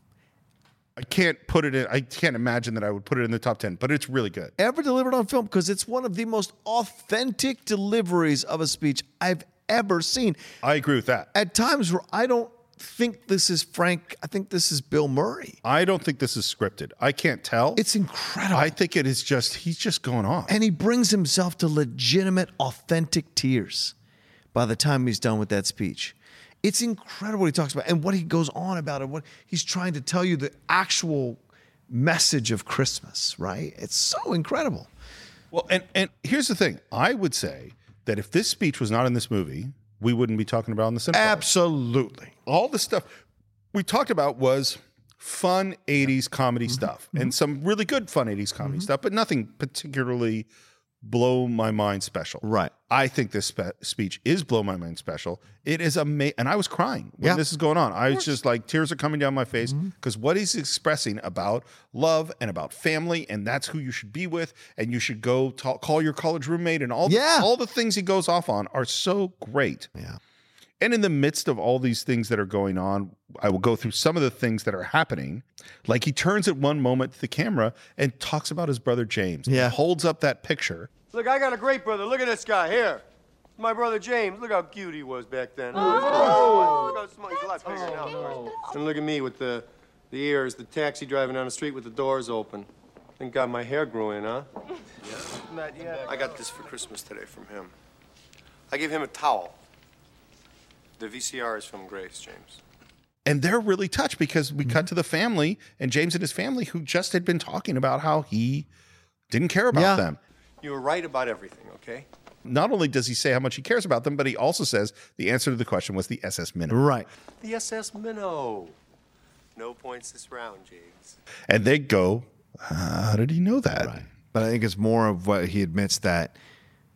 Speaker 1: I can't put it in. I can't imagine that I would put it in the top ten, but it's really good.
Speaker 2: Ever delivered on film because it's one of the most authentic deliveries of a speech I've ever seen.
Speaker 1: I agree with that.
Speaker 2: At times where I don't think this is Frank, I think this is Bill Murray.
Speaker 1: I don't think this is scripted. I can't tell.
Speaker 2: It's incredible.
Speaker 1: I think it is just he's just going off.
Speaker 2: and he brings himself to legitimate, authentic tears by the time he's done with that speech. It's incredible what he talks about and what he goes on about and what he's trying to tell you the actual message of Christmas, right? It's so incredible.
Speaker 1: Well, and and here's the thing. I would say that if this speech was not in this movie, we wouldn't be talking about on the cinema. Absolutely. All the stuff we talked about was fun 80s comedy stuff and some really good fun 80s comedy stuff, but nothing particularly blow my mind special. Right. I think this spe- speech is blow my mind special. It is amazing. And I was crying when
Speaker 2: Yeah.
Speaker 1: this is going on. I was just like, tears are coming down my face because what he's expressing about love and about family, and that's who you should be with, and you should go talk, call your college roommate, and all, yeah. all the things he goes off on are so great. Yeah. And in the midst of all these things that are going on, I will go through some of the things that are happening. Like he turns at one moment to the camera and talks about his brother James. Yeah. Holds up that picture.
Speaker 8: Look, I got a great brother. Look at this guy here. My brother James. Look how cute he was back then.
Speaker 6: Oh.
Speaker 8: Look how smart. He's a lot bigger now. of course. And look at me with the, the ears, the taxi driving down the street with the doors open. Thank God my hair grew in, huh?
Speaker 6: Not yet.
Speaker 8: I got this for Christmas today from him. I gave him a towel. The VCR is from Grace, James.
Speaker 1: And they're really touched because we cut to the family and James and his family who just had been talking about how he didn't care about them.
Speaker 8: You were right about everything, okay?
Speaker 1: Not only does he say how much he cares about them, but he also says the answer to the question was the SS Minnow.
Speaker 2: Right.
Speaker 8: The SS Minnow. No points this round, James.
Speaker 1: And they go, How did he know that? Right.
Speaker 2: But I think it's more of what he admits that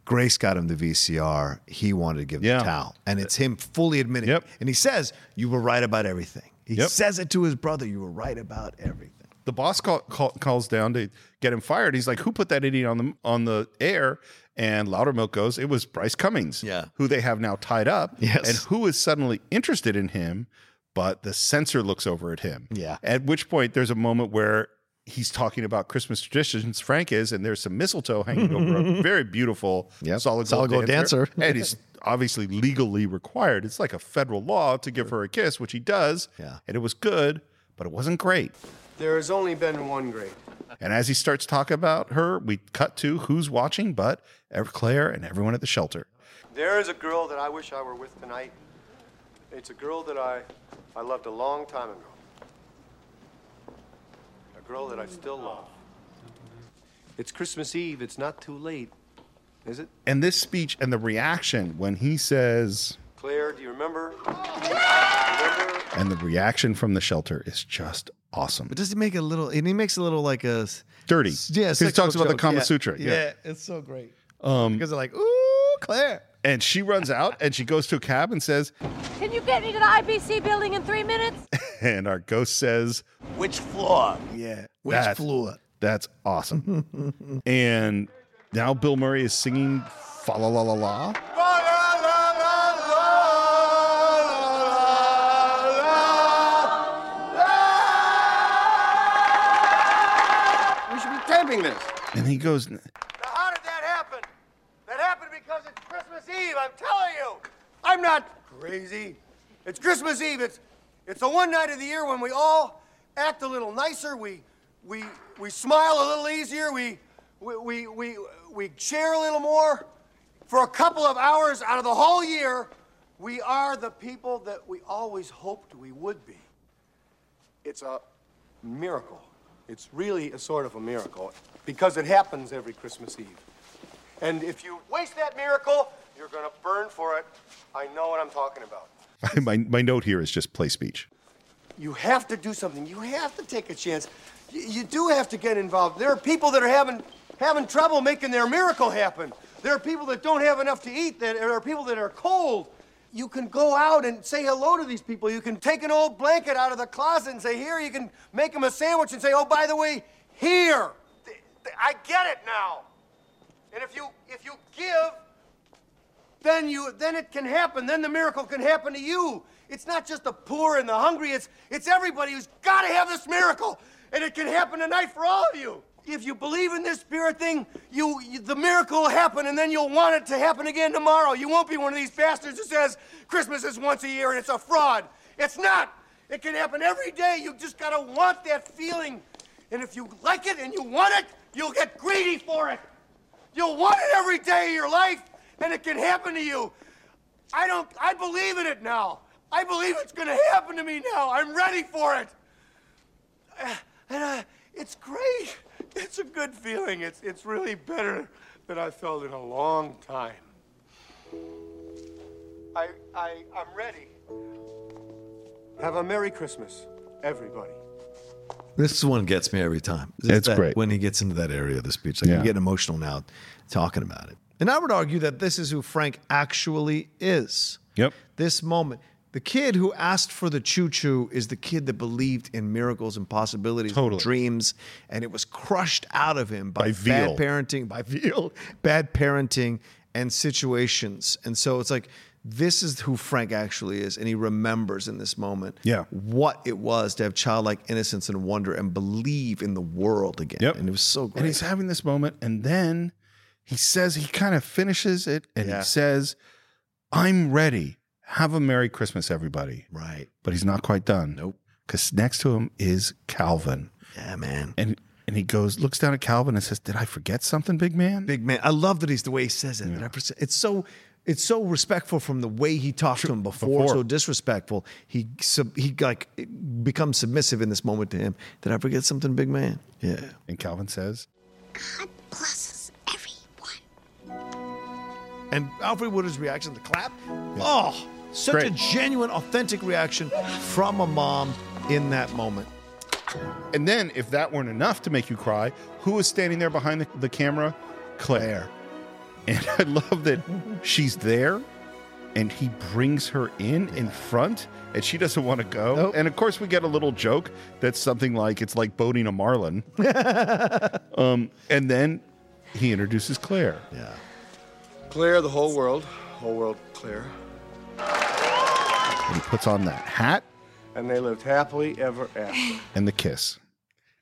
Speaker 2: Grace got him the VCR. He wanted to give the towel. And it's him fully admitting. Yep. And he says, You were right about everything. He says it to his brother, You were right about everything.
Speaker 1: the boss call, call, calls down to get him fired. He's like, "Who put that idiot on the on the air?" And Loudermilk goes, "It was Bryce Cummings, yeah, who they have now tied up, yes, and who is suddenly interested in him." But the censor looks over at him, yeah. At which point, there's a moment where he's talking about Christmas traditions. Frank is, and there's some mistletoe hanging over a very beautiful solid gold,
Speaker 2: solid gold dancer.
Speaker 1: and he's obviously legally required. It's like a federal law to give her a kiss, which he does, yeah. And it was good, but it wasn't great.
Speaker 8: There has only been one great.
Speaker 1: And as he starts talking about her, we cut to who's watching, but Ev- Claire and everyone at the shelter.
Speaker 8: There is a girl that I wish I were with tonight. It's a girl that I, I loved a long time ago. A girl that I still love. It's Christmas Eve. It's not too late, is it?
Speaker 1: And this speech and the reaction when he says,
Speaker 8: Claire, do you remember?
Speaker 1: and the reaction from the shelter is just awesome.
Speaker 2: But does he make a little, and he makes a little like a. s-
Speaker 1: Dirty.
Speaker 2: s- Yeah.
Speaker 1: 'Cause he
Speaker 2: sexual
Speaker 1: talks about the
Speaker 2: joke.
Speaker 1: Kama
Speaker 2: Yeah.
Speaker 1: Sutra, yeah.
Speaker 2: It's so great.
Speaker 1: Um,
Speaker 2: Because they're like, Ooh, Claire.
Speaker 1: and she runs out and she goes to a cab and says,
Speaker 13: Can you get me to the IBC building in three minutes?
Speaker 1: and our ghost says,
Speaker 16: Which floor?
Speaker 1: Yeah.
Speaker 16: Which
Speaker 1: floor? That's awesome. and now Bill Murray is singing Fa La La La La.
Speaker 8: We should be taping this.
Speaker 1: And he goes,
Speaker 8: How did that happen? That happened because it's Christmas Eve, I'm telling you. I'm not crazy. It's Christmas Eve. It's it's the one night of the year when we all act a little nicer. We we we smile a little easier. We we we we, we cheer a little more. For a couple of hours out of the whole year, we are the people that we always hoped we would be. It's a miracle. It's really a sort of a miracle because it happens every Christmas Eve. And if you waste that miracle, you're going to burn for it. I know what I'm talking about.
Speaker 1: my, my note here is just play speech.
Speaker 8: You have to do something. You have to take a chance. You, you do have to get involved. There are people that are having having trouble making their miracle happen. There are people that don't have enough to eat. That there are people that are cold. You can go out and say hello to these people. You can take an old blanket out of the closet and say, "Here." You can make them a sandwich and say, "Oh, by the way, here." Th- th- I get it now. And if you if you give, then you then it can happen. Then the miracle can happen to you. It's not just the poor and the hungry. It's it's everybody who's got to have this miracle, and it can happen tonight for all of you. If you believe in this spirit thing, you, you the miracle will happen, and then you'll want it to happen again tomorrow. You won't be one of these bastards who says Christmas is once a year and it's a fraud. It's not. It can happen every day. You just gotta want that feeling, and if you like it and you want it, you'll get greedy for it. You'll want it every day of your life, and it can happen to you. I don't. I believe in it now. I believe it's going to happen to me now. I'm ready for it. Uh, And uh, it's great. It's a good feeling. It's it's really better than I felt in a long time.
Speaker 3: I, I, I'm ready. Have a Merry Christmas, everybody.
Speaker 2: This one gets me every time. It's,
Speaker 5: It's great.
Speaker 2: when he gets into that area of the speech. Like
Speaker 5: Yeah.
Speaker 2: I'm getting emotional now talking about it.
Speaker 23: And I would argue that this is who Frank actually is.
Speaker 1: Yep.
Speaker 23: This moment.
Speaker 2: The kid who asked for the choo choo is the kid that believed in miracles and possibilities, and dreams, and it was crushed out of him by,
Speaker 5: By veal.
Speaker 2: bad parenting, by veal, bad parenting and situations. And so it's like this is who Frank actually is, and he remembers in this moment
Speaker 1: Yeah.
Speaker 2: what it was to have childlike innocence and wonder and believe in the world again.
Speaker 1: Yep.
Speaker 2: And it was so great.
Speaker 1: And he's having this moment, and then he says he kind of finishes it, and
Speaker 2: Yeah.
Speaker 1: he says, "I'm ready. Have a Merry Christmas, everybody."
Speaker 2: Right.
Speaker 1: But he's not quite done. Nope. Because next to him is Calvin.
Speaker 2: Yeah, man.
Speaker 1: And and he goes, looks down at Calvin and says, "Did I forget something, big man?"
Speaker 2: Big man. I love that he's the way he says it. That I perce- It's so it's so respectful from the way he talked to him before,
Speaker 1: Before.
Speaker 2: So disrespectful. He sub, he like becomes submissive in this moment to him. Did I forget something, big man? Yeah.
Speaker 1: And Calvin says,
Speaker 2: And Alfred Woodard's reaction, the clap. Oh, such a
Speaker 1: Great.
Speaker 2: genuine, authentic reaction from a mom in that moment.
Speaker 1: And then, if that weren't enough to make you cry, who is standing there behind the, the camera? Claire. And I love that she's there and he brings her in in front and she doesn't want to go. And of course, we get a little joke that's something like it's like boating a marlin. um, and then he introduces Claire.
Speaker 2: Yeah.
Speaker 8: Claire, the whole world, whole world, Claire.
Speaker 1: And he puts on that hat
Speaker 3: And they lived happily ever after.
Speaker 1: and the kiss.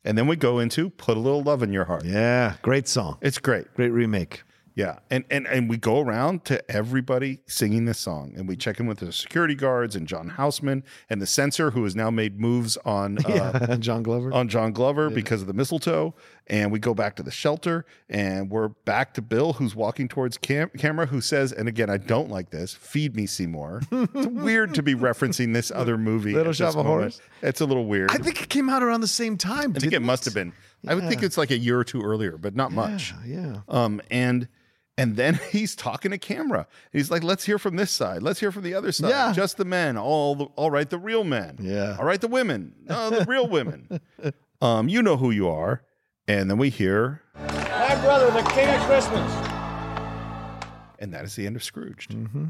Speaker 1: And then we go into Put a Little Love in Your Heart.
Speaker 2: Yeah. Great song.
Speaker 1: It's great.
Speaker 2: Great remake.
Speaker 1: Yeah, and and and we go around to everybody singing this song, and we check in with the security guards and John Houseman and the censor, who has now made moves on uh,
Speaker 2: Yeah, John Glover.
Speaker 1: on John Glover because of the mistletoe. And we go back to the shelter, and we're back to Bill, who's walking towards cam- camera, who says, and again, I don't like this. Feed me, Seymour. it's weird to be referencing this other movie.
Speaker 2: Little
Speaker 1: at
Speaker 2: Shop
Speaker 1: this
Speaker 2: of
Speaker 1: moment.
Speaker 2: Horrors?
Speaker 1: It's a little weird.
Speaker 2: I think it came out around the same time.
Speaker 1: I think it
Speaker 2: didn't
Speaker 1: must have been. I would think
Speaker 2: Yeah.
Speaker 1: it's like a year or two earlier, but not much.
Speaker 2: Yeah.
Speaker 1: Um, and and then he's talking to camera. He's like, "Let's hear from this side. Let's hear from the other side.
Speaker 2: Yeah.
Speaker 1: Just the men. All the, all right, the real men.
Speaker 2: Yeah.
Speaker 1: All right, the women. No, the real women. Um, you know who you are." And then we hear,
Speaker 8: My brother, the king of Christmas.
Speaker 1: and that is the end of Scrooged.
Speaker 2: Mm-hmm.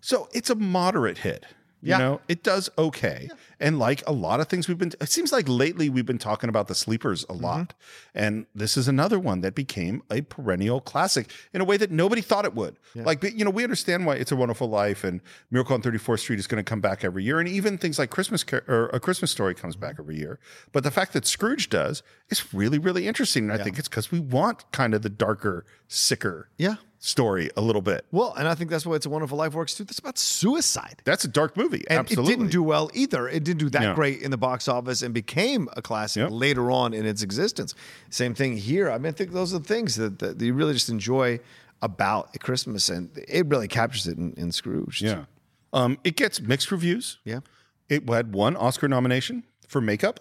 Speaker 1: So it's a moderate hit. You
Speaker 8: Yeah.
Speaker 1: know, it does okay. And like a lot of things we've been, it seems like lately we've been talking about the sleepers
Speaker 2: Mm-hmm.
Speaker 1: a lot. And this is another one that became a perennial classic in a way that nobody thought it would. Like, but, you know, we understand why It's a Wonderful Life and Miracle on 34th Street is going to come back every year. And even things like Christmas Car- or A Christmas Story comes back
Speaker 2: Mm-hmm.
Speaker 1: every year. But the fact that Scrooge does is really, really interesting. And I think it's because we want kind of the darker, sicker
Speaker 2: Yeah.
Speaker 1: story a little bit.
Speaker 2: Well, and I think that's why It's a Wonderful Life works too. That's about suicide.
Speaker 1: That's a dark movie.
Speaker 2: And
Speaker 1: Absolutely.
Speaker 2: it didn't do well either. It didn't do that
Speaker 1: No.
Speaker 2: great in the box office and became a classic later on in its existence. Same thing here. I mean, I think those are the things that, that you really just enjoy about Christmas, and it really captures it in, in Scrooge.
Speaker 1: Yeah. Um, it gets mixed reviews.
Speaker 2: Yeah.
Speaker 1: It had one Oscar nomination for makeup,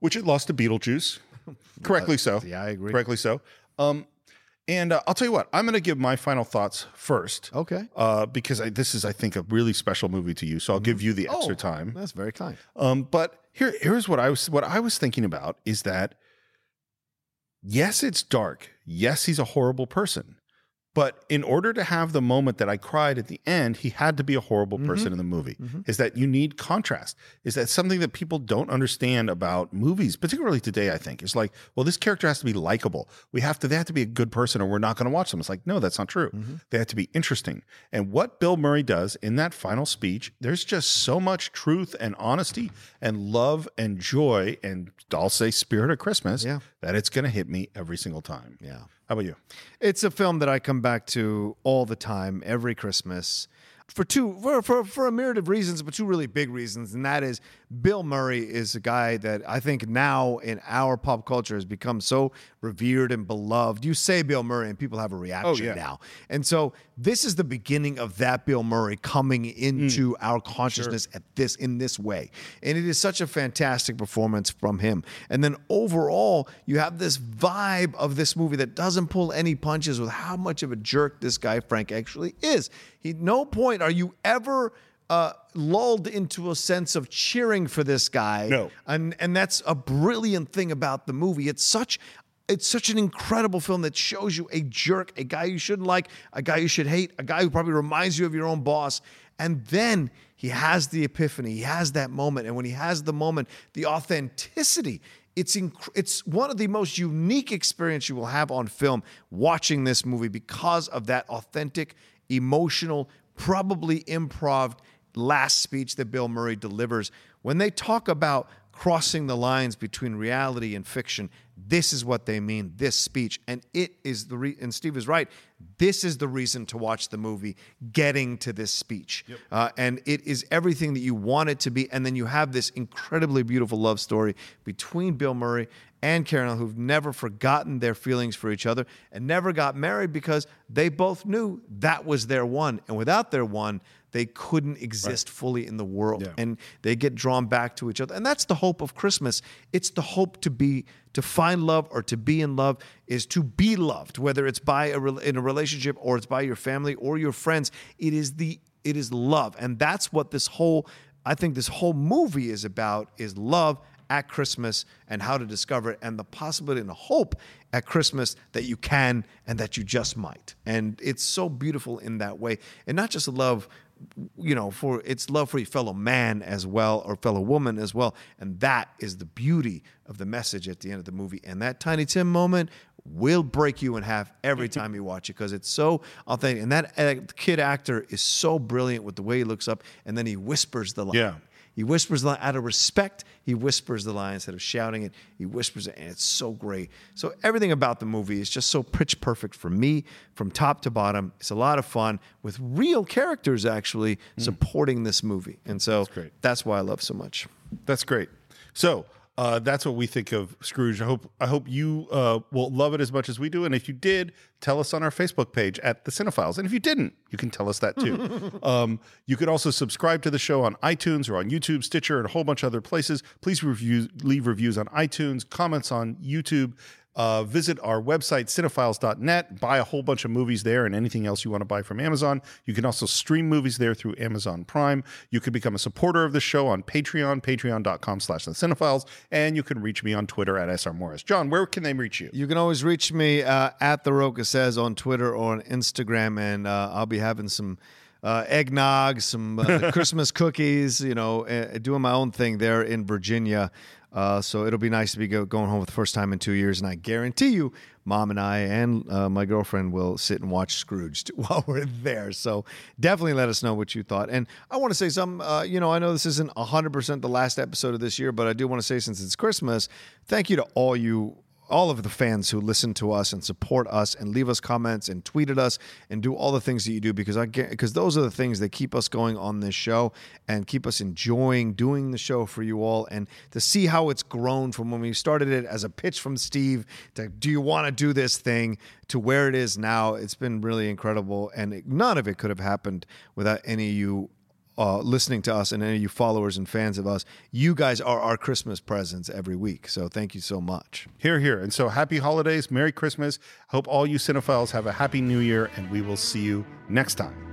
Speaker 1: which it lost to Beetlejuice. Correctly so.
Speaker 2: Yeah, I agree.
Speaker 1: Correctly so. Um, and uh, I'll tell you what, I'm going to give my final thoughts first.
Speaker 2: Okay.
Speaker 1: Uh, because I, this is, I think, a really special movie to you. So I'll give you the extra
Speaker 2: Oh.
Speaker 1: time.
Speaker 2: That's very kind.
Speaker 1: Um, but here, here's what I was what I was thinking about is that yes, it's dark. Yes, he's a horrible person. But in order to have the moment that I cried at the end, he had to be a horrible person in the movie. Is that you need contrast? Is that something that people don't understand about movies, particularly today? I think it's like, well, this character has to be likable. We have to they have to be a good person, or we're not going to watch them. It's like, no, that's not true. They have to be interesting. And what Bill Murray does in that final speech, there's just so much truth and honesty and love and joy and I'll say spirit of Christmas that it's going to hit me every single time.
Speaker 2: Yeah.
Speaker 1: How about you?
Speaker 2: It's a film that I come back to all the time, every Christmas, for two for, for for a myriad of reasons, but two really big reasons, and that is Bill Murray is a guy that I think now in our pop culture has become so revered and beloved. You say Bill Murray, and people have a reaction
Speaker 1: yeah.
Speaker 2: now, and so this is the beginning of that Bill Murray coming into our consciousness at this in this way, and it is such a fantastic performance from him. And then overall, you have this vibe of this movie that doesn't pull any punches with how much of a jerk this guy Frank actually is. He He, no point are you ever uh, lulled into a sense of cheering for this guy.
Speaker 1: No.
Speaker 2: and and that's a brilliant thing about the movie. It's such. It's such an incredible film that shows you a jerk, a guy you shouldn't like, a guy you should hate, a guy who probably reminds you of your own boss. And then he has the epiphany. He has that moment. And when he has the moment, the authenticity it's inc- it's one of the most unique experience you will have on film watching this movie because of that authentic, emotional, probably improv last speech that Bill Murray delivers. When they talk about crossing the lines between reality and fiction, this is what they mean. This speech, and it is the re- and Steve is right. This is the reason to watch the movie. Getting to this speech,
Speaker 8: Yep.
Speaker 2: uh, and it is everything that you want it to be. And then you have this incredibly beautiful love story between Bill Murray and Karen, who've never forgotten their feelings for each other and never got married because they both knew that was their one. And without their one, they couldn't exist fully in the world. And they get drawn back to each other. And that's the hope of Christmas. It's the hope to be to find love or to be in love is to be loved, whether it's by a rel- in a relationship or it's by your family or your friends. It is the it is love and that's what this whole i think this whole movie is about is love at christmas and how to discover it and the possibility and the hope at christmas that you can and that you just might and it's so beautiful in that way and not just love you know for it's love for your fellow man as well or fellow woman as well and that is the beauty of the message at the end of the movie and that tiny tim moment will break you in half every time you watch it because it's so authentic. And that uh, kid actor is so brilliant with the way he looks up and then he whispers the line.
Speaker 1: Yeah.
Speaker 2: He whispers the line out of respect. He whispers the line instead of shouting it. He whispers it, and it's so great. So everything about the movie is just so pitch perfect for me, from top to bottom. It's a lot of fun with real characters actually supporting this movie, and so Hmm. that's, why I love so much.
Speaker 1: That's great. So uh, that's what we think of Scrooge. I hope I hope you uh, will love it as much as we do. And if you did, tell us on our Facebook page at the Cinephiles. And if you didn't, you can tell us that too. um, you could also subscribe to the show on iTunes or on YouTube, Stitcher, and a whole bunch of other places. Please review, leave reviews on iTunes, comments on YouTube. Uh, visit our website, cinephiles.net, buy a whole bunch of movies there and anything else you want to buy from Amazon. You can also stream movies there through Amazon Prime. You can become a supporter of the show on Patreon, patreon.com slash the cinephiles, and you can reach me on Twitter at SR Morris. John, where can they reach you?
Speaker 2: You can always reach me uh, at the Roca says on Twitter or on Instagram, and uh, I'll be having some uh, eggnog, some uh, Christmas cookies. You know, uh, doing my own thing there in Virginia. Uh, so it'll be nice to be go- going home for the first time in two years, and I guarantee you, Mom and I and uh, my girlfriend will sit and watch Scrooged while we're there. So definitely let us know what you thought. And I want to say some. Uh, you know, I know this isn't hundred percent the last episode of this year, but I do want to say since it's Christmas, thank you to all you all of the fans who listen to us and support us and leave us comments and tweet at us and do all the things that you do because I get because those are the things that keep us going on this show and keep us enjoying doing the show for you all and to see how it's grown from when we started it as a pitch from Steve to do you want to do this thing to where it is now it's been really incredible and it, none of it could have happened without any of you uh, listening to us and any of you followers and fans of us, you guys are our Christmas presents every week. So thank you so much.
Speaker 1: Here, here. And so happy holidays, Merry Christmas. Hope all you cinephiles have a happy new year, and we will see you next time.